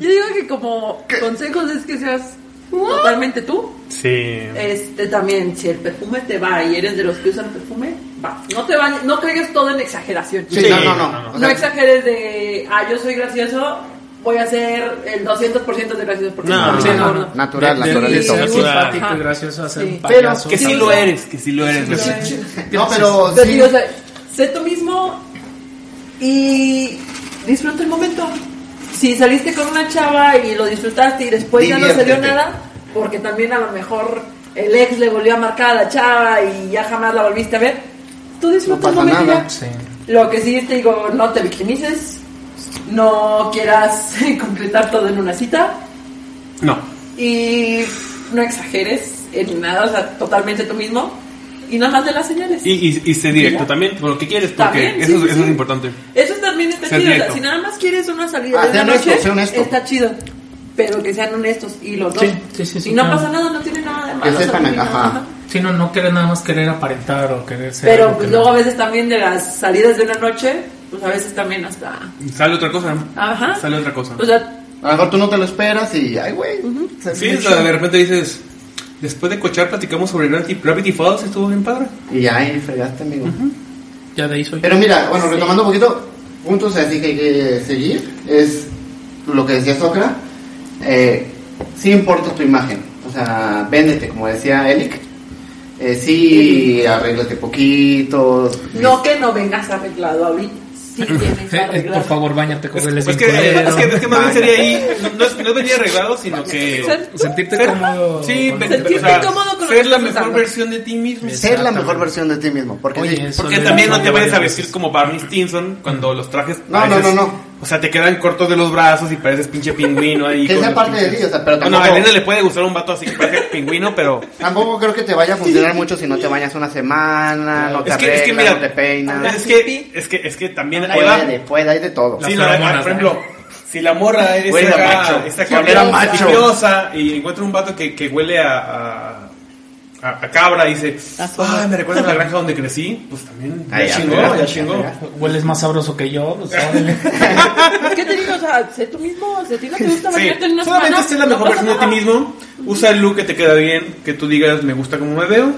[SPEAKER 3] Yo digo que como consejos es que seas totalmente tú.
[SPEAKER 1] Sí.
[SPEAKER 3] Este también, si el perfume te va y eres de los que usan perfume, va. No te bañes, no caigas todo en exageración.
[SPEAKER 9] Sí,
[SPEAKER 1] Sí,
[SPEAKER 9] no, no,
[SPEAKER 1] no,
[SPEAKER 9] no.
[SPEAKER 3] no exageres de, ah, yo soy gracioso, voy a ser el 200% de gracioso porque
[SPEAKER 1] No,
[SPEAKER 3] Ah, no,
[SPEAKER 4] Sí, no, no.
[SPEAKER 9] Natural,
[SPEAKER 4] De- de- de
[SPEAKER 9] naturalito.
[SPEAKER 4] ser
[SPEAKER 1] Natural.
[SPEAKER 4] simpático y gracioso a ser
[SPEAKER 3] Sí.
[SPEAKER 4] un payaso.
[SPEAKER 1] Que sí
[SPEAKER 3] Sí,
[SPEAKER 1] lo
[SPEAKER 3] no.
[SPEAKER 1] eres, que sí lo eres. güey.
[SPEAKER 9] No, pero
[SPEAKER 3] Te
[SPEAKER 9] sí.
[SPEAKER 3] digo, o sea, sé tú mismo y disfruta el momento. Si saliste con una chava y lo disfrutaste y después ya no salió
[SPEAKER 9] Diviértete.
[SPEAKER 3] nada, porque también a lo mejor el ex le volvió a marcar a la chava y ya jamás la volviste a ver, tú disfruta el
[SPEAKER 9] No pasa
[SPEAKER 3] momento
[SPEAKER 9] nada.
[SPEAKER 3] ya.
[SPEAKER 4] Sí.
[SPEAKER 3] Lo que sí te digo, no te victimices, no quieras completar todo en una cita
[SPEAKER 1] No.
[SPEAKER 3] y no exageres en nada, o sea, totalmente tú mismo y nada más de las señales.
[SPEAKER 1] Y, y, y sé directo también, con lo que quieres, porque
[SPEAKER 3] También,
[SPEAKER 1] eso,
[SPEAKER 3] sí, sí,
[SPEAKER 1] eso es
[SPEAKER 3] sí.
[SPEAKER 1] importante.
[SPEAKER 3] Eso también está
[SPEAKER 1] Ser
[SPEAKER 3] chido. o sea,
[SPEAKER 1] directo.
[SPEAKER 3] si nada más quieres una salida
[SPEAKER 9] Ah,
[SPEAKER 3] de una
[SPEAKER 9] sean honestos,
[SPEAKER 3] noche,
[SPEAKER 9] sean honestos.
[SPEAKER 3] está chido. Pero que sean honestos y los dos.
[SPEAKER 4] Sí, sí, sí, sí,
[SPEAKER 3] y no
[SPEAKER 4] claro.
[SPEAKER 3] pasa nada, no tiene nada de malo.
[SPEAKER 9] Que
[SPEAKER 3] o sea,
[SPEAKER 9] sepan,
[SPEAKER 3] no tiene
[SPEAKER 9] ajá.
[SPEAKER 3] nada de malo.
[SPEAKER 4] Sí, no, no querer nada más querer aparentar o querer ser.
[SPEAKER 3] Pero
[SPEAKER 4] algo
[SPEAKER 3] pues
[SPEAKER 4] que
[SPEAKER 3] luego a
[SPEAKER 4] no.
[SPEAKER 3] veces también de las salidas de una noche, pues a veces también hasta.
[SPEAKER 1] Sale otra cosa. ¿no?
[SPEAKER 3] Ajá.
[SPEAKER 1] Sale otra cosa.
[SPEAKER 3] O sea,
[SPEAKER 9] A lo mejor tú no te lo esperas y, ay, güey. se-
[SPEAKER 1] Sí, o sea, de repente dices, después de cochar platicamos sobre Gravity, Gravity Falls, estuvo bien padre.
[SPEAKER 9] Y ahí fregaste, amigo.
[SPEAKER 4] Ya de ahí soy.
[SPEAKER 9] Pero mira, bueno, retomando un poquito, puntos así que hay que seguir, es lo que decía Socra, eh, sí importa tu imagen, o sea, véndete, como decía Elic, eh, sí, arréglate poquito, Este,
[SPEAKER 3] no que no vengas arreglado ahorita. Sí tienes que
[SPEAKER 4] Eh, eh,
[SPEAKER 3] arreglar.
[SPEAKER 4] por favor, bañate con
[SPEAKER 1] Es,
[SPEAKER 4] el
[SPEAKER 1] es que, es, que, es que más bien sería ahí, no, no es, no es venir arreglado, sino que...
[SPEAKER 3] Ser-
[SPEAKER 4] Sentirte
[SPEAKER 1] ser-
[SPEAKER 4] cómodo.
[SPEAKER 1] Sí,
[SPEAKER 4] con-
[SPEAKER 1] ve-
[SPEAKER 3] Sentirte
[SPEAKER 1] o sea,
[SPEAKER 3] cómodo con lo que
[SPEAKER 1] ser la
[SPEAKER 3] estás
[SPEAKER 1] mejor
[SPEAKER 3] usando.
[SPEAKER 1] versión de ti mismo.
[SPEAKER 9] ser la mejor versión de ti mismo, porque
[SPEAKER 4] Oye,
[SPEAKER 9] sí,
[SPEAKER 4] eso
[SPEAKER 1] Porque
[SPEAKER 4] lo he
[SPEAKER 1] también
[SPEAKER 4] dicho
[SPEAKER 1] no te vayas a
[SPEAKER 4] varias
[SPEAKER 1] vestir
[SPEAKER 4] veces.
[SPEAKER 1] como Barney Stinson cuando los trajes.
[SPEAKER 9] No,
[SPEAKER 1] pareces-
[SPEAKER 9] no, no, no.
[SPEAKER 1] O sea, te quedan cortos de los brazos y pareces pinche pingüino ahí.
[SPEAKER 2] Que
[SPEAKER 1] con
[SPEAKER 2] sea
[SPEAKER 1] los
[SPEAKER 2] parte de
[SPEAKER 1] pinches-
[SPEAKER 2] ti, o sea, pero
[SPEAKER 1] Bueno, a
[SPEAKER 2] tampoco-
[SPEAKER 1] Elena le puede gustar un vato así que parece pingüino, pero.
[SPEAKER 2] Tampoco creo que te vaya a funcionar mucho si no te bañas una semana, no te
[SPEAKER 1] Es que,
[SPEAKER 2] arreglas,
[SPEAKER 1] es que mira.
[SPEAKER 2] no te peinas.
[SPEAKER 3] Ah,
[SPEAKER 1] Es que, es que, es que también ahí va.
[SPEAKER 2] Puede, puede, hay de todo.
[SPEAKER 1] Sí,
[SPEAKER 8] Las
[SPEAKER 1] la-
[SPEAKER 8] hormonas,
[SPEAKER 1] por ejemplo, si la morra es
[SPEAKER 2] Huele a
[SPEAKER 1] acá-
[SPEAKER 2] macho.
[SPEAKER 1] está acá
[SPEAKER 2] Huele a
[SPEAKER 1] bien
[SPEAKER 2] macho.
[SPEAKER 1] hipiosa y encuentra un vato que, que huele a, a, a- a cabra y dice, ay, me recuerda a la granja donde crecí, pues también ya
[SPEAKER 2] Ay, ya
[SPEAKER 1] chingó,
[SPEAKER 2] fregaste,
[SPEAKER 1] ya
[SPEAKER 2] ya
[SPEAKER 1] chingó.
[SPEAKER 2] fregaste.
[SPEAKER 4] Hueles más sabroso que yo. pues, órale.
[SPEAKER 3] Es que Pues, te digo, o sea, sé tú mismo, si a ti no te gusta
[SPEAKER 1] Sí,
[SPEAKER 3] bañarte en una
[SPEAKER 1] solamente
[SPEAKER 3] semana,
[SPEAKER 1] sé la
[SPEAKER 3] no
[SPEAKER 1] mejor
[SPEAKER 3] pasa
[SPEAKER 1] versión de ti
[SPEAKER 3] nada.
[SPEAKER 1] mismo, usa el look que te queda bien, que tú digas, me gusta cómo me veo,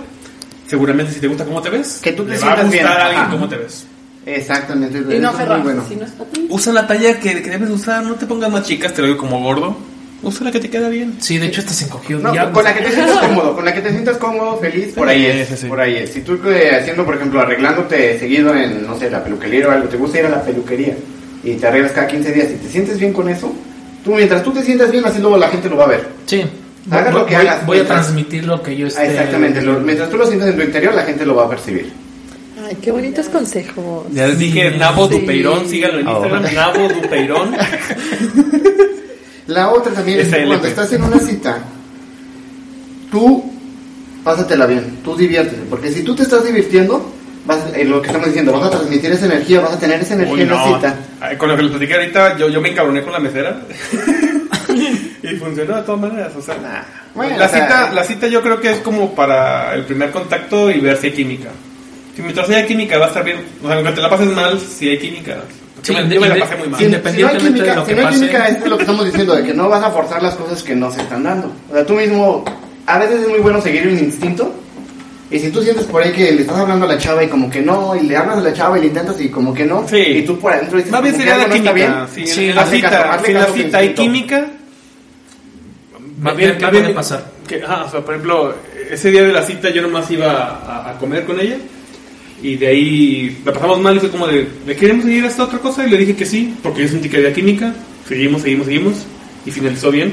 [SPEAKER 1] seguramente si te gusta cómo te ves,
[SPEAKER 2] Que tú te
[SPEAKER 1] le va a
[SPEAKER 2] sientas bien.
[SPEAKER 1] gustar a alguien
[SPEAKER 2] Ajá.
[SPEAKER 1] cómo te ves.
[SPEAKER 2] Exactamente.
[SPEAKER 3] Y no
[SPEAKER 2] eso es muy
[SPEAKER 3] aferrarse,
[SPEAKER 2] bueno.
[SPEAKER 3] si no es para ti.
[SPEAKER 1] Usa la talla que, que debes usar, no te pongas más chicas, te lo digo como gordo, usa la que te queda bien.
[SPEAKER 8] Sí, de hecho, esta se encogió.
[SPEAKER 2] No,
[SPEAKER 8] diablos.
[SPEAKER 2] con la que te sientas cómodo, con la que te sientas cómodo, feliz, por ahí es,
[SPEAKER 1] Sí, sí.
[SPEAKER 2] por ahí es. Si tú eh, haciendo, por ejemplo, arreglándote seguido en, no sé, la peluquería o algo, te gusta ir a la peluquería y te arreglas cada 15 días y te sientes bien con eso, tú mientras tú te sientas bien, así luego la gente lo va a ver.
[SPEAKER 8] Sí.
[SPEAKER 2] Hagas
[SPEAKER 8] voy,
[SPEAKER 2] lo que
[SPEAKER 8] voy-
[SPEAKER 2] hagas,
[SPEAKER 8] voy a
[SPEAKER 2] mientras-
[SPEAKER 8] transmitir lo que yo esté.
[SPEAKER 2] Ah, exactamente, lo- mientras tú lo sientas en tu interior, la gente lo va a percibir.
[SPEAKER 11] Ay, qué bonitos consejos.
[SPEAKER 1] Ya les dije, Nabo
[SPEAKER 11] Sí.
[SPEAKER 1] Dupeirón, síganlo en
[SPEAKER 2] Ahora.
[SPEAKER 1] Instagram, Nabo Dupeirón.
[SPEAKER 2] La otra también es que
[SPEAKER 1] SLP.
[SPEAKER 2] cuando estás en una cita, tú pásatela bien, tú diviértete, porque si tú te estás divirtiendo, vas, eh, lo que estamos diciendo, vas a transmitir esa energía, vas a tener esa energía
[SPEAKER 1] Uy,
[SPEAKER 2] en la
[SPEAKER 1] no.
[SPEAKER 2] cita.
[SPEAKER 1] Ay, Con lo que les platiqué ahorita, yo, yo me encabroné con la mesera. y funcionó de todas maneras, o sea, eh. nah.
[SPEAKER 2] Bueno,
[SPEAKER 1] la,
[SPEAKER 2] o sea,
[SPEAKER 1] cita, la cita yo creo que es como para el primer contacto y ver si hay química. Si mientras haya química va a estar bien. O sea, aunque te la pases mal, si hay química.
[SPEAKER 8] Sí,
[SPEAKER 1] yo me,
[SPEAKER 8] inde-
[SPEAKER 1] yo me la
[SPEAKER 8] inde-
[SPEAKER 1] pasé muy mal.
[SPEAKER 2] Si, si no hay
[SPEAKER 8] Independientemente de
[SPEAKER 2] química,
[SPEAKER 8] lo
[SPEAKER 2] si
[SPEAKER 8] que
[SPEAKER 2] no hay
[SPEAKER 8] pase.
[SPEAKER 2] química, esto es lo que estamos diciendo, de que no vas a forzar las cosas que no se están dando. O sea, tú mismo, a veces es muy bueno seguir un instinto. Y si tú sientes por ahí que le estás hablando a la chava y como que no, y le hablas a la chava y le intentas y como que no,
[SPEAKER 1] Sí.
[SPEAKER 2] y tú por adentro dices,
[SPEAKER 1] Más bien
[SPEAKER 2] como
[SPEAKER 1] sería
[SPEAKER 2] que
[SPEAKER 1] la
[SPEAKER 2] algo no está
[SPEAKER 1] química.
[SPEAKER 2] bien.
[SPEAKER 1] Si en la
[SPEAKER 2] hazle caso,
[SPEAKER 1] cita,
[SPEAKER 2] hazle
[SPEAKER 1] si en la
[SPEAKER 2] caso a tu
[SPEAKER 1] cita hay
[SPEAKER 2] instinto.
[SPEAKER 1] química,
[SPEAKER 8] Más
[SPEAKER 1] Más bien,
[SPEAKER 8] bien, ¿qué
[SPEAKER 1] más
[SPEAKER 8] puede
[SPEAKER 1] bien-
[SPEAKER 8] pasar?
[SPEAKER 1] Eh, que- ah, o sea, por ejemplo, ese día de la cita yo nomás iba a, a comer con ella y de ahí la pasamos mal y fue como de, ¿le queremos seguir a esta otra cosa? Y le dije que sí, porque yo sentí que había química, seguimos, seguimos, seguimos y finalizó bien.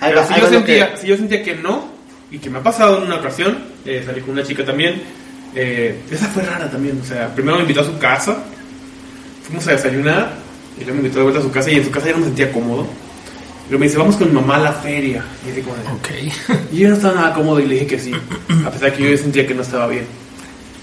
[SPEAKER 2] Ahí
[SPEAKER 1] Pero
[SPEAKER 2] va-
[SPEAKER 1] si,
[SPEAKER 2] ahí
[SPEAKER 1] yo
[SPEAKER 2] va lo
[SPEAKER 1] sentía,
[SPEAKER 2] que-
[SPEAKER 1] si yo sentía que no, y que me ha pasado en una ocasión, eh, salí con una chica también, eh, esa fue rara también, o sea, primero me invitó a su casa, fuimos a desayunar y luego me invitó de vuelta a su casa y en su casa yo no me sentía cómodo. Pero me dice, vamos con mi mamá a la feria. Y así como de,
[SPEAKER 8] Ok.
[SPEAKER 1] y yo no estaba nada cómodo y le dije que sí, a pesar que yo sentía que no estaba bien.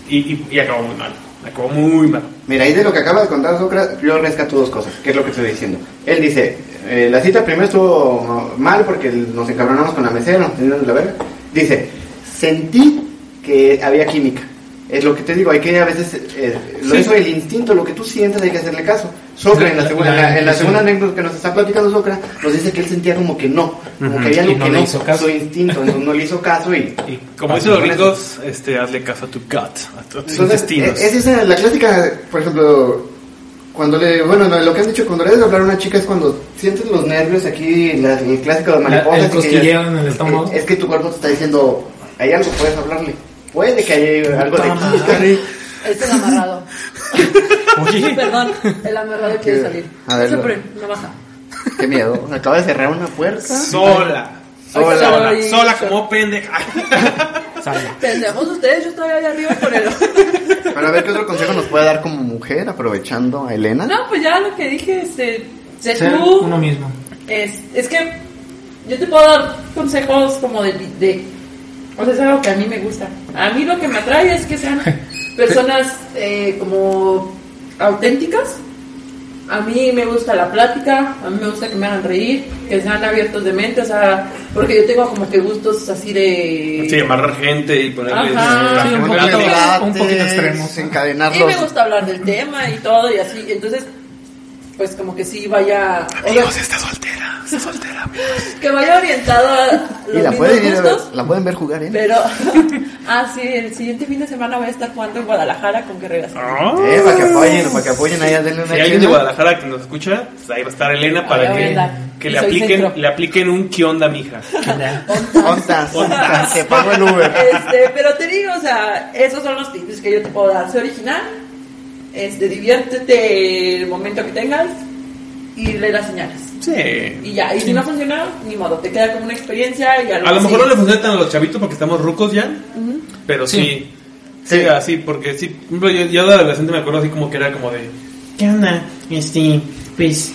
[SPEAKER 1] Y, y, y acabó muy mal, acabó muy mal.
[SPEAKER 2] Mira, y de lo que acabas de contar, Sócrates, yo rescato dos cosas, que es lo que estoy diciendo. Él dice, eh, la cita primero estuvo mal porque nos encabronamos con la mesera, nos tiraron de la verga. Dice, sentí que había química. Es lo que te digo, hay que a veces, eh, lo
[SPEAKER 1] Sí.
[SPEAKER 2] hizo el instinto, lo que tú sientes hay que hacerle caso. Sócrates, en la,
[SPEAKER 8] La-
[SPEAKER 2] segunda, en
[SPEAKER 8] la
[SPEAKER 2] la- en la
[SPEAKER 8] intuición.
[SPEAKER 2] segunda anécdota que nos está platicando Sócrates, nos dice que él sentía como que no, como que había
[SPEAKER 8] Y
[SPEAKER 2] algo
[SPEAKER 8] no
[SPEAKER 2] que
[SPEAKER 8] le
[SPEAKER 2] no,
[SPEAKER 8] hizo caso.
[SPEAKER 2] su instinto, entonces no le hizo caso y
[SPEAKER 1] Y como dicen los gringos, este, hazle caso a tu gut, a tu- a tus
[SPEAKER 2] entonces, e-,
[SPEAKER 1] intestinos.
[SPEAKER 2] Es esa la clásica, por ejemplo, cuando le, bueno, no, lo que han dicho cuando le debes hablar a una chica es cuando sientes los nervios aquí, la, el clásico de mariposas.
[SPEAKER 8] el
[SPEAKER 2] y que
[SPEAKER 8] cosquilleo
[SPEAKER 2] ya-
[SPEAKER 8] en el estómago.
[SPEAKER 2] Es, que tu cuerpo te está diciendo, hay algo, puedes hablarle. Puede que haya algo de
[SPEAKER 8] Puta
[SPEAKER 2] química.
[SPEAKER 8] madre.
[SPEAKER 3] Este Es el amarrado.
[SPEAKER 1] Oye.
[SPEAKER 3] Perdón, el amarrado quiere
[SPEAKER 2] Que-
[SPEAKER 3] salir.
[SPEAKER 2] a ver,
[SPEAKER 3] Eso,
[SPEAKER 2] lo-
[SPEAKER 3] pero no baja.
[SPEAKER 2] Qué miedo. Acaba de cerrar una puerta.
[SPEAKER 1] Sola.
[SPEAKER 3] Sola.
[SPEAKER 1] sola,
[SPEAKER 3] Ay,
[SPEAKER 1] sola
[SPEAKER 3] sola.
[SPEAKER 1] como pendeja.
[SPEAKER 3] Pensemos ustedes, yo estoy allá arriba con el
[SPEAKER 2] Para ver qué otro consejo nos puede dar como mujer, aprovechando a Elena.
[SPEAKER 3] No, pues ya lo que dije, este, sé
[SPEAKER 8] Ser
[SPEAKER 3] tú.
[SPEAKER 8] uno mismo.
[SPEAKER 3] Es, es que yo te puedo dar consejos como de, de- O sea, es algo que a mí me gusta. A mí lo que me atrae es que sean personas eh, como auténticas. A mí me gusta la plática, a mí me gusta que me hagan reír, que sean abiertos de mente, o sea, porque yo tengo como que gustos así de...
[SPEAKER 1] Sí, amarrar gente y ponerle...
[SPEAKER 3] Ajá. Sí,
[SPEAKER 8] un
[SPEAKER 2] Ponerle
[SPEAKER 8] poquito-
[SPEAKER 2] debates,
[SPEAKER 8] un poquito extremos.
[SPEAKER 3] Y
[SPEAKER 2] Encadenarlos.
[SPEAKER 3] me gusta hablar del tema y todo y así. Entonces, pues como que sí vaya... o sea,
[SPEAKER 1] Amigos, está soltera, está soltera, amigos.
[SPEAKER 3] que vaya orientado a los
[SPEAKER 2] Y la
[SPEAKER 3] mismos
[SPEAKER 2] pueden, ir a ver,
[SPEAKER 3] gustos.
[SPEAKER 2] la pueden ver jugar, ¿eh?
[SPEAKER 3] Pero, ah, sí, el siguiente fin de semana voy a estar jugando en Guadalajara con Guerreras.
[SPEAKER 2] Eh, para que apoyen, para que apoyen allá, denle
[SPEAKER 1] Ah. Si
[SPEAKER 2] una
[SPEAKER 1] hay alguien de
[SPEAKER 2] chela.
[SPEAKER 1] Guadalajara que nos escucha, pues ahí va a estar Elena para
[SPEAKER 3] Ahí
[SPEAKER 1] que,
[SPEAKER 3] voy a andar.
[SPEAKER 1] que
[SPEAKER 3] Y
[SPEAKER 1] le,
[SPEAKER 3] soy
[SPEAKER 1] apliquen,
[SPEAKER 3] centro.
[SPEAKER 1] le apliquen un qué onda, mija.
[SPEAKER 2] Ontas, ontas, que pago el Uber.
[SPEAKER 3] Este, pero te digo, o sea, esos son los tips que yo te puedo dar. Sé original, este, diviértete el momento que tengas y lee las señales.
[SPEAKER 1] Sí.
[SPEAKER 3] Y ya, y si no funciona, ni modo, te queda como una experiencia y
[SPEAKER 1] A lo mejor no le funciona tan a los chavitos porque estamos rucos ya, pero sí. Sí,
[SPEAKER 2] Sí.
[SPEAKER 1] así, porque sí. por ejemplo, Yo, yo de adolescente me acuerdo así como que era como de. ¿Qué onda? Este, pues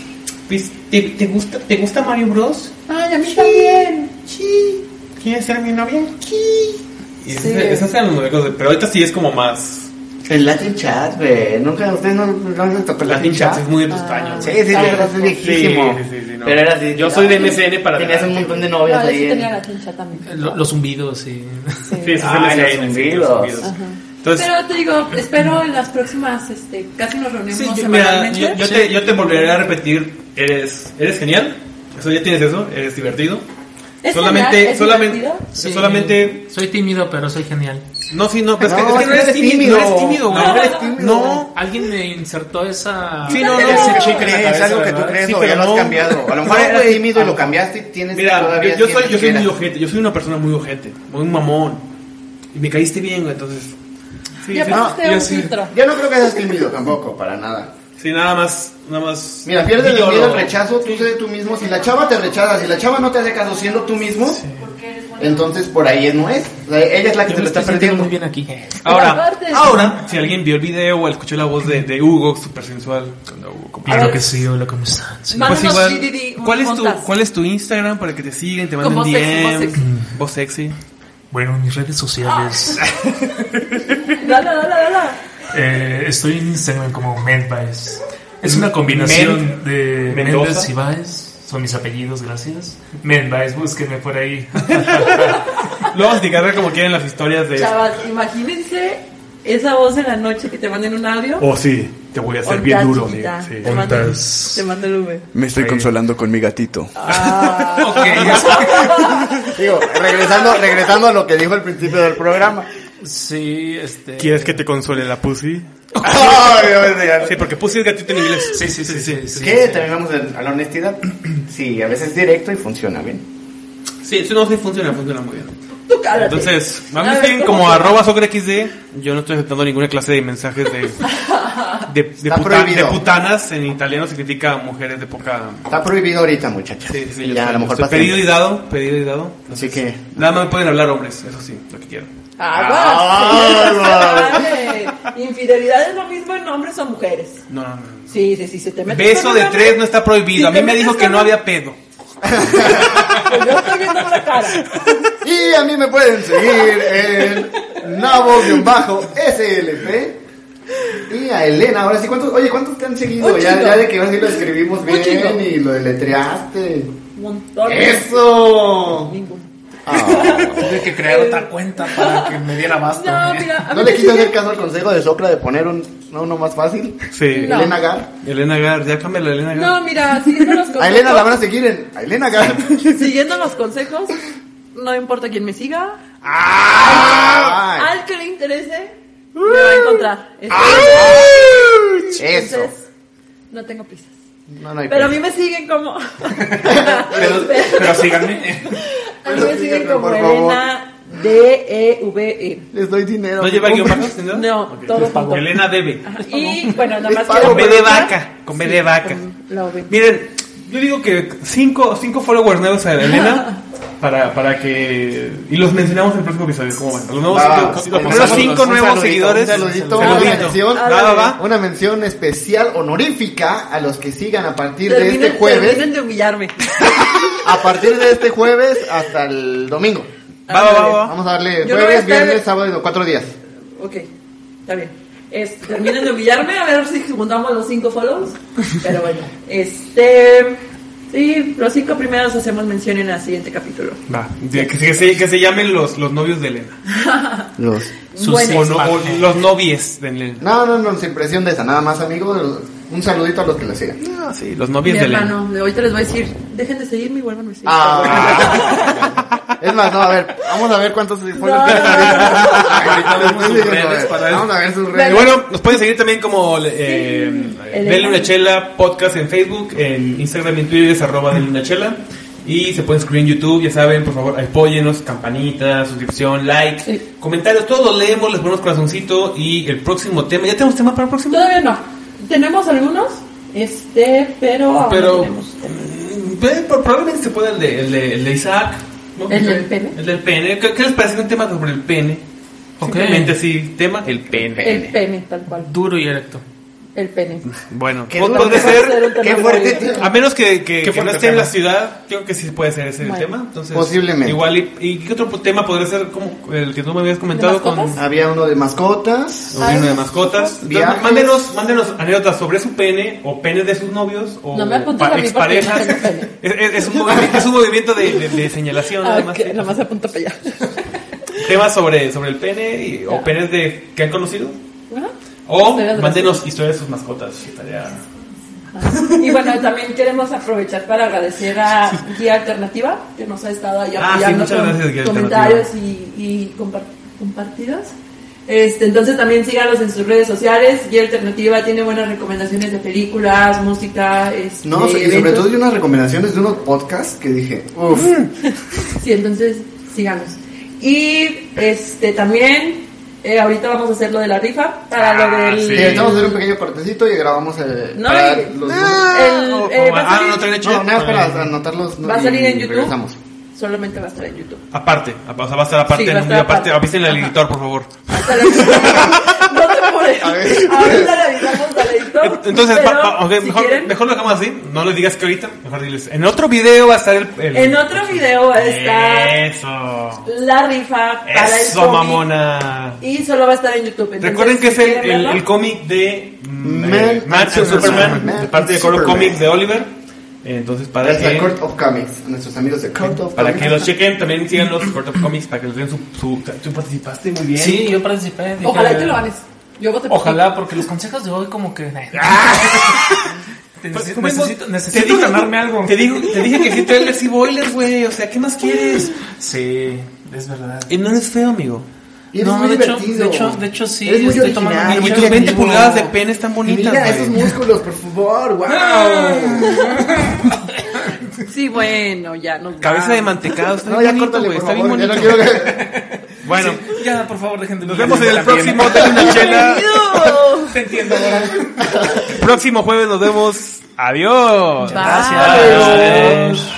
[SPEAKER 1] pues, ¿te, te gusta, ¿te gusta Mario Bros?
[SPEAKER 3] Ay, a mí también.
[SPEAKER 1] Sí. ¿Quieres ser mi novia? Sí. Y
[SPEAKER 3] Sí.
[SPEAKER 1] esas esas eran las novelas, pero ahorita sí es como más...
[SPEAKER 2] El Latin Chat, güey. Nunca, ustedes no, no les tocó
[SPEAKER 1] El
[SPEAKER 2] el
[SPEAKER 1] Latin Chat es muy de tus
[SPEAKER 11] Ah.
[SPEAKER 1] años.
[SPEAKER 2] Sí, sí, sí,
[SPEAKER 1] Ah,
[SPEAKER 2] pero es viejísimo.
[SPEAKER 1] Sí, sí, sí, no.
[SPEAKER 2] Pero era así. ah,
[SPEAKER 1] Yo soy de MSN para
[SPEAKER 2] Tenías un
[SPEAKER 1] adelante.
[SPEAKER 2] montón de
[SPEAKER 3] No,
[SPEAKER 2] novios
[SPEAKER 3] yo
[SPEAKER 2] ahí.
[SPEAKER 3] sí
[SPEAKER 2] en-
[SPEAKER 3] tenía la chincha también.
[SPEAKER 8] Lo- los zumbidos, sí.
[SPEAKER 1] Sí, esos
[SPEAKER 2] Ah,
[SPEAKER 1] MSN,
[SPEAKER 2] los
[SPEAKER 1] sí,
[SPEAKER 2] zumbidos.
[SPEAKER 1] zumbidos.
[SPEAKER 3] Ajá.
[SPEAKER 1] Entonces,
[SPEAKER 3] Pero te digo, espero en las próximas, este, casi nos reunimos
[SPEAKER 1] Sí, yo, mira,
[SPEAKER 3] semanalmente.
[SPEAKER 1] yo, yo te, yo te volveré a repetir, eres, eres genial, eso ya tienes eso, eres divertido.
[SPEAKER 3] ¿Es
[SPEAKER 1] solamente,
[SPEAKER 3] genial? ¿Es
[SPEAKER 1] solamente,
[SPEAKER 3] divertido?
[SPEAKER 8] Sí.
[SPEAKER 1] solamente,
[SPEAKER 8] Soy tímido, pero soy genial.
[SPEAKER 1] no, sí, no, pero es que,
[SPEAKER 2] No,
[SPEAKER 1] es que no eres tímido, no eres tímido, güey.
[SPEAKER 2] No, eres tímido.
[SPEAKER 1] No.
[SPEAKER 8] Alguien me insertó esa.
[SPEAKER 1] Sí, no, no,
[SPEAKER 2] Es
[SPEAKER 1] sí,
[SPEAKER 2] que tú
[SPEAKER 1] chica en la
[SPEAKER 2] crees,
[SPEAKER 1] cabeza,
[SPEAKER 2] algo que tú
[SPEAKER 1] ¿verdad?
[SPEAKER 2] crees
[SPEAKER 1] Sí,
[SPEAKER 2] o
[SPEAKER 1] pero
[SPEAKER 2] ya lo has
[SPEAKER 1] no.
[SPEAKER 2] cambiado. A lo mejor
[SPEAKER 1] No,
[SPEAKER 2] eras
[SPEAKER 1] güey.
[SPEAKER 2] tímido y lo cambiaste y tienes
[SPEAKER 1] Mira,
[SPEAKER 2] todavía
[SPEAKER 1] yo, yo soy,
[SPEAKER 2] tienes
[SPEAKER 1] yo soy
[SPEAKER 2] que
[SPEAKER 1] muy
[SPEAKER 2] era.
[SPEAKER 1] ojete, yo soy una persona muy ojete, muy mamón, y me caíste bien, güey, entonces, sí,
[SPEAKER 3] Ya este
[SPEAKER 1] sí,
[SPEAKER 3] pasaste
[SPEAKER 1] yo
[SPEAKER 3] un
[SPEAKER 1] sí.
[SPEAKER 3] filtro.
[SPEAKER 2] Yo no creo que seas tímido tampoco, para nada.
[SPEAKER 1] Sí, nada más, nada más.
[SPEAKER 2] Mira, pierdes el
[SPEAKER 1] Yo
[SPEAKER 2] miedo
[SPEAKER 1] lo-
[SPEAKER 2] al rechazo, tú sé tú mismo. Si la chava te rechaza, si la chava no te hace caso siendo tú mismo, entonces por ahí no es. O sea, ella es la que
[SPEAKER 8] Yo
[SPEAKER 2] te
[SPEAKER 8] me
[SPEAKER 2] lo está
[SPEAKER 8] estoy
[SPEAKER 2] perdiendo.
[SPEAKER 8] sintiendo muy bien aquí.
[SPEAKER 1] Ahora,
[SPEAKER 3] Aparte-
[SPEAKER 1] ahora, si alguien vio el video o escuchó la voz de, de Hugo, super sensual, cuando Hugo comparte-
[SPEAKER 8] Claro que sí, hola, ¿cómo están? Sí.
[SPEAKER 3] Mándanos
[SPEAKER 1] Pues igual,
[SPEAKER 3] GDD, un
[SPEAKER 1] ¿cuál, es tu,
[SPEAKER 3] montazo.
[SPEAKER 1] ¿Cuál es tu Instagram para que te sigan, te manden
[SPEAKER 3] Como sexy, voz
[SPEAKER 1] DM?
[SPEAKER 3] sexy.
[SPEAKER 1] Voz sexy.
[SPEAKER 8] Bueno, mis redes sociales.
[SPEAKER 3] Dale, dale, dale.
[SPEAKER 8] Eh, estoy en Instagram como Medvice. Es una combinación
[SPEAKER 1] Men-
[SPEAKER 8] de
[SPEAKER 1] Mendoza.
[SPEAKER 8] Mendes y Vice. Son mis apellidos, gracias. Medvice, búsquenme por ahí.
[SPEAKER 1] Lo vamos a indicar como quieren las historias de...
[SPEAKER 3] Chavas, imagínense esa voz en la noche que te manden un audio.
[SPEAKER 1] Oh, sí, te voy a hacer
[SPEAKER 3] Onda,
[SPEAKER 1] bien duro,
[SPEAKER 3] chiquita,
[SPEAKER 1] amigo, sí.
[SPEAKER 3] Te mando,
[SPEAKER 8] Ondas.
[SPEAKER 3] te mando el V. Ah,
[SPEAKER 12] Me estoy consolando con mi gatito.
[SPEAKER 1] Ah.
[SPEAKER 2] Digo, regresando, regresando a lo que dijo al principio del programa.
[SPEAKER 8] Sí, este.
[SPEAKER 1] ¿Quieres que te console la pussy?
[SPEAKER 2] Ay, Dios mío.
[SPEAKER 1] Sí, porque pussy es gatito en inglés.
[SPEAKER 8] Sí, sí, sí, sí. sí.
[SPEAKER 2] ¿Qué? También vamos a a la honestidad. Sí, a veces es directo y funciona bien.
[SPEAKER 1] Sí, eso no, sí funciona, funciona muy bien.
[SPEAKER 3] Tú cállate.
[SPEAKER 1] Entonces, a mí
[SPEAKER 3] A
[SPEAKER 1] me
[SPEAKER 3] ver,
[SPEAKER 1] siguen
[SPEAKER 3] ¿cómo
[SPEAKER 1] como
[SPEAKER 3] te-
[SPEAKER 1] arroba socrexd. Yo no estoy aceptando ninguna clase de mensajes de... De, de,
[SPEAKER 2] Está
[SPEAKER 1] puta-
[SPEAKER 2] prohibido.
[SPEAKER 1] de putanas, en italiano significa mujeres de poca...
[SPEAKER 2] Está prohibido ahorita, muchachas.
[SPEAKER 1] Sí, sí, yo
[SPEAKER 2] ya
[SPEAKER 1] sé,
[SPEAKER 2] a lo mejor
[SPEAKER 1] yo sé.
[SPEAKER 2] pasa.
[SPEAKER 1] Pedido y dado, pedido y dado.
[SPEAKER 2] Así que.
[SPEAKER 1] Nada más me pueden hablar hombres, eso sí, lo que quieran.
[SPEAKER 3] Aguas. Vale. Infidelidad es lo mismo en hombres o mujeres.
[SPEAKER 1] No, no, no.
[SPEAKER 3] Sí, sí, sí, se te mete.
[SPEAKER 1] Beso de tres no está prohibido. A mí me dijo que no había pedo.
[SPEAKER 3] Yo estoy viendo la cara.
[SPEAKER 2] Y a mí me pueden seguir en Nabo-SLP. Y a Elena, ahora sí, ¿cuántos, oye, ¿cuántos te han seguido?
[SPEAKER 3] Un
[SPEAKER 2] Ya,
[SPEAKER 3] chingo.
[SPEAKER 2] ya de que ahora sí lo escribimos bien
[SPEAKER 3] chingo.
[SPEAKER 2] y lo deletreaste.
[SPEAKER 3] Montón.
[SPEAKER 2] ¡Eso!
[SPEAKER 3] Ninguno.
[SPEAKER 2] Ah,
[SPEAKER 8] Tuve que crear otra cuenta para que me diera basto.
[SPEAKER 3] No, mira, a
[SPEAKER 2] ¿No
[SPEAKER 3] mí
[SPEAKER 2] le
[SPEAKER 3] me
[SPEAKER 2] quise
[SPEAKER 3] siguen-
[SPEAKER 2] hacer caso al consejo de Socra de poner un, no, uno más fácil?
[SPEAKER 1] Sí.
[SPEAKER 3] No.
[SPEAKER 2] Elena Gar.
[SPEAKER 1] Elena Gar, ya cámbiala, Elena Gar.
[SPEAKER 3] No, mira, siguiendo los consejos.
[SPEAKER 2] A Elena la van a seguir en a Elena Gar.
[SPEAKER 3] Siguiendo los consejos, no importa quién me siga,
[SPEAKER 2] ¡Ah!
[SPEAKER 3] al que le interese, me va a encontrar. Este-
[SPEAKER 2] Eso.
[SPEAKER 3] Entonces, no tengo prisas.
[SPEAKER 2] No, no hay
[SPEAKER 3] Pero a mí
[SPEAKER 2] pedo.
[SPEAKER 3] me siguen como.
[SPEAKER 2] Pero-
[SPEAKER 8] Pero síganme.
[SPEAKER 3] A mí me siguen
[SPEAKER 2] Pero
[SPEAKER 3] como
[SPEAKER 2] por favor.
[SPEAKER 3] Elena D-E-V-E.
[SPEAKER 2] Les doy dinero.
[SPEAKER 1] ¿No lleva guión bajo, señor?
[SPEAKER 3] E. No,
[SPEAKER 1] Ok.
[SPEAKER 3] todo junto.
[SPEAKER 1] Elena debe.
[SPEAKER 3] Ajá, Y bueno, nada
[SPEAKER 2] Les
[SPEAKER 3] más
[SPEAKER 2] pago
[SPEAKER 3] quiero
[SPEAKER 1] Con B de
[SPEAKER 3] aprovechar-
[SPEAKER 1] vaca. Con B de vaca.
[SPEAKER 3] con La V.
[SPEAKER 1] Miren, yo digo que cinco, cinco followers nuevos a Elena. Para, para que. Y los mencionamos en el próximo episodio. ¿Cómo van? A Los nuevos
[SPEAKER 2] Va,
[SPEAKER 1] cinco,
[SPEAKER 2] sí,
[SPEAKER 1] los
[SPEAKER 2] sí,
[SPEAKER 1] primeros
[SPEAKER 2] sí.
[SPEAKER 1] cinco
[SPEAKER 2] Un
[SPEAKER 1] nuevos
[SPEAKER 2] saludito,
[SPEAKER 1] seguidores.
[SPEAKER 2] un saludito, una mención.
[SPEAKER 1] Va, va, va.
[SPEAKER 2] Ah, Una mención especial honorífica a los que sigan a partir de
[SPEAKER 3] Terminen,
[SPEAKER 2] este jueves.
[SPEAKER 3] terminen de humillarme.
[SPEAKER 2] A partir de este jueves hasta el domingo.
[SPEAKER 1] Va, va, va, va.
[SPEAKER 2] Vamos a darle
[SPEAKER 3] Yo no voy a
[SPEAKER 2] jueves,
[SPEAKER 3] estar-
[SPEAKER 2] viernes, sábado, y domingo, cuatro días.
[SPEAKER 3] Ah, Ok, está bien. Es, terminen de humillarme, a ver si juntamos los cinco follows. Pero bueno, este. Sí, los cinco primeros hacemos mención en el siguiente capítulo.
[SPEAKER 1] Va, que, que se, que se llamen los, los novios de Elena.
[SPEAKER 2] Los.
[SPEAKER 1] O no- o los novies de Elena.
[SPEAKER 2] No, no, no, sin presión de esa, nada más, amigos. Un saludito a los que la sigan.
[SPEAKER 1] Ah, sí, los
[SPEAKER 3] Mi
[SPEAKER 1] novios de Elena.
[SPEAKER 3] hermano, de ahorita les voy a decir, dejen de seguirme y vuelvan a seguir.
[SPEAKER 2] Ah. es más, no, a ver, vamos a ver cuántos fue
[SPEAKER 3] No, no, no, no.
[SPEAKER 1] Ahorita vemos Ah, sus redes para eso.
[SPEAKER 2] Vamos a ver sus
[SPEAKER 1] Y
[SPEAKER 2] redes.
[SPEAKER 1] bueno, nos pueden seguir también como eh, Denle una chela podcast en Facebook, en Instagram y en Twitter es arroba Denle una chela. Y se pueden suscribir en YouTube, ya saben, por favor, apóyenos, campanita, suscripción, like,
[SPEAKER 3] Sí.
[SPEAKER 1] comentarios, todos los leemos, les ponemos corazoncito y el próximo tema, ¿ya tenemos tema para el próximo?
[SPEAKER 3] Todavía no. Tenemos algunos, este, pero aún no
[SPEAKER 1] Pero
[SPEAKER 3] tenemos.
[SPEAKER 1] mm, eh, pro- probablemente se pueda el de, el de, el de Isaac. ¿no?
[SPEAKER 3] ¿El del pene?
[SPEAKER 1] El del pene. ¿Qué, qué les parece un tema sobre el pene?
[SPEAKER 8] Ok.
[SPEAKER 1] Simplemente así, tema, el pene.
[SPEAKER 3] el pene, tal cual.
[SPEAKER 8] Duro y erecto.
[SPEAKER 3] el pene.
[SPEAKER 1] Bueno,
[SPEAKER 2] ¿Qué
[SPEAKER 1] pod-
[SPEAKER 2] duro
[SPEAKER 1] puede
[SPEAKER 2] es
[SPEAKER 3] hacer
[SPEAKER 1] ser.
[SPEAKER 3] un
[SPEAKER 2] Qué fuerte tema.
[SPEAKER 1] A menos que, que,
[SPEAKER 4] Qué
[SPEAKER 1] que no
[SPEAKER 4] fuerte
[SPEAKER 1] esté en
[SPEAKER 4] tema.
[SPEAKER 1] la ciudad, creo que sí puede ser ese el
[SPEAKER 3] Bueno.
[SPEAKER 1] tema. Entonces,
[SPEAKER 2] Posiblemente.
[SPEAKER 1] Igual, y, y qué otro tema podría ser como el que tú me habías comentado?
[SPEAKER 3] ¿De
[SPEAKER 1] Con
[SPEAKER 3] mascotas? Ah,
[SPEAKER 2] Había uno de mascotas.
[SPEAKER 1] o uno de mascotas. Entonces,
[SPEAKER 2] Viajes.
[SPEAKER 1] mándenos, mándenos anécdotas sobre su pene o penes de sus novios o
[SPEAKER 3] No me apuntes
[SPEAKER 1] pa-
[SPEAKER 3] a mí porque yo no
[SPEAKER 1] exparejas.
[SPEAKER 3] tengo pene.
[SPEAKER 1] Es, es- es un movimiento, es un movimiento de, de- de señalación,
[SPEAKER 3] Ah,
[SPEAKER 1] nada más.
[SPEAKER 3] ok, nada más apunta para allá.
[SPEAKER 1] Temas sobre, sobre el pene y- o
[SPEAKER 3] Ya.
[SPEAKER 1] penes de, que han conocido.
[SPEAKER 3] Ajá.
[SPEAKER 1] O
[SPEAKER 3] Historias de
[SPEAKER 1] mándenos historias de sus mascotas. estaría-
[SPEAKER 3] Y bueno, también queremos aprovechar para agradecer a Guía Alternativa, que nos ha estado ahí
[SPEAKER 1] Ah, sí,
[SPEAKER 3] apoyando
[SPEAKER 1] muchas
[SPEAKER 3] con
[SPEAKER 1] gracias, Guía
[SPEAKER 3] comentarios y, y compar- compartidas. Este, entonces también síganos en sus redes sociales. Guía Alternativa tiene buenas recomendaciones de películas, música. Este,
[SPEAKER 2] No, y sobre
[SPEAKER 3] eventos.
[SPEAKER 2] todo hay unas recomendaciones de unos podcasts que dije, uff,
[SPEAKER 3] Sí, entonces síganos. Y este también, eh, ahorita vamos a hacer lo de la rifa para lo
[SPEAKER 1] Ah,
[SPEAKER 3] del.
[SPEAKER 1] sí.
[SPEAKER 2] que vamos a hacer un pequeño partecito y grabamos el.
[SPEAKER 3] No,
[SPEAKER 2] para
[SPEAKER 3] y-
[SPEAKER 2] los-
[SPEAKER 3] El-
[SPEAKER 1] O-
[SPEAKER 3] eh,
[SPEAKER 1] o-
[SPEAKER 3] va a
[SPEAKER 1] ah,
[SPEAKER 3] salir-
[SPEAKER 1] no, traen hecho
[SPEAKER 2] No,
[SPEAKER 1] ya.
[SPEAKER 2] nada más para anotar los.
[SPEAKER 3] Va a salir en
[SPEAKER 2] y
[SPEAKER 3] YouTube.
[SPEAKER 2] Regresamos.
[SPEAKER 3] Solamente va a estar en YouTube.
[SPEAKER 1] Aparte, apa- o sea, va a estar aparte,
[SPEAKER 3] Sí, va
[SPEAKER 1] en
[SPEAKER 3] a
[SPEAKER 1] un
[SPEAKER 3] estar
[SPEAKER 1] video aparte.
[SPEAKER 3] aparte.
[SPEAKER 1] Avísenle al
[SPEAKER 3] Ajá.
[SPEAKER 1] editor, por favor.
[SPEAKER 3] Hasta la No te pones.
[SPEAKER 2] A ver.
[SPEAKER 3] Ahorita le avisamos al editor.
[SPEAKER 1] Entonces,
[SPEAKER 3] pero
[SPEAKER 1] va- va- ok,
[SPEAKER 3] si
[SPEAKER 1] mejor,
[SPEAKER 3] quieren,
[SPEAKER 1] mejor lo dejamos así. No lo digas que ahorita. Mejor diles. En otro video va a estar el. el-
[SPEAKER 3] En otro video está
[SPEAKER 1] Eso.
[SPEAKER 3] la rifa para el
[SPEAKER 1] Eh. Eso,
[SPEAKER 3] cómic
[SPEAKER 1] mamona.
[SPEAKER 3] Y solo va a estar en YouTube. Entonces,
[SPEAKER 1] Recuerden que
[SPEAKER 3] si
[SPEAKER 1] es el,
[SPEAKER 3] quieren
[SPEAKER 1] el,
[SPEAKER 3] verlo,
[SPEAKER 1] el cómic de mm,
[SPEAKER 2] Man
[SPEAKER 1] eh, Man
[SPEAKER 2] and
[SPEAKER 1] and Superman,
[SPEAKER 2] Superman.
[SPEAKER 1] de parte de Coro
[SPEAKER 2] Superman.
[SPEAKER 1] Comics de Oliver. Entonces, para
[SPEAKER 2] Es la
[SPEAKER 1] que,
[SPEAKER 2] Court of Comics, a nuestros amigos de Court of
[SPEAKER 1] para
[SPEAKER 2] Comics.
[SPEAKER 1] que lo chequen, también sigan los Court of Comics para que les den su, su. Tú participaste muy bien.
[SPEAKER 4] Sí, yo participé. dije,
[SPEAKER 3] Ojalá y te lo ganes. Yo voté por ti.
[SPEAKER 4] Ojalá, porque los consejos de hoy como que...
[SPEAKER 8] eh.
[SPEAKER 1] Pues,
[SPEAKER 4] Necesito,
[SPEAKER 1] ¿cómo
[SPEAKER 4] necesito,
[SPEAKER 1] es?
[SPEAKER 4] necesito
[SPEAKER 1] Te dije-
[SPEAKER 4] ganarme algo.
[SPEAKER 1] Te, digo, te dije que sí, tú eres y boilers, güey. O sea, ¿qué más quieres?
[SPEAKER 4] Sí, es verdad.
[SPEAKER 1] Y no es feo, amigo.
[SPEAKER 2] Y eres
[SPEAKER 4] No,
[SPEAKER 2] muy
[SPEAKER 4] de hecho-
[SPEAKER 2] divertido.
[SPEAKER 4] de hecho- de hecho sí,
[SPEAKER 2] Eres muy
[SPEAKER 4] estoy tomando
[SPEAKER 2] original,
[SPEAKER 4] un-
[SPEAKER 2] muy
[SPEAKER 1] Y tus 20
[SPEAKER 2] creativo.
[SPEAKER 1] pulgadas de pene están bonitas,
[SPEAKER 2] Mira
[SPEAKER 1] güey.
[SPEAKER 2] esos músculos, por favor,
[SPEAKER 4] ¡Ah!
[SPEAKER 2] wow.
[SPEAKER 3] Sí, bueno, ya nos
[SPEAKER 1] Cabeza
[SPEAKER 3] va.
[SPEAKER 1] de mantecado. Está
[SPEAKER 2] Ah. No,
[SPEAKER 1] bien
[SPEAKER 2] ya
[SPEAKER 1] bonito,
[SPEAKER 2] córtale,
[SPEAKER 1] güey.
[SPEAKER 2] por
[SPEAKER 1] Está bien
[SPEAKER 2] favor. Ya no
[SPEAKER 1] bonito.
[SPEAKER 2] quiero ver.
[SPEAKER 1] Bueno,
[SPEAKER 4] Ya, por favor, dejen de
[SPEAKER 1] nos vemos en el próximo. Dale una chela.
[SPEAKER 3] Adiós.
[SPEAKER 4] Te entiendo, ahora.
[SPEAKER 1] Próximo jueves nos vemos. Adiós.
[SPEAKER 3] Bye.
[SPEAKER 4] Gracias.